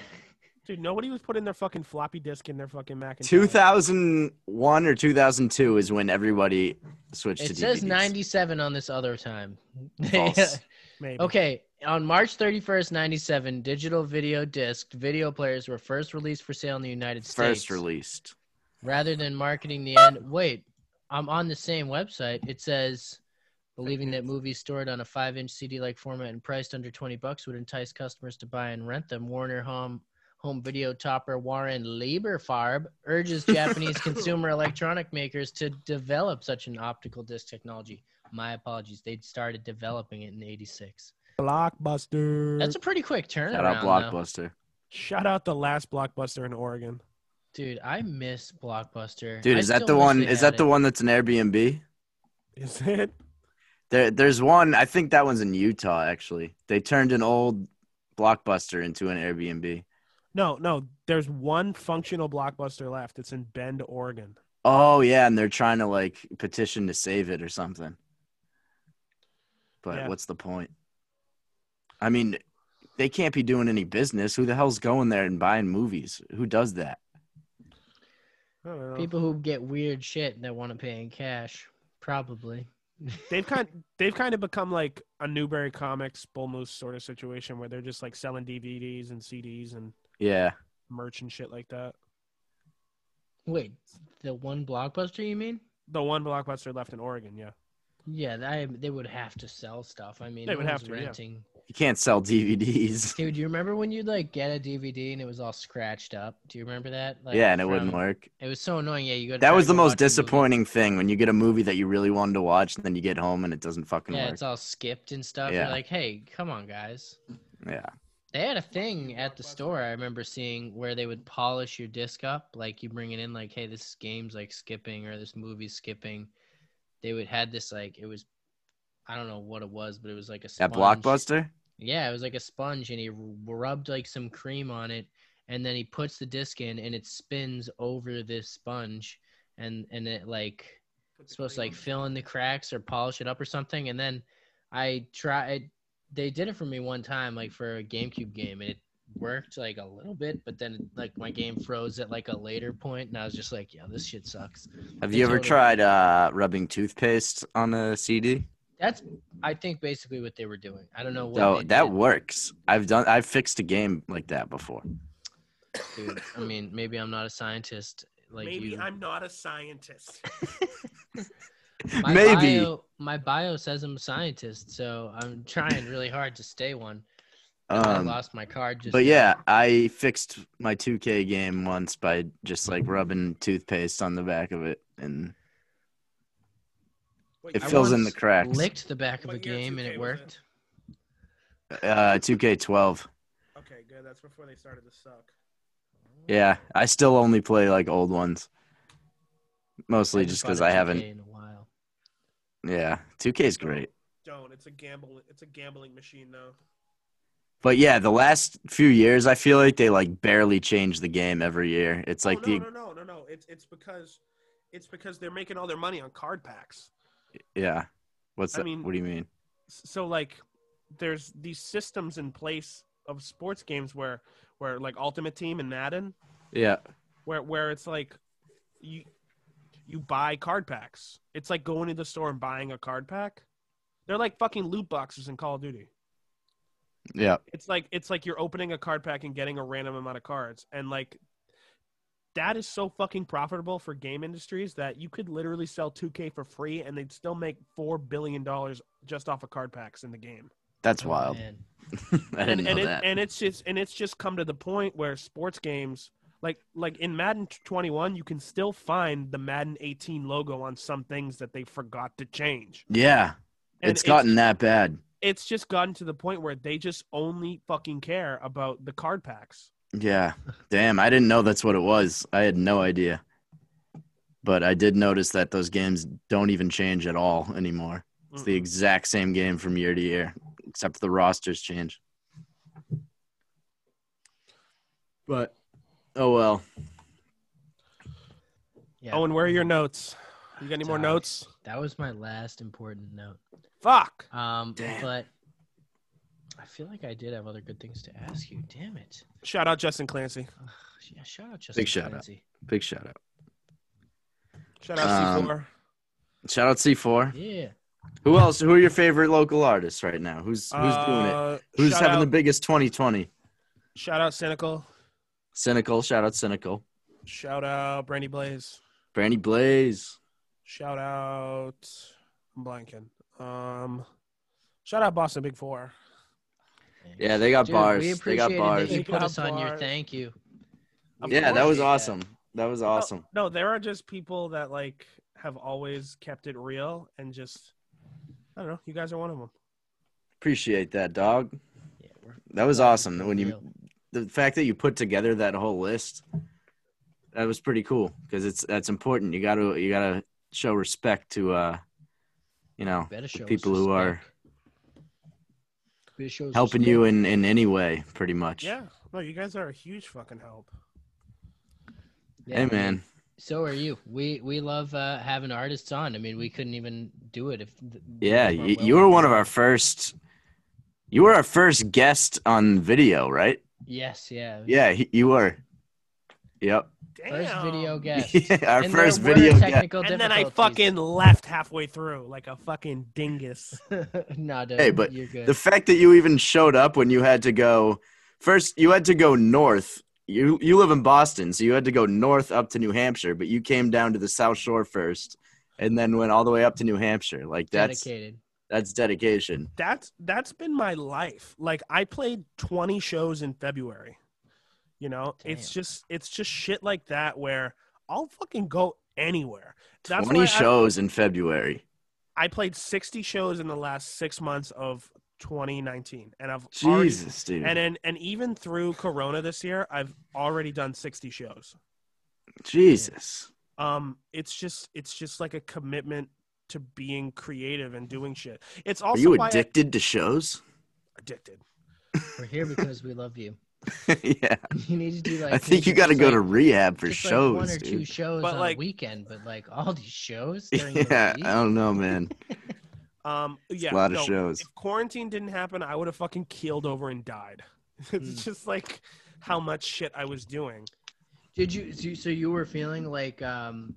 [SPEAKER 3] Dude, nobody was putting their fucking floppy disk in their fucking Mac.
[SPEAKER 2] 2001 or 2002 is when everybody switched to
[SPEAKER 4] it
[SPEAKER 2] DVDs.
[SPEAKER 4] says 97 on this other time.
[SPEAKER 2] False.
[SPEAKER 3] Maybe.
[SPEAKER 4] Okay, on March 31st, 97, digital video disc video players were first released for sale in the United States.
[SPEAKER 2] First released.
[SPEAKER 4] Rather than marketing the end. Wait, I'm on the same website. It says believing that movies stored on a 5-inch CD-like format and priced under 20 bucks would entice customers to buy and rent them. Warner Home Home video topper Warren Lieberfarb urges Japanese consumer electronic makers to develop such an optical disc technology. My apologies. They'd started developing it in 86.
[SPEAKER 3] Blockbuster.
[SPEAKER 4] That's a pretty quick turnaround.
[SPEAKER 2] Shout out
[SPEAKER 4] though.
[SPEAKER 2] Blockbuster.
[SPEAKER 3] Shout out the last Blockbuster in Oregon.
[SPEAKER 4] Dude, I miss Blockbuster.
[SPEAKER 2] Dude,
[SPEAKER 4] I
[SPEAKER 2] is that
[SPEAKER 4] still
[SPEAKER 2] the
[SPEAKER 4] wish
[SPEAKER 2] one?
[SPEAKER 4] they
[SPEAKER 2] Is
[SPEAKER 4] had
[SPEAKER 2] that the
[SPEAKER 4] it.
[SPEAKER 2] one that's an Airbnb?
[SPEAKER 3] Is it?
[SPEAKER 2] There, there's one. I think that one's in Utah. Actually, they turned an old Blockbuster into an Airbnb.
[SPEAKER 3] No, no. There's one functional Blockbuster left. It's in Bend, Oregon.
[SPEAKER 2] Oh yeah, and they're trying to like petition to save it or something. But
[SPEAKER 3] Yeah.
[SPEAKER 2] what's the point? I mean, they can't be doing any business. Who the hell's going there and buying movies? Who does that?
[SPEAKER 3] I don't know.
[SPEAKER 4] People who get weird shit that want to pay in cash, probably.
[SPEAKER 3] They've kind they've kind of become like a Newberry Comics Bull Moose sort of situation where they're just like selling DVDs and CDs and
[SPEAKER 2] Yeah.
[SPEAKER 3] merch and shit like that.
[SPEAKER 4] Wait, the one Blockbuster you mean?
[SPEAKER 3] The one Blockbuster left in Oregon, yeah.
[SPEAKER 4] Yeah, I, they would have to sell stuff. I mean,
[SPEAKER 3] They
[SPEAKER 4] no
[SPEAKER 3] would have
[SPEAKER 4] one's
[SPEAKER 3] to, yeah.
[SPEAKER 4] renting.
[SPEAKER 2] You can't sell DVDs.
[SPEAKER 4] Dude, do you remember when you'd like get a DVD and it was all scratched up? Do you remember that? Like, um,
[SPEAKER 2] yeah, and it wouldn't
[SPEAKER 4] from-
[SPEAKER 2] work.
[SPEAKER 4] It was so annoying. Yeah, you go.
[SPEAKER 2] That was the most disappointing thing when you get a movie that you really wanted to watch and then you get home and it doesn't fucking
[SPEAKER 4] Yeah,
[SPEAKER 2] work.
[SPEAKER 4] it's all skipped and stuff. You're
[SPEAKER 2] Yeah.
[SPEAKER 4] like, hey, come on, guys.
[SPEAKER 2] yeah.
[SPEAKER 4] They had a thing at the store I remember seeing where they would polish your disc up, like you bring it in, like, hey, this game's like skipping or this movie's skipping. They would had this like it was, I don't know what it was, but it was like a
[SPEAKER 2] At
[SPEAKER 4] sponge.
[SPEAKER 2] Blockbuster?
[SPEAKER 4] Yeah, it was like a sponge, and he rubbed like some cream on it, and then he puts the disc in, and it spins over this sponge, and and it like it's supposed to like fill in the cracks or polish it up or something. And then I tried. They did it for me one time, like for a GameCube game, and it worked like a little bit, but then like my game froze at like a later point, and I was just like, "Yeah, this shit sucks."
[SPEAKER 2] Have
[SPEAKER 4] They
[SPEAKER 2] you ever
[SPEAKER 4] totally-
[SPEAKER 2] tried uh, rubbing toothpaste on a CD?
[SPEAKER 4] That's I think basically what they were doing. I don't know what.
[SPEAKER 2] Oh,
[SPEAKER 4] they
[SPEAKER 2] that
[SPEAKER 4] did,
[SPEAKER 2] works. I've done. I've fixed a game like that before.
[SPEAKER 4] dude. I mean, maybe I'm not a scientist. Like
[SPEAKER 3] Maybe
[SPEAKER 4] you.
[SPEAKER 3] I'm not a scientist.
[SPEAKER 4] My
[SPEAKER 2] Maybe.
[SPEAKER 4] bio, my bio says I'm a scientist, so I'm trying really hard to stay one. I
[SPEAKER 2] Um,
[SPEAKER 4] lost my card just.
[SPEAKER 2] but
[SPEAKER 4] now.
[SPEAKER 2] yeah, I fixed my 2K game once by just like rubbing toothpaste on the back of it, and
[SPEAKER 3] Wait,
[SPEAKER 2] it
[SPEAKER 4] I
[SPEAKER 2] fills in the
[SPEAKER 4] once
[SPEAKER 2] cracks.
[SPEAKER 4] licked the back of a
[SPEAKER 3] What year
[SPEAKER 4] game and
[SPEAKER 3] 2K
[SPEAKER 4] it
[SPEAKER 3] was it?
[SPEAKER 4] worked.
[SPEAKER 2] Uh, 2K12.
[SPEAKER 3] Okay, good. That's before they started to suck.
[SPEAKER 2] Yeah, I still only play like old ones, mostly
[SPEAKER 4] haven't
[SPEAKER 2] just
[SPEAKER 4] bought
[SPEAKER 2] because
[SPEAKER 4] a
[SPEAKER 2] I
[SPEAKER 4] 2K
[SPEAKER 2] haven't.
[SPEAKER 4] In a while.
[SPEAKER 2] Yeah, 2K is great.
[SPEAKER 3] Don't. It's a gamble. It's a gambling machine, though.
[SPEAKER 2] But yeah, the last few years, I feel like they like barely change the game every year. It's like
[SPEAKER 3] oh, no,
[SPEAKER 2] the
[SPEAKER 3] no, no, no, no. It's it's because it's because they're making all their money on card packs.
[SPEAKER 2] yeah. What's
[SPEAKER 3] I
[SPEAKER 2] that?
[SPEAKER 3] mean-
[SPEAKER 2] what do you mean?
[SPEAKER 3] S- So like, there's these systems in place of sports games where where like Ultimate Team and Madden,
[SPEAKER 2] Yeah,
[SPEAKER 3] where where it's like you you buy card packs. It's like going to the store and buying a card pack. They're like fucking loot boxes in Call of Duty.
[SPEAKER 2] yeah,
[SPEAKER 3] It's like it's like you're opening a card pack and getting a random amount of cards and like that is so fucking profitable for game industries that you could literally sell 2K for free and they'd still make 4 billion dollars just off of card packs in the game.
[SPEAKER 2] that's
[SPEAKER 4] Oh,
[SPEAKER 2] wild.
[SPEAKER 4] man.
[SPEAKER 2] I didn't
[SPEAKER 3] and
[SPEAKER 2] know
[SPEAKER 3] and,
[SPEAKER 2] that.
[SPEAKER 3] It, and it's just and it's just come to the point where sports games like like in Madden 21 you can still find the Madden 18 logo on some things that they forgot to change.
[SPEAKER 2] yeah,
[SPEAKER 3] And
[SPEAKER 2] it's gotten that bad.
[SPEAKER 3] it's just gotten to the point where they just only fucking care about the card packs.
[SPEAKER 2] Yeah, damn, I didn't know that's what it was. I had no idea. But I did notice that those games don't even change at all anymore. It's the
[SPEAKER 3] Mm-mm.
[SPEAKER 2] exact same game from year to year, except the rosters change. But oh well.
[SPEAKER 4] Yeah,
[SPEAKER 3] Owen, where are your notes? You got any more
[SPEAKER 4] Sorry.
[SPEAKER 3] notes?
[SPEAKER 4] that was my last important note.
[SPEAKER 3] Fuck.
[SPEAKER 4] Um,
[SPEAKER 2] Damn.
[SPEAKER 4] but I feel like I did have other good things to ask you. Damn it!
[SPEAKER 3] Shout out Justin Clancy.
[SPEAKER 4] Ugh, yeah, shout out Justin
[SPEAKER 2] shout out.
[SPEAKER 4] Clancy.
[SPEAKER 2] Big shout out.
[SPEAKER 3] Shout out
[SPEAKER 2] Um,
[SPEAKER 3] C4.
[SPEAKER 2] Shout out C4.
[SPEAKER 4] Yeah,
[SPEAKER 2] Who else? Who are your favorite local artists right now? Um, Who's who's doing it?
[SPEAKER 3] Uh,
[SPEAKER 2] Who's
[SPEAKER 3] shout
[SPEAKER 2] having
[SPEAKER 3] out,
[SPEAKER 2] the biggest 2020?
[SPEAKER 3] Shout out Cynical.
[SPEAKER 2] Cynical. Shout out Cynical.
[SPEAKER 3] Shout out Brandy Blaze.
[SPEAKER 2] Brandy Blaze.
[SPEAKER 3] Shout out. I'm blanking. Um, shout out Boston Big Four.
[SPEAKER 4] Thanks.
[SPEAKER 2] Yeah, they got
[SPEAKER 4] Dude,
[SPEAKER 2] bars.
[SPEAKER 4] We
[SPEAKER 2] they got
[SPEAKER 4] appreciated
[SPEAKER 2] bars.
[SPEAKER 4] that you
[SPEAKER 3] They
[SPEAKER 4] put
[SPEAKER 3] got
[SPEAKER 4] us on your
[SPEAKER 3] bars.
[SPEAKER 4] thank you.
[SPEAKER 3] Of
[SPEAKER 2] Yeah, that was
[SPEAKER 4] Yeah.
[SPEAKER 2] awesome. That was
[SPEAKER 4] Oh.
[SPEAKER 2] awesome.
[SPEAKER 3] No, there are just people that like have always kept it real and just. I don't know. You guys are one of them.
[SPEAKER 2] Appreciate that, dog.
[SPEAKER 4] Yeah, we're
[SPEAKER 2] That was
[SPEAKER 4] fucking
[SPEAKER 2] awesome. When you
[SPEAKER 4] real.
[SPEAKER 2] the fact that you put together that whole list, that was pretty cool because it's that's important. You got to you got to show respect to uh, you know,
[SPEAKER 4] better show us
[SPEAKER 2] people who are
[SPEAKER 4] respect. Better show us
[SPEAKER 2] helping
[SPEAKER 4] respect.
[SPEAKER 2] you in in any way, pretty much.
[SPEAKER 3] Yeah. No, you guys are a huge fucking help.
[SPEAKER 4] Yeah,
[SPEAKER 2] Hey,
[SPEAKER 4] I mean,
[SPEAKER 2] man.
[SPEAKER 4] So are you. We we love uh, having artists on. I mean, we couldn't even do it if. th-
[SPEAKER 2] Yeah,
[SPEAKER 4] if our
[SPEAKER 2] you,
[SPEAKER 4] will
[SPEAKER 2] you were
[SPEAKER 4] wasn't
[SPEAKER 2] one of
[SPEAKER 4] there.
[SPEAKER 2] our first. You were our first guest on video, right?
[SPEAKER 4] Yes, yeah. it was
[SPEAKER 2] Yeah, he, you were. Yep.
[SPEAKER 3] Damn.
[SPEAKER 4] First video guest.
[SPEAKER 2] our
[SPEAKER 4] And there
[SPEAKER 2] first
[SPEAKER 4] were
[SPEAKER 2] video guest.
[SPEAKER 4] technical
[SPEAKER 3] And then I
[SPEAKER 4] difficulties.
[SPEAKER 3] fucking left halfway through like a fucking dingus.
[SPEAKER 4] no, dude,
[SPEAKER 2] Hey, but
[SPEAKER 4] you're good.
[SPEAKER 2] The fact that you even showed up when you had to go first, you had to go north. You you live in Boston, so you had to go north up to New Hampshire, but you came down to the South Shore first, and then went all the way up to New Hampshire. Like that's
[SPEAKER 4] Dedicated.
[SPEAKER 2] that's dedication.
[SPEAKER 3] that's that's been my life. Like I played 20 shows in February. You know, it's
[SPEAKER 4] Damn.
[SPEAKER 3] just it's just shit like that where I'll fucking go anywhere. That's why
[SPEAKER 2] Twenty
[SPEAKER 3] I-
[SPEAKER 2] shows in February.
[SPEAKER 3] I played 60 shows in the last 6 months of 2019 and I've already
[SPEAKER 2] Jesus, dude.
[SPEAKER 3] and then and even through corona this year, I've already done 60 shows.
[SPEAKER 2] Jesus.
[SPEAKER 3] um it's just it's just like a commitment to being creative and doing shit it's
[SPEAKER 2] Are
[SPEAKER 3] also
[SPEAKER 2] you
[SPEAKER 3] why I-
[SPEAKER 2] addicted to shows?
[SPEAKER 3] addicted
[SPEAKER 4] We're here because we love you.
[SPEAKER 2] yeah.
[SPEAKER 4] You need to do like.
[SPEAKER 2] I think you got to go to rehab for
[SPEAKER 4] just like
[SPEAKER 2] shows,
[SPEAKER 4] one or
[SPEAKER 2] dude.
[SPEAKER 4] two shows
[SPEAKER 3] But,
[SPEAKER 4] on
[SPEAKER 3] like-
[SPEAKER 4] a weekend, but like all these shows. During
[SPEAKER 2] yeah,
[SPEAKER 4] The
[SPEAKER 2] I
[SPEAKER 4] week?
[SPEAKER 2] don't know, man.
[SPEAKER 3] um yeah
[SPEAKER 2] a lot
[SPEAKER 3] no,
[SPEAKER 2] of shows.
[SPEAKER 3] if quarantine didn't happen i would have fucking keeled over and died it's
[SPEAKER 4] Mm.
[SPEAKER 3] just like how much shit i was doing
[SPEAKER 4] Did you? so you- So you were feeling like um,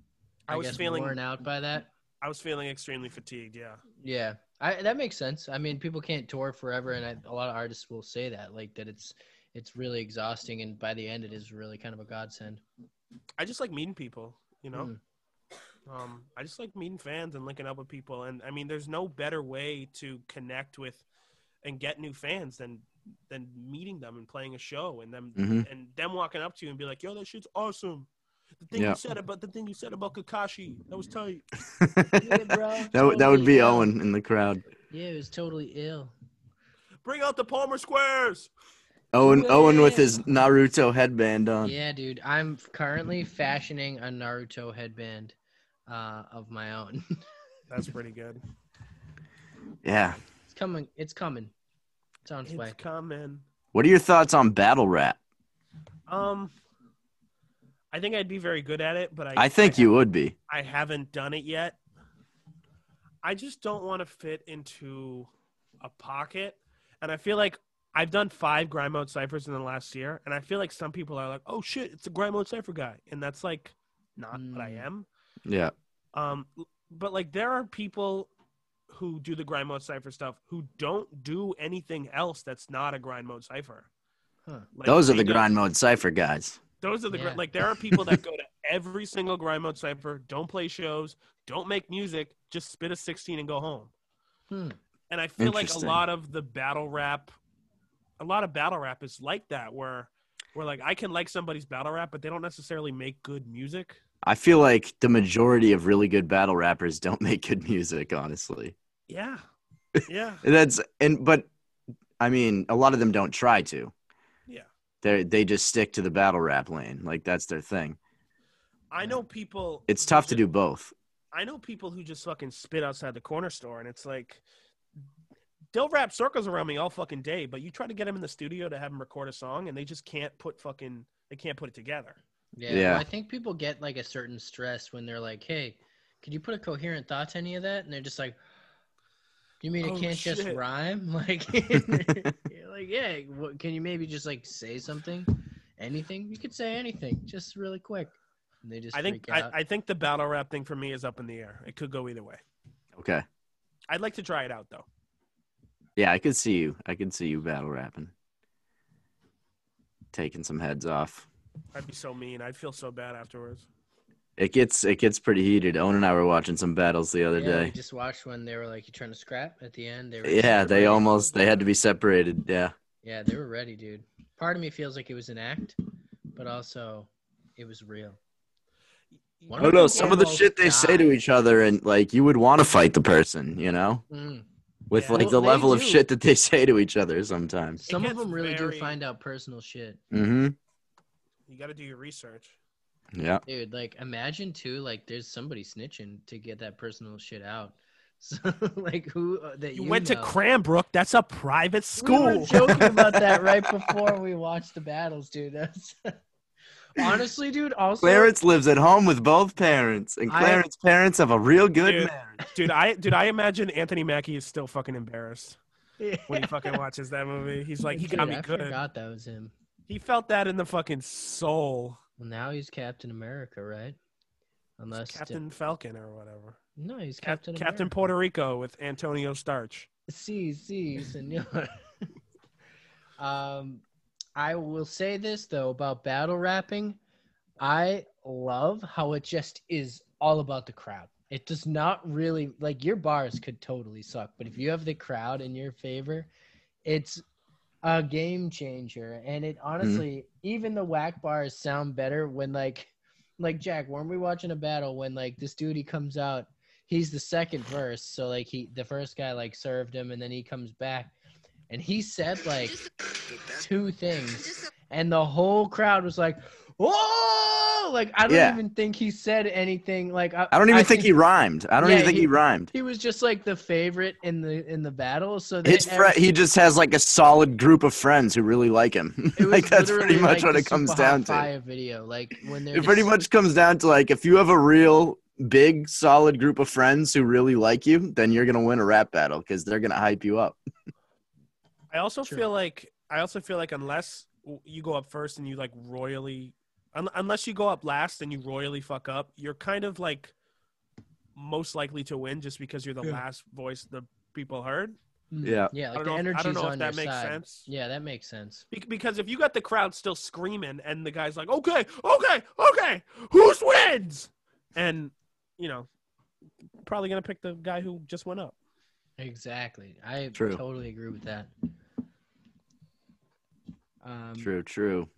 [SPEAKER 4] I,
[SPEAKER 3] i, was
[SPEAKER 4] guess
[SPEAKER 3] feeling
[SPEAKER 4] worn out by that.
[SPEAKER 3] i was feeling extremely fatigued yeah
[SPEAKER 4] Yeah, I, that makes sense. I mean, people can't tour forever, and I, a lot of artists will say that, like that it's it's really exhausting, and by the end, it is really kind of a godsend.
[SPEAKER 3] i just like meeting people you know um, I just like meeting fans and linking up with people. And I mean, there's no better way to connect with and get new fans than than meeting them and playing a show and them
[SPEAKER 2] Mhm.
[SPEAKER 3] and them walking up to you and be like, "Yo, that shit's awesome." The thing
[SPEAKER 2] Yeah.
[SPEAKER 3] you said about the thing you said about Kakashi, that was tight.
[SPEAKER 2] Mm-hmm.
[SPEAKER 4] Yeah, bro,
[SPEAKER 2] that would that would
[SPEAKER 4] totally,
[SPEAKER 2] be
[SPEAKER 4] bro.
[SPEAKER 2] Owen in the crowd.
[SPEAKER 4] Yeah, it was totally ill.
[SPEAKER 3] Bring out the Palmer squares.
[SPEAKER 2] Owen
[SPEAKER 4] Yeah.
[SPEAKER 2] Owen with his Naruto headband on.
[SPEAKER 4] Yeah, dude, I'm currently fashioning a Naruto headband uh, of my own.
[SPEAKER 3] That's pretty good.
[SPEAKER 2] Yeah.
[SPEAKER 4] it's coming. It's coming. It's on its way.
[SPEAKER 3] It's coming.
[SPEAKER 2] What are your thoughts on battle rap?
[SPEAKER 3] Um, I think I'd be very good at it, but I
[SPEAKER 2] I think you would be.
[SPEAKER 3] I haven't done it yet. I just don't want to fit into a pocket. And I feel like I've done five grind mode ciphers in the last year. And I feel like some people are like, oh shit, it's a grind mode cipher guy. And that's like not what I
[SPEAKER 4] Mm.
[SPEAKER 3] am.
[SPEAKER 2] Yeah.
[SPEAKER 3] Um, but like there are people who do the grind mode cipher stuff who don't do anything else that's not a grind mode cipher.
[SPEAKER 4] Huh.
[SPEAKER 3] Like,
[SPEAKER 2] Those are
[SPEAKER 3] they
[SPEAKER 2] the
[SPEAKER 3] go-
[SPEAKER 2] grind mode cipher guys.
[SPEAKER 3] Those are the gr-
[SPEAKER 4] Yeah.
[SPEAKER 3] like there are people that go to every single grind mode cipher, don't play shows, don't make music, just spit a 16 and go home.
[SPEAKER 4] Hmm.
[SPEAKER 3] And I feel like a
[SPEAKER 2] Interesting.
[SPEAKER 3] lot of the battle rap a lot of battle rap is like that where where like I can like somebody's battle rap but they don't necessarily make good music.
[SPEAKER 2] I feel like the majority of really good battle rappers don't make good music, honestly.
[SPEAKER 3] Yeah. Yeah.
[SPEAKER 2] That's and but I mean, a lot of them don't try to.
[SPEAKER 3] Yeah.
[SPEAKER 2] They they just stick to the battle rap lane. Like that's their thing.
[SPEAKER 3] I know people
[SPEAKER 2] It's
[SPEAKER 3] who
[SPEAKER 2] tough to
[SPEAKER 3] just-
[SPEAKER 2] do both.
[SPEAKER 3] I know people who just fucking spit outside the corner store, and it's like they'll wrap circles around me all fucking day. But you try to get them in the studio to have them record a song, and they just can't put fucking they can't put it together.
[SPEAKER 4] Yeah,
[SPEAKER 2] Yeah.
[SPEAKER 4] well, I think people get like a certain stress when they're like, "Hey, could you put a coherent thought to any of that?" And they're just like, "You mean
[SPEAKER 3] Oh,
[SPEAKER 4] it can't just
[SPEAKER 3] shit.
[SPEAKER 4] rhyme?" Like, you're like yeah, what, can you maybe just like say something, anything? You could say anything, just really quick. And they just
[SPEAKER 3] I think
[SPEAKER 4] freak
[SPEAKER 3] I,
[SPEAKER 4] out.
[SPEAKER 3] I think the battle rap thing for me is up in the air. It could go either way.
[SPEAKER 2] Okay.
[SPEAKER 3] I'd like to try it out though.
[SPEAKER 2] Yeah, I could see you. I could see you battle rapping. Taking some heads off.
[SPEAKER 3] I'd be so mean. I'd feel so bad afterwards.
[SPEAKER 2] It gets it gets pretty heated. Owen and I were watching some battles the other
[SPEAKER 4] yeah, we
[SPEAKER 2] day.
[SPEAKER 4] just watched when they were like, "You trying to scrap?" At the end, they were
[SPEAKER 2] Yeah, they
[SPEAKER 4] separated.
[SPEAKER 2] almost they had to be separated. Yeah.
[SPEAKER 4] Yeah, they were ready, dude. Part of me feels like it was an act, but also it was real.
[SPEAKER 2] I
[SPEAKER 4] One
[SPEAKER 2] don't know. Oh, Some of the
[SPEAKER 4] almost
[SPEAKER 2] shit they say to
[SPEAKER 4] died.
[SPEAKER 2] each other, and like you would want to fight the person, you know,
[SPEAKER 4] Mm.
[SPEAKER 2] with
[SPEAKER 3] Yeah.
[SPEAKER 2] like
[SPEAKER 4] Well,
[SPEAKER 2] the
[SPEAKER 4] they
[SPEAKER 2] level of
[SPEAKER 4] do.
[SPEAKER 2] shit that they say to each other sometimes.
[SPEAKER 4] Some of
[SPEAKER 3] gets
[SPEAKER 4] them really
[SPEAKER 3] very-
[SPEAKER 4] do find out personal shit,
[SPEAKER 2] Mm
[SPEAKER 3] You got to do your research.
[SPEAKER 2] hmm. Yeah.
[SPEAKER 4] dude. Like, imagine too, like, there's somebody snitching to get that personal shit out. So, like, who uh, that
[SPEAKER 3] You,
[SPEAKER 4] you,
[SPEAKER 3] went to
[SPEAKER 4] know.
[SPEAKER 3] Cranbrook. That's a private
[SPEAKER 4] We
[SPEAKER 3] school.
[SPEAKER 4] were joking about that right before we watched the battles, dude. That's honestly, dude. Also,
[SPEAKER 2] Clarence lives at home with both parents, and
[SPEAKER 4] I-
[SPEAKER 2] Clarence's parents have a real good
[SPEAKER 3] Dude.
[SPEAKER 2] marriage.
[SPEAKER 3] dude, I dude, I imagine Anthony Mackie is still fucking embarrassed
[SPEAKER 4] Yeah.
[SPEAKER 3] when he fucking watches that movie. He's like, he
[SPEAKER 4] Dude,
[SPEAKER 3] got me
[SPEAKER 4] I
[SPEAKER 3] good.
[SPEAKER 4] forgot that was him.
[SPEAKER 3] He felt that in the fucking soul.
[SPEAKER 4] Well, now he's Captain America, right? Unless
[SPEAKER 3] Captain Falcon or whatever.
[SPEAKER 4] no, he's
[SPEAKER 3] Cap-
[SPEAKER 4] Captain.
[SPEAKER 3] Captain
[SPEAKER 4] America.
[SPEAKER 3] Puerto Rico with Antonio Starch.
[SPEAKER 4] Si, si, senor. um, I will say this though about battle rapping. I love how it just is all about the crowd. It does not really like your bars could totally suck, but if you have the crowd in your favor, it's a game changer. And it honestly, even the whack bars sound better when like, like Jack, weren't we watching a battle when like this dude he comes out he's the second verse so like he the first guy like served him and then he comes back and he said like two things and the whole crowd was like oh like i don't
[SPEAKER 2] Yeah.
[SPEAKER 4] even think he said anything like i,
[SPEAKER 2] I don't even think,
[SPEAKER 4] think
[SPEAKER 2] he rhymed. I don't
[SPEAKER 4] Yeah,
[SPEAKER 2] even think he,
[SPEAKER 4] he-
[SPEAKER 2] rhymed.
[SPEAKER 4] he was just like the favorite in the in the battle so
[SPEAKER 2] His
[SPEAKER 4] then
[SPEAKER 2] fr-
[SPEAKER 4] every-
[SPEAKER 2] he just has like a solid group of friends who really like him.
[SPEAKER 4] it was
[SPEAKER 2] like that's
[SPEAKER 4] literally,
[SPEAKER 2] pretty much
[SPEAKER 4] like,
[SPEAKER 2] what
[SPEAKER 4] the
[SPEAKER 2] it comes
[SPEAKER 4] Super Hot
[SPEAKER 2] down to.
[SPEAKER 4] Fire video like when they're
[SPEAKER 2] it pretty
[SPEAKER 4] just-
[SPEAKER 2] much comes down to like if you have a real big solid group of friends who really like you then you're gonna win a rap battle because they're gonna hype you up
[SPEAKER 3] I also
[SPEAKER 4] True.
[SPEAKER 3] feel like I also feel like unless w- you go up first and you like royally, un- unless you go up last and you royally fuck up, you're kind of like most likely to win just because you're the
[SPEAKER 4] Yeah.
[SPEAKER 3] last voice the people heard.
[SPEAKER 4] Mm,
[SPEAKER 2] Yeah.
[SPEAKER 4] yeah
[SPEAKER 3] I don't
[SPEAKER 4] like the
[SPEAKER 3] know. If, I
[SPEAKER 4] energy's
[SPEAKER 3] don't know
[SPEAKER 4] on
[SPEAKER 3] if that
[SPEAKER 4] your
[SPEAKER 3] makes
[SPEAKER 4] side
[SPEAKER 3] sense.
[SPEAKER 4] yeah that makes sense
[SPEAKER 3] Be- because if you got the crowd still screaming and the guy's like, okay, okay, okay, who's wins? And you know, probably gonna pick the guy who just went up.
[SPEAKER 4] Exactly. I
[SPEAKER 2] True.
[SPEAKER 4] totally agree with that. Um,
[SPEAKER 3] Mm.
[SPEAKER 2] true true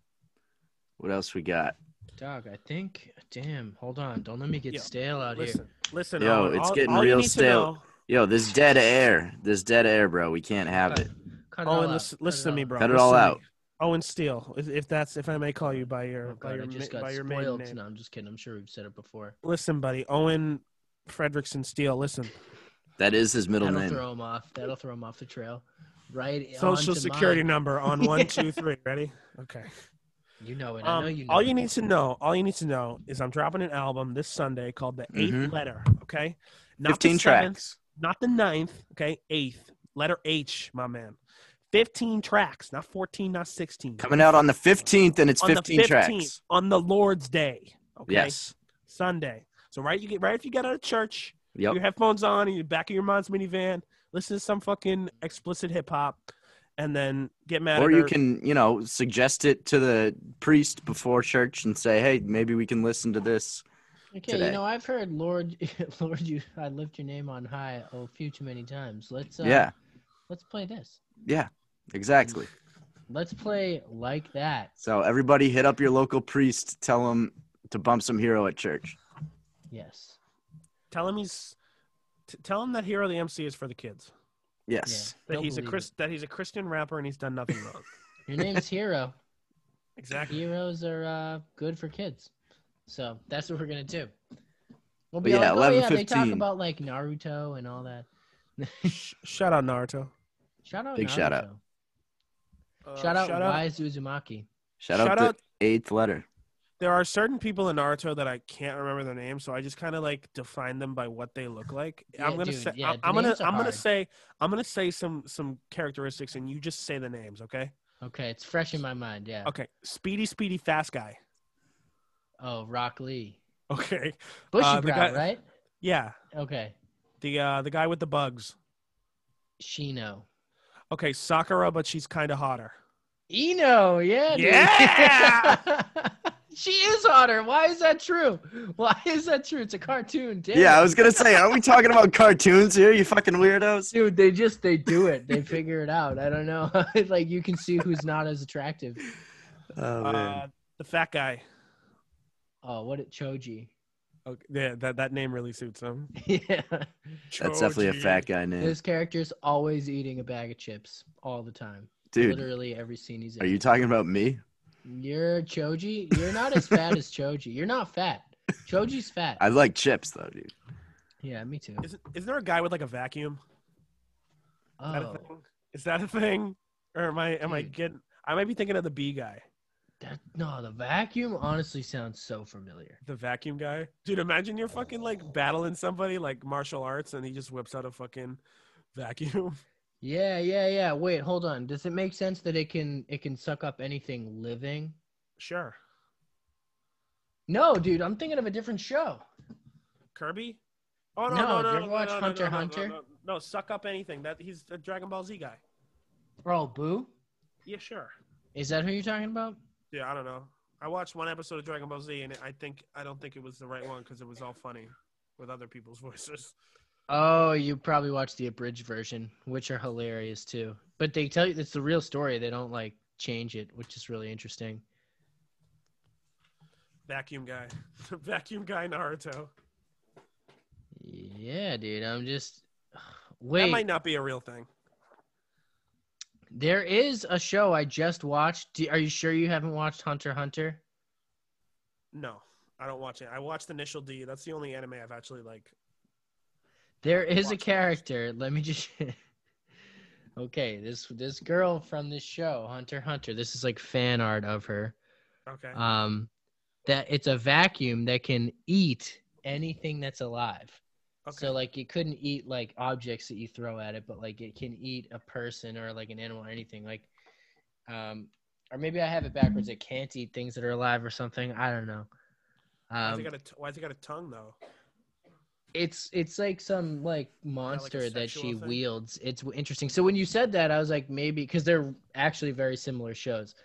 [SPEAKER 2] what else we got
[SPEAKER 4] Dog, I think. Damn, hold on. Don't let me get
[SPEAKER 3] Yo,
[SPEAKER 4] stale out
[SPEAKER 3] Listen, listen.
[SPEAKER 2] Yo,
[SPEAKER 3] Owen,
[SPEAKER 2] it's
[SPEAKER 3] all-
[SPEAKER 2] getting
[SPEAKER 3] all you
[SPEAKER 2] real
[SPEAKER 3] need to
[SPEAKER 2] stale.
[SPEAKER 3] know-
[SPEAKER 2] yo this dead air this dead air bro we can't have it
[SPEAKER 4] here. Cut it all
[SPEAKER 3] Owen,
[SPEAKER 4] out.
[SPEAKER 3] Oh, listen,
[SPEAKER 4] Cut
[SPEAKER 3] listen
[SPEAKER 4] it
[SPEAKER 3] to me,
[SPEAKER 4] all
[SPEAKER 3] bro.
[SPEAKER 4] out.
[SPEAKER 2] Cut it
[SPEAKER 3] Listen
[SPEAKER 2] all
[SPEAKER 3] to me.
[SPEAKER 2] out.
[SPEAKER 3] Owen Steele, if- if that's if I may call you by your
[SPEAKER 4] Oh,
[SPEAKER 3] by
[SPEAKER 4] God,
[SPEAKER 3] your
[SPEAKER 4] I just
[SPEAKER 3] ma-
[SPEAKER 4] got
[SPEAKER 3] by your maiden
[SPEAKER 4] spoiled
[SPEAKER 3] name.
[SPEAKER 4] tonight. I'm just kidding. I'm sure we've said it before.
[SPEAKER 3] Listen, buddy, Owen Fredrickson Steele. Listen,
[SPEAKER 2] that is his middle
[SPEAKER 4] That'll
[SPEAKER 2] name
[SPEAKER 4] throw him off. That'll throw him off the trail. right?
[SPEAKER 3] Social
[SPEAKER 4] onto
[SPEAKER 3] security
[SPEAKER 4] mine.
[SPEAKER 3] number on one, two, three. Ready? Okay.
[SPEAKER 4] You know it. I
[SPEAKER 3] Um,
[SPEAKER 4] know you know.
[SPEAKER 3] all
[SPEAKER 4] it.
[SPEAKER 3] you need to know, all you need to know is I'm dropping an album this Sunday called The 8th
[SPEAKER 2] Mhm.
[SPEAKER 3] Letter. Okay. the
[SPEAKER 2] 15
[SPEAKER 3] seventh,
[SPEAKER 2] tracks.
[SPEAKER 3] not the ninth. Okay. Eighth. Letter H, my man. 15 tracks, not 14, not 16.
[SPEAKER 2] Coming out on the 15th, and it's
[SPEAKER 3] On the
[SPEAKER 2] 15 tracks.
[SPEAKER 3] On the Lord's Day. Okay.
[SPEAKER 2] Yes.
[SPEAKER 3] Sunday. So, right, you get right if you get out of church,
[SPEAKER 2] Yep.
[SPEAKER 3] your headphones on in the back of your mom's minivan, listen to some fucking explicit hip hop, and then get mad.
[SPEAKER 2] Or
[SPEAKER 3] at
[SPEAKER 2] you
[SPEAKER 3] her.
[SPEAKER 2] can, you know, suggest it to the priest before church and say, hey, maybe we can listen to this.
[SPEAKER 4] Okay,
[SPEAKER 2] today.
[SPEAKER 4] you know I've heard Lord, Lord, you I lift your name on high oh few too many times. Let's uh,
[SPEAKER 2] yeah,
[SPEAKER 4] let's play this.
[SPEAKER 2] yeah, exactly.
[SPEAKER 4] Let's play like that.
[SPEAKER 2] So everybody hit up your local priest, tell him to bump some hero at church.
[SPEAKER 4] Yes.
[SPEAKER 3] tell him he's t- tell him that Hero the MC is for the kids.
[SPEAKER 2] Yes.
[SPEAKER 3] That
[SPEAKER 4] Don't
[SPEAKER 3] he's a
[SPEAKER 4] believe
[SPEAKER 3] Chris, that he's a Christian rapper and he's done nothing wrong.
[SPEAKER 4] it. Your name's Hero.
[SPEAKER 3] exactly.
[SPEAKER 4] Heroes are uh, good for kids. So that's what we're gonna do. We'll
[SPEAKER 2] But
[SPEAKER 4] be
[SPEAKER 2] yeah,
[SPEAKER 4] all like, oh, yeah, they talk
[SPEAKER 2] 11:15.
[SPEAKER 4] about like Naruto and all that.
[SPEAKER 3] Sh- shout out Naruto.
[SPEAKER 4] Shout out
[SPEAKER 2] Big
[SPEAKER 4] Naruto.
[SPEAKER 2] shout out.
[SPEAKER 3] Uh,
[SPEAKER 4] Shout out
[SPEAKER 3] Shout out.
[SPEAKER 4] Wise Uzumaki.
[SPEAKER 2] Shout, out
[SPEAKER 3] Shout
[SPEAKER 2] the
[SPEAKER 3] out-
[SPEAKER 2] eighth letter.
[SPEAKER 3] There are certain people in Naruto that I can't remember their names, so I just kind of like define them by what they look like. I'm
[SPEAKER 4] Yeah,
[SPEAKER 3] gonna
[SPEAKER 4] dude,
[SPEAKER 3] say,
[SPEAKER 4] yeah,
[SPEAKER 3] I-
[SPEAKER 4] the
[SPEAKER 3] I'm gonna,
[SPEAKER 4] names are
[SPEAKER 3] I'm gonna
[SPEAKER 4] hard.
[SPEAKER 3] say, I'm gonna say some some characteristics, and you just say the names, okay?
[SPEAKER 4] Okay, it's fresh in my mind. Yeah.
[SPEAKER 3] Okay. Speedy, speedy, fast guy.
[SPEAKER 4] Oh, Rock Lee.
[SPEAKER 3] Okay.
[SPEAKER 4] Bushy
[SPEAKER 3] Uh, the guy-
[SPEAKER 4] Brow, right?
[SPEAKER 3] Yeah.
[SPEAKER 4] Okay.
[SPEAKER 3] The uh the guy with the bugs.
[SPEAKER 4] Shino.
[SPEAKER 3] Okay, Sakura, but she's kind of hotter.
[SPEAKER 4] Eno, yeah. dude.
[SPEAKER 3] Yeah!
[SPEAKER 4] she is hotter. Why is that true? Why is that true? It's a cartoon. Damn
[SPEAKER 2] Yeah, I
[SPEAKER 4] it.
[SPEAKER 2] was gonna say, are we talking about cartoons here? You fucking weirdos.
[SPEAKER 4] Dude, they just they do it. They figure it out. I don't know. like you can see who's not as attractive.
[SPEAKER 2] Oh
[SPEAKER 3] Uh, the fat guy.
[SPEAKER 4] Oh, what a Choji.
[SPEAKER 3] Okay, yeah, that that name really suits him.
[SPEAKER 4] yeah.
[SPEAKER 2] That's definitely a fat guy name,
[SPEAKER 4] This character's always eating a bag of chips all the time.
[SPEAKER 2] dude.
[SPEAKER 4] Literally every scene he's in.
[SPEAKER 2] Are you talking about me?
[SPEAKER 4] You're Choji. You're not as fat as Choji. You're not fat. Choji's fat.
[SPEAKER 2] I like chips though, dude.
[SPEAKER 4] yeah, me too.
[SPEAKER 3] Isn't is there a guy with like a vacuum? Is that
[SPEAKER 4] Oh,
[SPEAKER 3] a thing? Is that a thing? Or am I am I
[SPEAKER 4] Dude.
[SPEAKER 3] getting? I might be thinking of the bee guy,
[SPEAKER 4] that no, the vacuum honestly sounds so familiar.
[SPEAKER 3] the vacuum guy. Dude, imagine you're fucking like battling somebody like martial arts, and he just whips out a fucking vacuum.
[SPEAKER 4] Yeah, yeah, yeah. Wait, hold on. Does it make sense that it can it can suck up anything living?
[SPEAKER 3] sure,
[SPEAKER 4] No, dude, I'm thinking of a different show.
[SPEAKER 3] Kirby. Oh no
[SPEAKER 4] No,
[SPEAKER 3] no no!
[SPEAKER 4] did you
[SPEAKER 3] no,
[SPEAKER 4] ever watch
[SPEAKER 3] no, no,
[SPEAKER 4] Hunter
[SPEAKER 3] no, no,
[SPEAKER 4] Hunter?
[SPEAKER 3] No, no, no, suck up anything. That he's a Dragon Ball Z guy.
[SPEAKER 4] Oh, Boo?
[SPEAKER 3] Yeah, sure.
[SPEAKER 4] Is that who you're talking about?
[SPEAKER 3] Yeah, I don't know. I watched one episode of Dragon Ball Z, and I think I don't think it was the right one because it was all funny with other people's voices.
[SPEAKER 4] Oh, you probably watched the abridged version, which are hilarious too. But they tell you it's the real story. They don't like change it, which is really interesting.
[SPEAKER 3] Vacuum guy, vacuum guy Naruto.
[SPEAKER 4] Yeah, dude. I'm just
[SPEAKER 3] That
[SPEAKER 4] wait.
[SPEAKER 3] might not be a real thing.
[SPEAKER 4] There is a show I just watched. Do, are you sure you haven't watched Hunter x Hunter?
[SPEAKER 3] No, I don't watch it. I watched Initial D. That's the only anime I've actually like.
[SPEAKER 4] There is a
[SPEAKER 3] watched it.
[SPEAKER 4] character. Let me just. okay, this this girl from this show, Hunter x Hunter. This is like fan art of her.
[SPEAKER 3] Okay.
[SPEAKER 4] Um, that it's a vacuum that can eat anything that's alive.
[SPEAKER 3] okay.
[SPEAKER 4] So like it couldn't eat like objects that you throw at it, but like it can eat a person or like an animal or anything. Like um or maybe I have it backwards. It can't eat things that are alive or something. I don't know.
[SPEAKER 3] why's, it
[SPEAKER 4] Um,
[SPEAKER 3] got a t- why's it got a tongue though?
[SPEAKER 4] it's it's like some like monster that
[SPEAKER 3] sexual
[SPEAKER 4] she
[SPEAKER 3] thing?
[SPEAKER 4] wields. It's w- interesting. So when you said that, I was like maybe because they're actually very similar shows.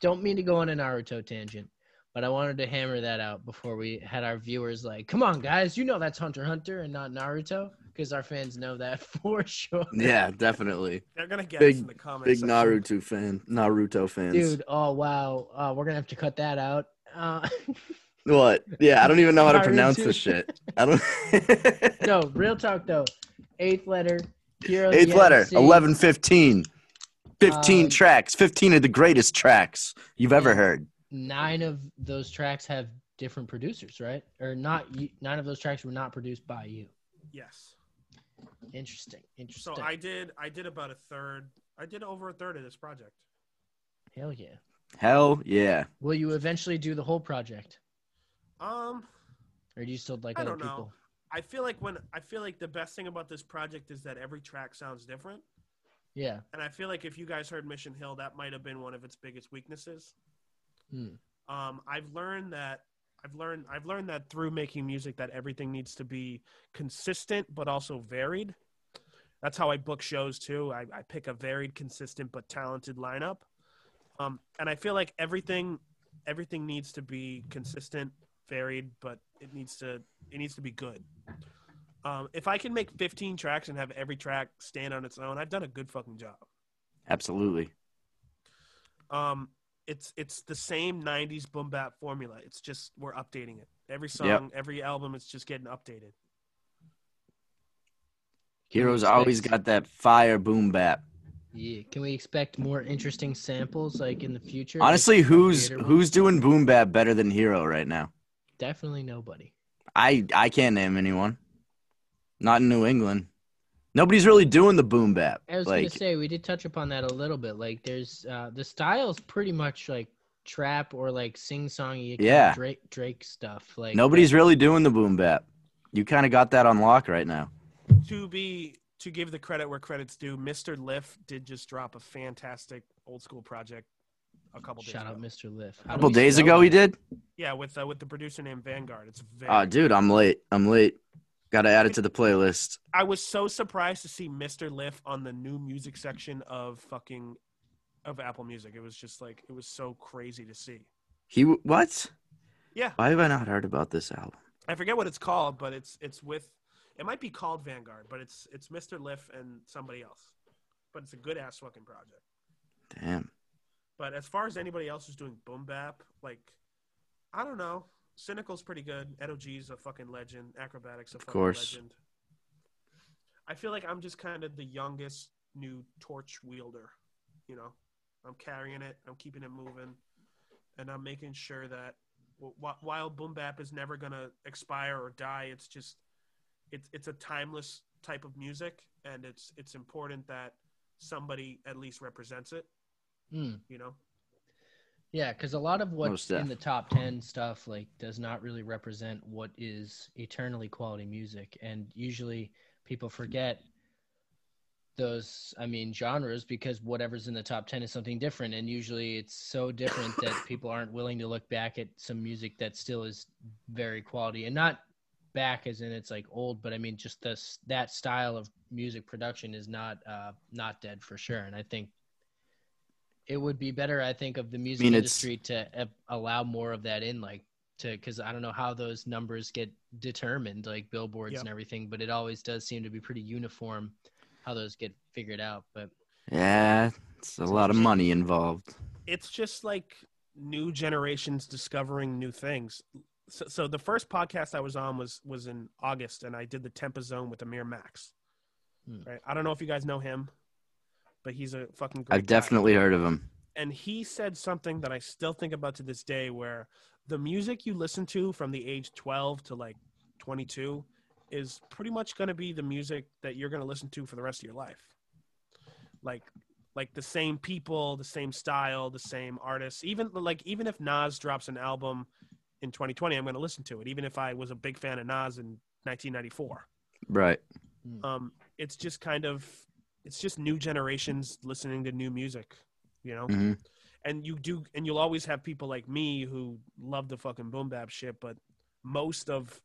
[SPEAKER 4] Don't mean to go on a Naruto tangent, but I wanted to hammer that out before we had our viewers like, "Come on, guys, you know that's Hunter x Hunter and not Naruto," because our fans know that for sure.
[SPEAKER 2] Yeah, definitely.
[SPEAKER 3] They're gonna get
[SPEAKER 2] Big-
[SPEAKER 3] us in the comments.
[SPEAKER 2] Big
[SPEAKER 3] section.
[SPEAKER 2] Naruto fan, Naruto fans.
[SPEAKER 4] Dude, oh wow, uh, we're gonna have to cut that out. Uh,
[SPEAKER 2] What? Yeah, I don't even know how to
[SPEAKER 4] Naruto.
[SPEAKER 2] pronounce this shit. I don't.
[SPEAKER 4] no, real talk though. Eighth letter. Hero
[SPEAKER 2] Eighth
[SPEAKER 4] the
[SPEAKER 2] letter,
[SPEAKER 4] MC.
[SPEAKER 2] eleven fifteen. 15
[SPEAKER 4] Um,
[SPEAKER 2] tracks, 15 of the greatest tracks you've ever
[SPEAKER 4] Yeah.
[SPEAKER 2] heard.
[SPEAKER 4] nine of those tracks have different producers, right? Or not? You, nine of those tracks were not produced by you.
[SPEAKER 3] Yes.
[SPEAKER 4] Interesting. Interesting.
[SPEAKER 3] So I did. I did about a third I did over a third of this project.
[SPEAKER 4] Hell yeah.
[SPEAKER 2] Hell yeah.
[SPEAKER 4] Will you eventually do the whole project,
[SPEAKER 3] Um,
[SPEAKER 4] or do you still like
[SPEAKER 3] I
[SPEAKER 4] other
[SPEAKER 3] don't know.
[SPEAKER 4] people?
[SPEAKER 3] I feel like when I feel like the best thing about this project is that every track sounds different,
[SPEAKER 4] Yeah.
[SPEAKER 3] and I feel like if you guys heard Mission Hill, that might have been one of its biggest weaknesses.
[SPEAKER 4] Hmm.
[SPEAKER 3] Um, I've learned that I've learned I've learned that through making music that everything needs to be consistent but also varied. That's how I book shows too. I, I pick a varied, consistent but talented lineup, um, and I feel like everything everything needs to be consistent, varied, but it needs to it needs to be good. Um, if I can make 15 tracks and have every track stand on its own, I've done a good fucking job.
[SPEAKER 2] Absolutely.
[SPEAKER 3] Um, it's it's the same '90s boom bap formula. It's just we're updating it. Every song, every album, it's just getting updated.
[SPEAKER 2] Heroes
[SPEAKER 4] expect-
[SPEAKER 2] always got that fire boom bap.
[SPEAKER 4] Yeah. Can we expect more interesting samples like in the future? like
[SPEAKER 2] Honestly, who's
[SPEAKER 4] theater ones?
[SPEAKER 2] who's doing boom bap better than Hero right now?
[SPEAKER 4] definitely nobody.
[SPEAKER 2] I I can't name anyone. Not in New England. Nobody's really doing the boom bap.
[SPEAKER 4] I was
[SPEAKER 2] Like
[SPEAKER 4] gonna say we did touch upon that a little bit. Like, there's uh, the style's pretty much like trap or like sing songy.
[SPEAKER 2] Yeah.
[SPEAKER 4] Drake Drake stuff. Like
[SPEAKER 2] nobody's really doing the boom bap. You kind of got that on lock right now.
[SPEAKER 3] To be to give the credit where credits due, Mr. Liff did just drop a fantastic old school project a couple days
[SPEAKER 4] Shout
[SPEAKER 3] ago.
[SPEAKER 4] out, Mr. Liff.
[SPEAKER 2] A couple days ago he did.
[SPEAKER 3] Yeah, with uh, with the producer named Vanguard. It's very.
[SPEAKER 2] Oh, dude, I'm late. I'm late. Got to add it to the playlist.
[SPEAKER 3] I was so surprised to see Mr. Liff on the new music section of fucking of Apple Music. It was just like it was so crazy to see.
[SPEAKER 2] He w- what?
[SPEAKER 3] Yeah.
[SPEAKER 2] Why have I not heard about this album?
[SPEAKER 3] I forget what it's called, but it's it's with it might be called Vanguard, but it's it's Mr. Liff and somebody else. But it's a good ass fucking project.
[SPEAKER 2] Damn.
[SPEAKER 3] But as far as anybody else who's doing boom bap, like I don't know. Cynical's pretty good. Edo G's a fucking legend. Acrobatics a fucking
[SPEAKER 2] course.
[SPEAKER 3] legend. I feel like I'm just kind of the youngest new torch wielder. You know, I'm carrying it. I'm keeping it moving, and I'm making sure that wh- wh- while boom bap is never gonna expire or die, it's just it's it's a timeless type of music, and it's it's important that somebody at least represents it.
[SPEAKER 4] Mm.
[SPEAKER 3] You know.
[SPEAKER 4] Yeah, because a lot of what's
[SPEAKER 2] Most
[SPEAKER 4] in
[SPEAKER 2] def.
[SPEAKER 4] the top ten stuff like does not really represent what is eternally quality music, and usually people forget those i mean genres because whatever's in the top 10 is something different and usually it's so different that people aren't willing to look back at some music that still is very quality and not back as in it's like old but i mean just this that style of music production is not uh not dead for sure and i think it would be better i think of the music
[SPEAKER 2] mean, it's-
[SPEAKER 4] industry to uh, allow more of that in like to because i don't know how those numbers get determined like billboards
[SPEAKER 3] Yep.
[SPEAKER 4] and everything but it always does seem to be pretty uniform how those get figured out. But
[SPEAKER 2] Yeah, it's a lot of money involved.
[SPEAKER 3] it's just like new generations discovering new things. So, so the first podcast I was on was was in August, and I did the Tempa Zone with Amir Max.
[SPEAKER 4] Hmm.
[SPEAKER 3] Right, I don't know if you guys know him, but he's a fucking. Great
[SPEAKER 2] I've
[SPEAKER 3] guy.
[SPEAKER 2] definitely heard of him.
[SPEAKER 3] And he said something that I still think about to this day, where the music you listen to from the age twelve to like twenty two is pretty much going to be the music that you're going to listen to for the rest of your life. Like like the same people, the same style, the same artists. Even like even if Nas drops an album in 2020, I'm going to listen to it even if I was a big fan of Nas in 1994.
[SPEAKER 2] Right.
[SPEAKER 3] Um it's just kind of it's just new generations listening to new music, you know?
[SPEAKER 2] hmm
[SPEAKER 3] and you do and you'll always have people like me who love the fucking boom bap shit but most of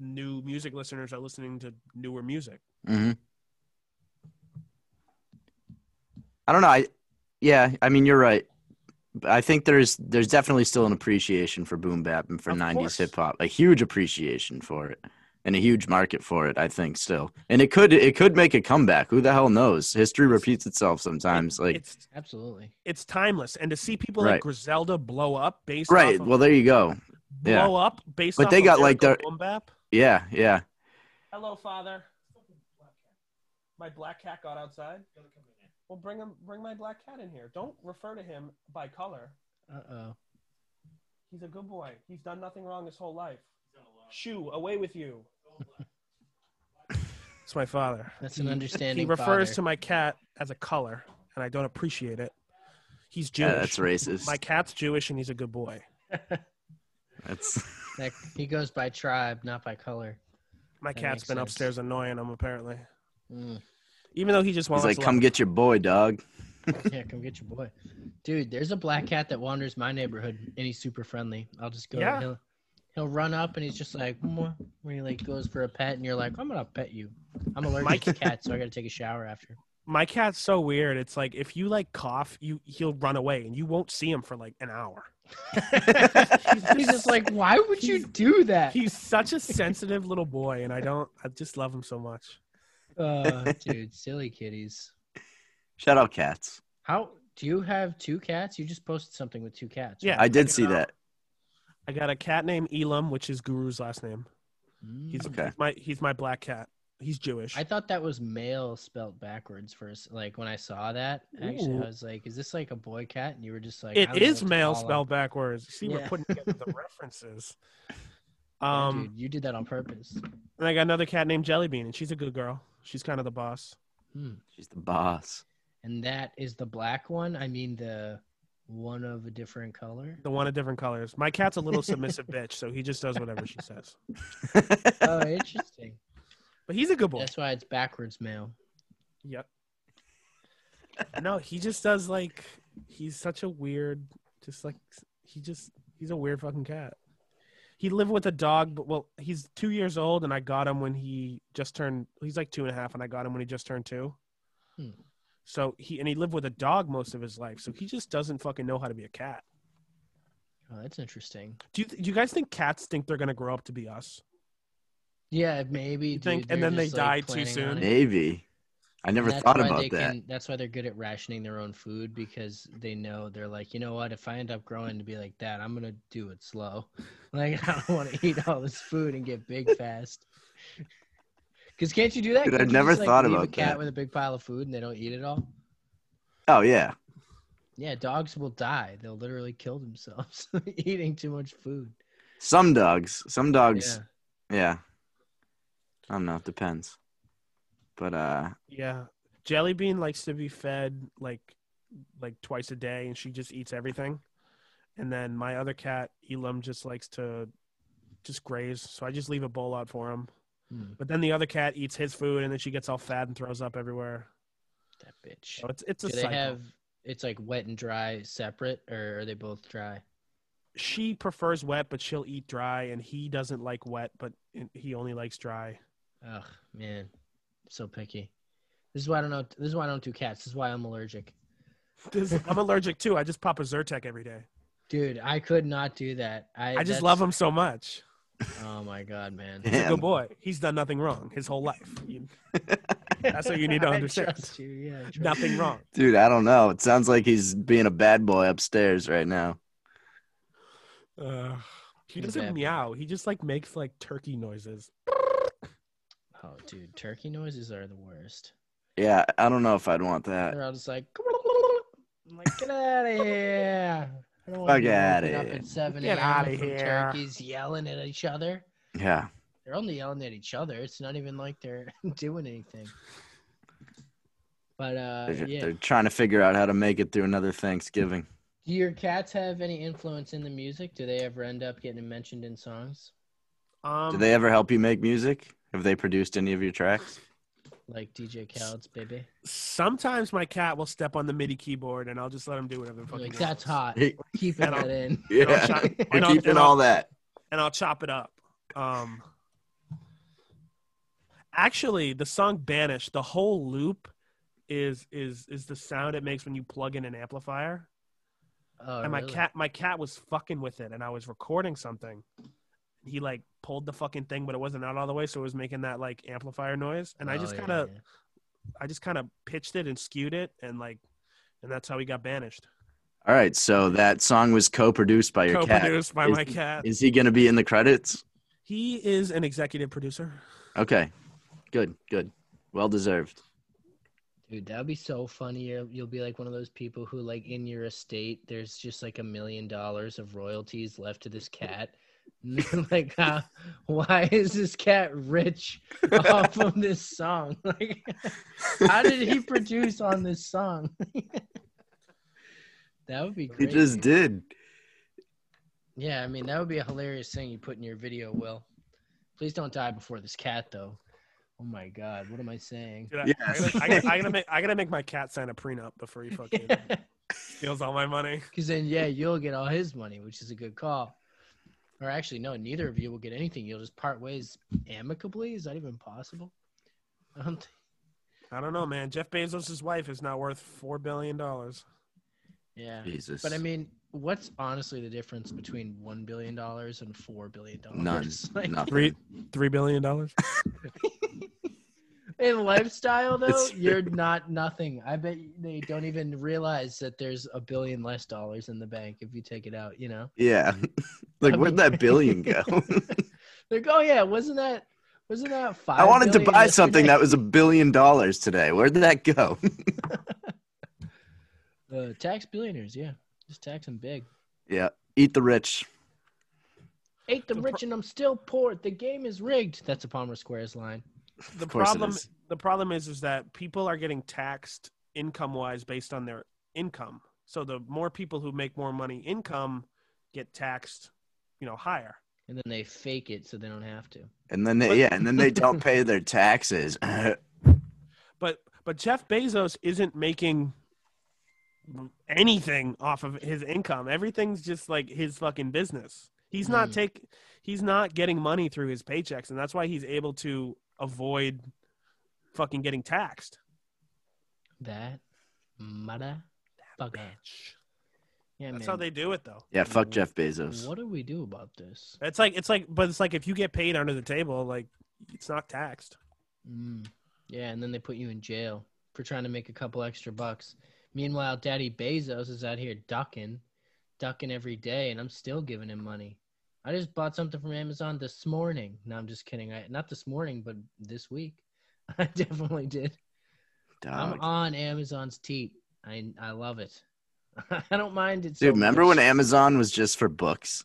[SPEAKER 3] new music listeners are listening to newer music
[SPEAKER 2] hmm I don't know. I, yeah, I mean you're right. But I think there's there's definitely still an appreciation for boom bap and for
[SPEAKER 3] Of
[SPEAKER 2] 90s
[SPEAKER 3] course.
[SPEAKER 2] hip hop. A huge appreciation for it and a huge market for it, I think still. And it could it could make a comeback. Who the hell knows? History repeats itself sometimes. Like
[SPEAKER 3] it's
[SPEAKER 4] absolutely,
[SPEAKER 3] it's timeless and to see people like
[SPEAKER 2] Right.
[SPEAKER 3] griselda blow up based
[SPEAKER 2] right,
[SPEAKER 3] off of,
[SPEAKER 2] well there you go. yeah.
[SPEAKER 3] blow up based
[SPEAKER 2] But
[SPEAKER 3] off
[SPEAKER 2] they
[SPEAKER 3] of
[SPEAKER 2] got, like, their-
[SPEAKER 3] lyrical boom bap
[SPEAKER 2] Yeah, yeah.
[SPEAKER 3] hello father my black cat got outside well bring him bring my black cat in here don't refer to him by color
[SPEAKER 4] uh oh,
[SPEAKER 3] He's a good boy. He's done nothing wrong his whole life. Shoo, away with you. It's my father.
[SPEAKER 4] that's an
[SPEAKER 3] He
[SPEAKER 4] understanding.
[SPEAKER 3] refers
[SPEAKER 4] father.
[SPEAKER 3] to my cat as a color, and I don't appreciate it. He's Jewish.
[SPEAKER 2] Yeah, that's racist.
[SPEAKER 3] My cat's Jewish, and he's a good boy.
[SPEAKER 2] That's
[SPEAKER 4] That he goes by tribe, not by color.
[SPEAKER 3] My
[SPEAKER 4] That
[SPEAKER 3] cat's
[SPEAKER 4] makes
[SPEAKER 3] been
[SPEAKER 4] sense.
[SPEAKER 3] upstairs annoying him apparently.
[SPEAKER 4] Mm.
[SPEAKER 3] Even though he just
[SPEAKER 2] he's
[SPEAKER 3] wants
[SPEAKER 2] like,
[SPEAKER 3] to
[SPEAKER 2] come get your boy, dog.
[SPEAKER 4] Yeah, come get your boy, dude. There's a black cat that wanders my neighborhood, and he's super friendly. I'll just go.
[SPEAKER 3] Yeah.
[SPEAKER 4] He'll, he'll run up, and he's just like, "Mwah," when he like goes for a pet, and you're like, "I'm gonna pet you." I'm allergic
[SPEAKER 3] Mike-
[SPEAKER 4] to cats, so I gotta take a shower after.
[SPEAKER 3] my cat's so weird. It's like if you like cough, you he'll run away and you won't see him for like an hour.
[SPEAKER 4] He's just like, "Why would you do that?"
[SPEAKER 3] He's such a sensitive little boy, and I don't. I just love him so much.
[SPEAKER 4] Uh, dude, silly kitties.
[SPEAKER 2] Shout out cats.
[SPEAKER 4] How do you have two cats? You just posted something with two cats.
[SPEAKER 3] Yeah,
[SPEAKER 2] I did
[SPEAKER 3] check it
[SPEAKER 2] see
[SPEAKER 3] out.
[SPEAKER 2] that.
[SPEAKER 3] I got a cat named Elam, which is Guru's last name.
[SPEAKER 4] Mm.
[SPEAKER 3] He's
[SPEAKER 2] Okay.
[SPEAKER 3] my he's my black cat. He's Jewish.
[SPEAKER 4] I thought that was male spelt backwards first. Like when I saw that, actually,
[SPEAKER 3] Ooh.
[SPEAKER 4] I was like, "Is this like a boy cat?" And you were just like, I
[SPEAKER 3] it
[SPEAKER 4] was about
[SPEAKER 3] is
[SPEAKER 4] to
[SPEAKER 3] male
[SPEAKER 4] call out.
[SPEAKER 3] spelled backwards. See, we're
[SPEAKER 4] Yeah.
[SPEAKER 3] putting together the references.
[SPEAKER 4] Yeah,
[SPEAKER 3] Um,
[SPEAKER 4] dude, you did that on purpose.
[SPEAKER 3] and I got another cat named Jellybean, and she's a good girl. She's kind of the boss.
[SPEAKER 2] She's the boss.
[SPEAKER 4] And that is the black one. I mean, the one of a different color.
[SPEAKER 3] The one of different colors. My cat's a little submissive bitch, so he just does whatever she says.
[SPEAKER 4] Oh, interesting.
[SPEAKER 3] But he's a good boy.
[SPEAKER 4] That's why it's backwards male.
[SPEAKER 3] Yep. no, he just does like he's such a weird, just like he just he's a weird fucking cat. He lived with a dog, but well, he's two years old, and I got him when he just turned. He's like two and a half, and I got him when he just turned two.
[SPEAKER 4] Hmm.
[SPEAKER 3] So he and he lived with a dog most of his life, so he just doesn't fucking know how to be a cat.
[SPEAKER 4] Oh, that's interesting.
[SPEAKER 3] Do you, do you guys think cats think they're gonna grow up to be us?
[SPEAKER 4] Yeah, maybe.
[SPEAKER 3] You think-
[SPEAKER 4] dude,
[SPEAKER 3] and
[SPEAKER 4] they're
[SPEAKER 3] then they
[SPEAKER 4] just, like,
[SPEAKER 3] died too
[SPEAKER 4] planning
[SPEAKER 3] soon?
[SPEAKER 4] on it.
[SPEAKER 2] Maybe. I never
[SPEAKER 4] That's
[SPEAKER 2] thought
[SPEAKER 4] why
[SPEAKER 2] about
[SPEAKER 4] they
[SPEAKER 2] that.
[SPEAKER 4] Can, that's why they're good at rationing their own food because they know they're like, you know what? If I end up growing to be like that, I'm gonna do it slow. Like I don't want to eat all this food and get big fast. Because can't you do that?
[SPEAKER 2] Dude, I've
[SPEAKER 4] Can't you
[SPEAKER 2] never
[SPEAKER 4] just, like,
[SPEAKER 2] thought
[SPEAKER 4] leave a
[SPEAKER 2] about
[SPEAKER 4] cat
[SPEAKER 2] that.
[SPEAKER 4] with a big pile of food and they don't eat it all.
[SPEAKER 2] Oh yeah.
[SPEAKER 4] Yeah, dogs will die. They'll literally kill themselves eating too much food.
[SPEAKER 2] Some dogs. Some dogs.
[SPEAKER 4] Yeah.
[SPEAKER 2] Yeah. I don't know. It depends. But uh,
[SPEAKER 3] Yeah, Jellybean likes to be fed like like twice a day, and she just eats everything. And then my other cat, Elam, just likes to just graze, so I just leave a bowl out for him.
[SPEAKER 4] Hmm,
[SPEAKER 3] But then the other cat eats his food, and then she gets all fat and throws up everywhere.
[SPEAKER 4] that bitch.
[SPEAKER 3] So Oh, it's it's a
[SPEAKER 4] Do they
[SPEAKER 3] cycle.
[SPEAKER 4] have? It's like wet and dry separate, or are they both dry?
[SPEAKER 3] She prefers wet, but she'll eat dry, and he doesn't like wet, but he only likes dry.
[SPEAKER 4] Ugh, man, so picky. This is why I don't know. This is why I don't do cats. This is why I'm allergic.
[SPEAKER 3] This- I'm allergic too. I just pop a Zyrtec every day.
[SPEAKER 4] Dude, I could not do that. I,
[SPEAKER 3] I just
[SPEAKER 4] that's-
[SPEAKER 3] love him so much.
[SPEAKER 4] Oh my god, man.
[SPEAKER 3] He's a
[SPEAKER 2] Damn.
[SPEAKER 3] good boy. He's done nothing wrong his whole life. You- That's what you need to
[SPEAKER 4] I
[SPEAKER 3] understand.
[SPEAKER 4] trust you, yeah, I trust
[SPEAKER 3] nothing
[SPEAKER 4] you.
[SPEAKER 3] wrong.
[SPEAKER 2] dude, I don't know. It sounds like he's being a bad boy upstairs right now.
[SPEAKER 3] Uh, he
[SPEAKER 4] He's
[SPEAKER 3] doesn't
[SPEAKER 4] bad.
[SPEAKER 3] meow. He just like makes like turkey noises.
[SPEAKER 4] Oh, dude, turkey noises are the worst.
[SPEAKER 2] Yeah, I don't know if I'd want that.
[SPEAKER 4] They're all just like, I'm like, get out of here. I don't
[SPEAKER 2] Fuck
[SPEAKER 4] want you
[SPEAKER 2] outta
[SPEAKER 4] waking up
[SPEAKER 2] here.
[SPEAKER 4] at 7
[SPEAKER 3] Get
[SPEAKER 4] a.m.
[SPEAKER 3] outta
[SPEAKER 4] from
[SPEAKER 3] here.
[SPEAKER 4] Turkeys yelling at each other.
[SPEAKER 2] Yeah.
[SPEAKER 4] They're only yelling at each other. It's not even like they're doing anything. But uh,
[SPEAKER 2] They're, ju-
[SPEAKER 4] yeah.
[SPEAKER 2] they're trying to figure out how to make it through another Thanksgiving.
[SPEAKER 4] Do your cats have any influence in the music? Do they ever end up getting mentioned in songs?
[SPEAKER 3] Um,
[SPEAKER 2] Do they ever help you make music? Have they produced any of your tracks?
[SPEAKER 4] Like DJ Khaled's baby?
[SPEAKER 3] sometimes my cat will step on the MIDI keyboard and I'll just let him do whatever the fuck.
[SPEAKER 4] Like,
[SPEAKER 3] he
[SPEAKER 4] that's
[SPEAKER 3] wants.
[SPEAKER 4] hot.
[SPEAKER 2] Yeah.
[SPEAKER 4] Keeping
[SPEAKER 3] um,
[SPEAKER 4] that in.
[SPEAKER 3] Yeah.
[SPEAKER 2] We're
[SPEAKER 3] And I'll-
[SPEAKER 2] keeping
[SPEAKER 3] and I'll-
[SPEAKER 2] all that.
[SPEAKER 3] And I'll chop it up. Um, actually, the song "Banish," the whole loop is is is the sound it makes when you plug in an amplifier.
[SPEAKER 4] Oh,
[SPEAKER 3] and my
[SPEAKER 4] really?
[SPEAKER 3] cat my cat was fucking with it and i was recording something he like pulled the fucking thing but it wasn't out all the way so it was making that like amplifier noise and i
[SPEAKER 4] Oh,
[SPEAKER 3] just
[SPEAKER 4] yeah,
[SPEAKER 3] kind of
[SPEAKER 4] yeah.
[SPEAKER 3] i just kind of pitched it and skewed it and like and that's how he got banished
[SPEAKER 2] All right, so that song was co-produced by your cat.
[SPEAKER 3] co-produced by
[SPEAKER 2] Is-
[SPEAKER 3] my cat
[SPEAKER 2] Is he going to be in the credits?
[SPEAKER 3] he is an executive producer
[SPEAKER 2] Okay. Good, good. Well deserved.
[SPEAKER 4] Dude, that would be so funny. You're, you'll be like one of those people who, like, in your estate, there's just like a million dollars of royalties left to this cat. And they're like, "Huh, why is this cat rich off of this song? Like, how did he produce on this song? that would be
[SPEAKER 2] He
[SPEAKER 4] great.
[SPEAKER 2] just did.
[SPEAKER 4] Yeah, I mean, that would be a hilarious thing you put in your video, Will. Please don't die before this cat, though. Oh my God, what am I saying?
[SPEAKER 3] Dude, I-
[SPEAKER 2] Yes.
[SPEAKER 3] I, gotta, I, gotta, I gotta make I gotta make my cat sign a prenup before he fucking
[SPEAKER 4] Because
[SPEAKER 3] steals all my money.
[SPEAKER 4] then, yeah, you'll get all his money, which is a good call. Or actually, no, neither of you will get anything. You'll just part ways amicably. Is that even possible? I don't think.
[SPEAKER 3] I don't know, man. Jeff Bezos' wife is not worth four billion dollars.
[SPEAKER 4] Yeah.
[SPEAKER 2] Jesus.
[SPEAKER 4] But I mean, what's honestly the difference between $1 billion and $4 billion?
[SPEAKER 2] none.
[SPEAKER 4] Like,
[SPEAKER 2] nothing.
[SPEAKER 3] Three three billion dollars.
[SPEAKER 4] In lifestyle, though,
[SPEAKER 2] It's true.
[SPEAKER 4] you're not nothing. I bet they don't even realize that there's a billion less dollars in the bank if you take it out. You know,
[SPEAKER 2] Yeah. like,
[SPEAKER 4] That'd
[SPEAKER 2] where'd
[SPEAKER 4] be
[SPEAKER 2] that billion go?
[SPEAKER 4] like, oh yeah, wasn't that wasn't that five?
[SPEAKER 2] I wanted to
[SPEAKER 4] billion
[SPEAKER 2] buy something that
[SPEAKER 4] yesterday?"
[SPEAKER 2] was a billion dollars today. Where'd that go?
[SPEAKER 4] uh, tax billionaires. Yeah, just tax them big.
[SPEAKER 2] yeah. Eat the rich.
[SPEAKER 4] Ate them
[SPEAKER 3] The pro-
[SPEAKER 4] rich and I'm still poor. The game is rigged. That's a Palmer Squares line.
[SPEAKER 3] The
[SPEAKER 2] Of course it
[SPEAKER 3] problem
[SPEAKER 2] is.
[SPEAKER 3] the problem is is that people are getting taxed income wise based on their income. So the more people who make more money income get taxed, you know, higher.
[SPEAKER 4] And then they fake it so they don't have to.
[SPEAKER 2] And then they,
[SPEAKER 3] But-
[SPEAKER 2] yeah, and then they don't pay their taxes.
[SPEAKER 3] But but Jeff Bezos isn't making anything off of his income. Everything's just like his fucking business. He's not
[SPEAKER 4] Mm.
[SPEAKER 3] take he's not getting money through his paychecks and that's why he's able to avoid fucking getting taxed.
[SPEAKER 4] That mother.
[SPEAKER 3] Bitch.
[SPEAKER 4] Yeah,
[SPEAKER 3] That's
[SPEAKER 4] man.
[SPEAKER 3] how they do it though.
[SPEAKER 2] yeah, fuck Jeff Bezos.
[SPEAKER 4] What do we do about this?
[SPEAKER 3] It's like it's like, but it's like if you get paid under the table, like it's not taxed.
[SPEAKER 4] Mm. Yeah, and then they put you in jail for trying to make a couple extra bucks. Meanwhile, Daddy Bezos is out here ducking, ducking every day, and I'm still giving him money. I just bought something from Amazon this morning. No, I'm just kidding. I not this morning, but this week. I definitely did. I'm
[SPEAKER 2] Dog.
[SPEAKER 4] on Amazon's teat. I I love it. I don't mind it. so
[SPEAKER 2] Dude, remember when
[SPEAKER 4] much.
[SPEAKER 2] Amazon was just for books?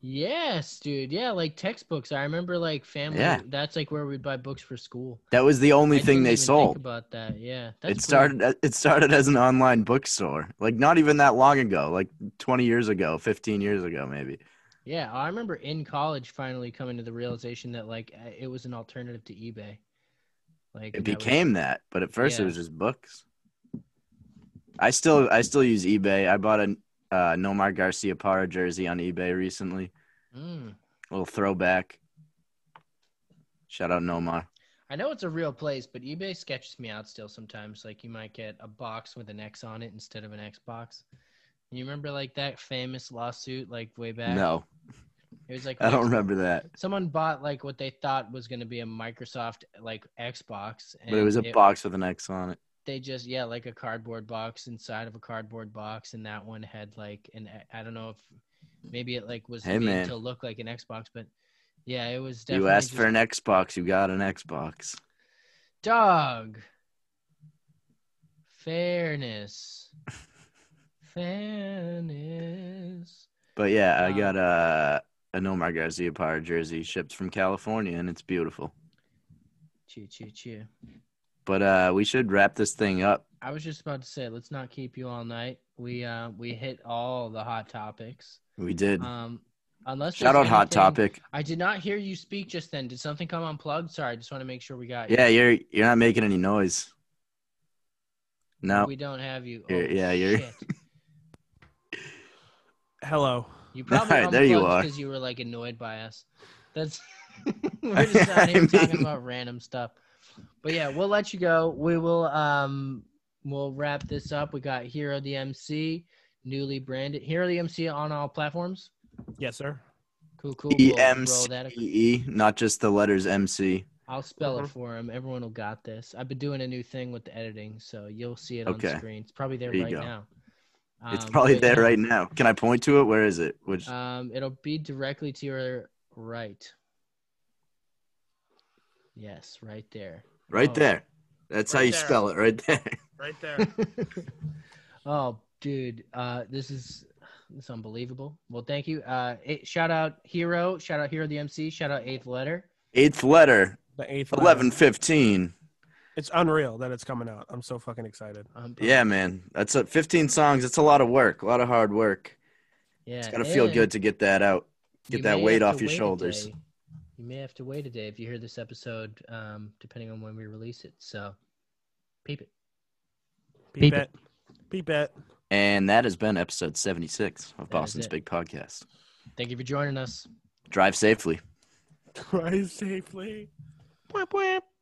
[SPEAKER 4] Yes, dude. Yeah, like textbooks. I remember like family.
[SPEAKER 2] Yeah.
[SPEAKER 4] That's like where we'd buy books for school.
[SPEAKER 2] That was the only
[SPEAKER 4] I
[SPEAKER 2] thing
[SPEAKER 4] didn't
[SPEAKER 2] they
[SPEAKER 4] even think
[SPEAKER 2] sold.
[SPEAKER 4] about that. Yeah, that's
[SPEAKER 2] It
[SPEAKER 4] cool.
[SPEAKER 2] started uh, it started as an online bookstore. Like not even that long ago, like 20 years ago, 15 years ago maybe.
[SPEAKER 4] Yeah, I remember in college finally coming to the realization that like uh, it was an alternative to eBay. Like
[SPEAKER 2] It
[SPEAKER 4] that was-
[SPEAKER 2] became that, but at first
[SPEAKER 4] Yeah.
[SPEAKER 2] it was just books. I still I still use eBay. I bought a uh, Nomar Garcia Parra jersey on eBay recently.
[SPEAKER 4] Mm.
[SPEAKER 2] little throwback. Shout out Nomar.
[SPEAKER 4] I know it's a real place, but eBay sketches me out still sometimes. Like you might get a box with an X on it instead of an Xbox. You remember like that famous lawsuit like way back?
[SPEAKER 2] No,
[SPEAKER 4] It was like
[SPEAKER 2] I don't
[SPEAKER 4] Xbox-
[SPEAKER 2] remember that.
[SPEAKER 4] Someone bought like what they thought was going to be a Microsoft like Xbox, and
[SPEAKER 2] But it was a box with an X on it.
[SPEAKER 4] they just yeah like a cardboard box inside of a cardboard box and that one had like an i don't know if maybe it like was
[SPEAKER 2] Hey,
[SPEAKER 4] made
[SPEAKER 2] man.
[SPEAKER 4] to look like an xbox but yeah it was definitely
[SPEAKER 2] You asked for
[SPEAKER 4] just-
[SPEAKER 2] an Xbox, you got an Xbox.
[SPEAKER 4] dog fairness fairness
[SPEAKER 2] But yeah, I
[SPEAKER 4] Um,
[SPEAKER 2] got a a Nomar Garcia Parra jersey shipped from California, and it's beautiful.
[SPEAKER 4] chew chew chew
[SPEAKER 2] But uh, we should wrap this thing up.
[SPEAKER 4] i was just about to say let's not keep you all night we uh we hit all the hot topics
[SPEAKER 2] We did.
[SPEAKER 4] um unless
[SPEAKER 2] Shout out
[SPEAKER 4] there's
[SPEAKER 2] Hot
[SPEAKER 4] anything-
[SPEAKER 2] Topic.
[SPEAKER 4] I did not hear you speak just then. Did something come unplugged? Sorry, I just want to make sure we got you.
[SPEAKER 2] Yeah, you're you're not making any noise. No, E
[SPEAKER 4] We don't have you. Oh,
[SPEAKER 2] You're- yeah, you're-
[SPEAKER 4] shit.
[SPEAKER 3] Hello.
[SPEAKER 4] You probably
[SPEAKER 2] Alright, there you are.
[SPEAKER 4] because you were like annoyed by us. That's we're just out here
[SPEAKER 2] I
[SPEAKER 4] talking
[SPEAKER 2] mean-
[SPEAKER 4] about random stuff. But yeah, we'll let you go. We will um we'll wrap this up. We got Hero the MC, newly branded Hero the MC on all platforms.
[SPEAKER 3] Yes, sir.
[SPEAKER 4] Cool, cool.
[SPEAKER 2] E
[SPEAKER 4] We'll
[SPEAKER 2] M
[SPEAKER 4] roll
[SPEAKER 2] C
[SPEAKER 4] that ac-
[SPEAKER 2] E, not just the letters M C.
[SPEAKER 4] I'll spell it
[SPEAKER 3] Mhm.
[SPEAKER 4] for him. Everyone will got this. I've been doing a new thing with the editing, so you'll see it on
[SPEAKER 2] Okay.
[SPEAKER 4] screen. It's probably there,
[SPEAKER 2] There you
[SPEAKER 4] right
[SPEAKER 2] go.
[SPEAKER 4] now.
[SPEAKER 2] It's
[SPEAKER 4] Um,
[SPEAKER 2] probably
[SPEAKER 4] but
[SPEAKER 2] there
[SPEAKER 4] yeah,
[SPEAKER 2] right now. Can I point to it? Where is it? Which
[SPEAKER 4] Um, it'll be directly to your right. Yes, right there.
[SPEAKER 2] right
[SPEAKER 4] oh.
[SPEAKER 2] there. That's how
[SPEAKER 3] Right
[SPEAKER 2] you
[SPEAKER 3] there.
[SPEAKER 2] spell it right there.
[SPEAKER 3] right there.
[SPEAKER 4] oh, dude, uh, this is this is unbelievable. Well, thank you. Uh, it, shout out Hero, shout out Hero the MC, shout out Eighth Letter.
[SPEAKER 2] Eighth letter,
[SPEAKER 3] The eighth. letter.
[SPEAKER 2] eleven fifteen.
[SPEAKER 3] It's unreal that it's coming out. I'm so fucking excited.
[SPEAKER 4] Um,
[SPEAKER 2] Yeah, man, that's a, fifteen songs. It's a lot of work, a lot of hard work.
[SPEAKER 4] yeah.
[SPEAKER 2] It's gotta feel
[SPEAKER 4] and
[SPEAKER 2] good to get that out,
[SPEAKER 4] you
[SPEAKER 2] get that
[SPEAKER 4] may
[SPEAKER 2] weight
[SPEAKER 4] have
[SPEAKER 2] off
[SPEAKER 4] to
[SPEAKER 2] your
[SPEAKER 4] wait a
[SPEAKER 2] shoulders.
[SPEAKER 4] day. You may have to wait a day if you hear this episode, um, depending on when we release it. So, peep it.
[SPEAKER 3] Peep
[SPEAKER 4] Peep
[SPEAKER 3] it. Peep it.
[SPEAKER 2] And that has been episode seventy six of
[SPEAKER 4] is
[SPEAKER 2] Boston's
[SPEAKER 4] it.
[SPEAKER 2] Big Podcast.
[SPEAKER 4] Thank you for joining us.
[SPEAKER 2] Drive safely.
[SPEAKER 3] Drive safely.
[SPEAKER 4] Wah, wah.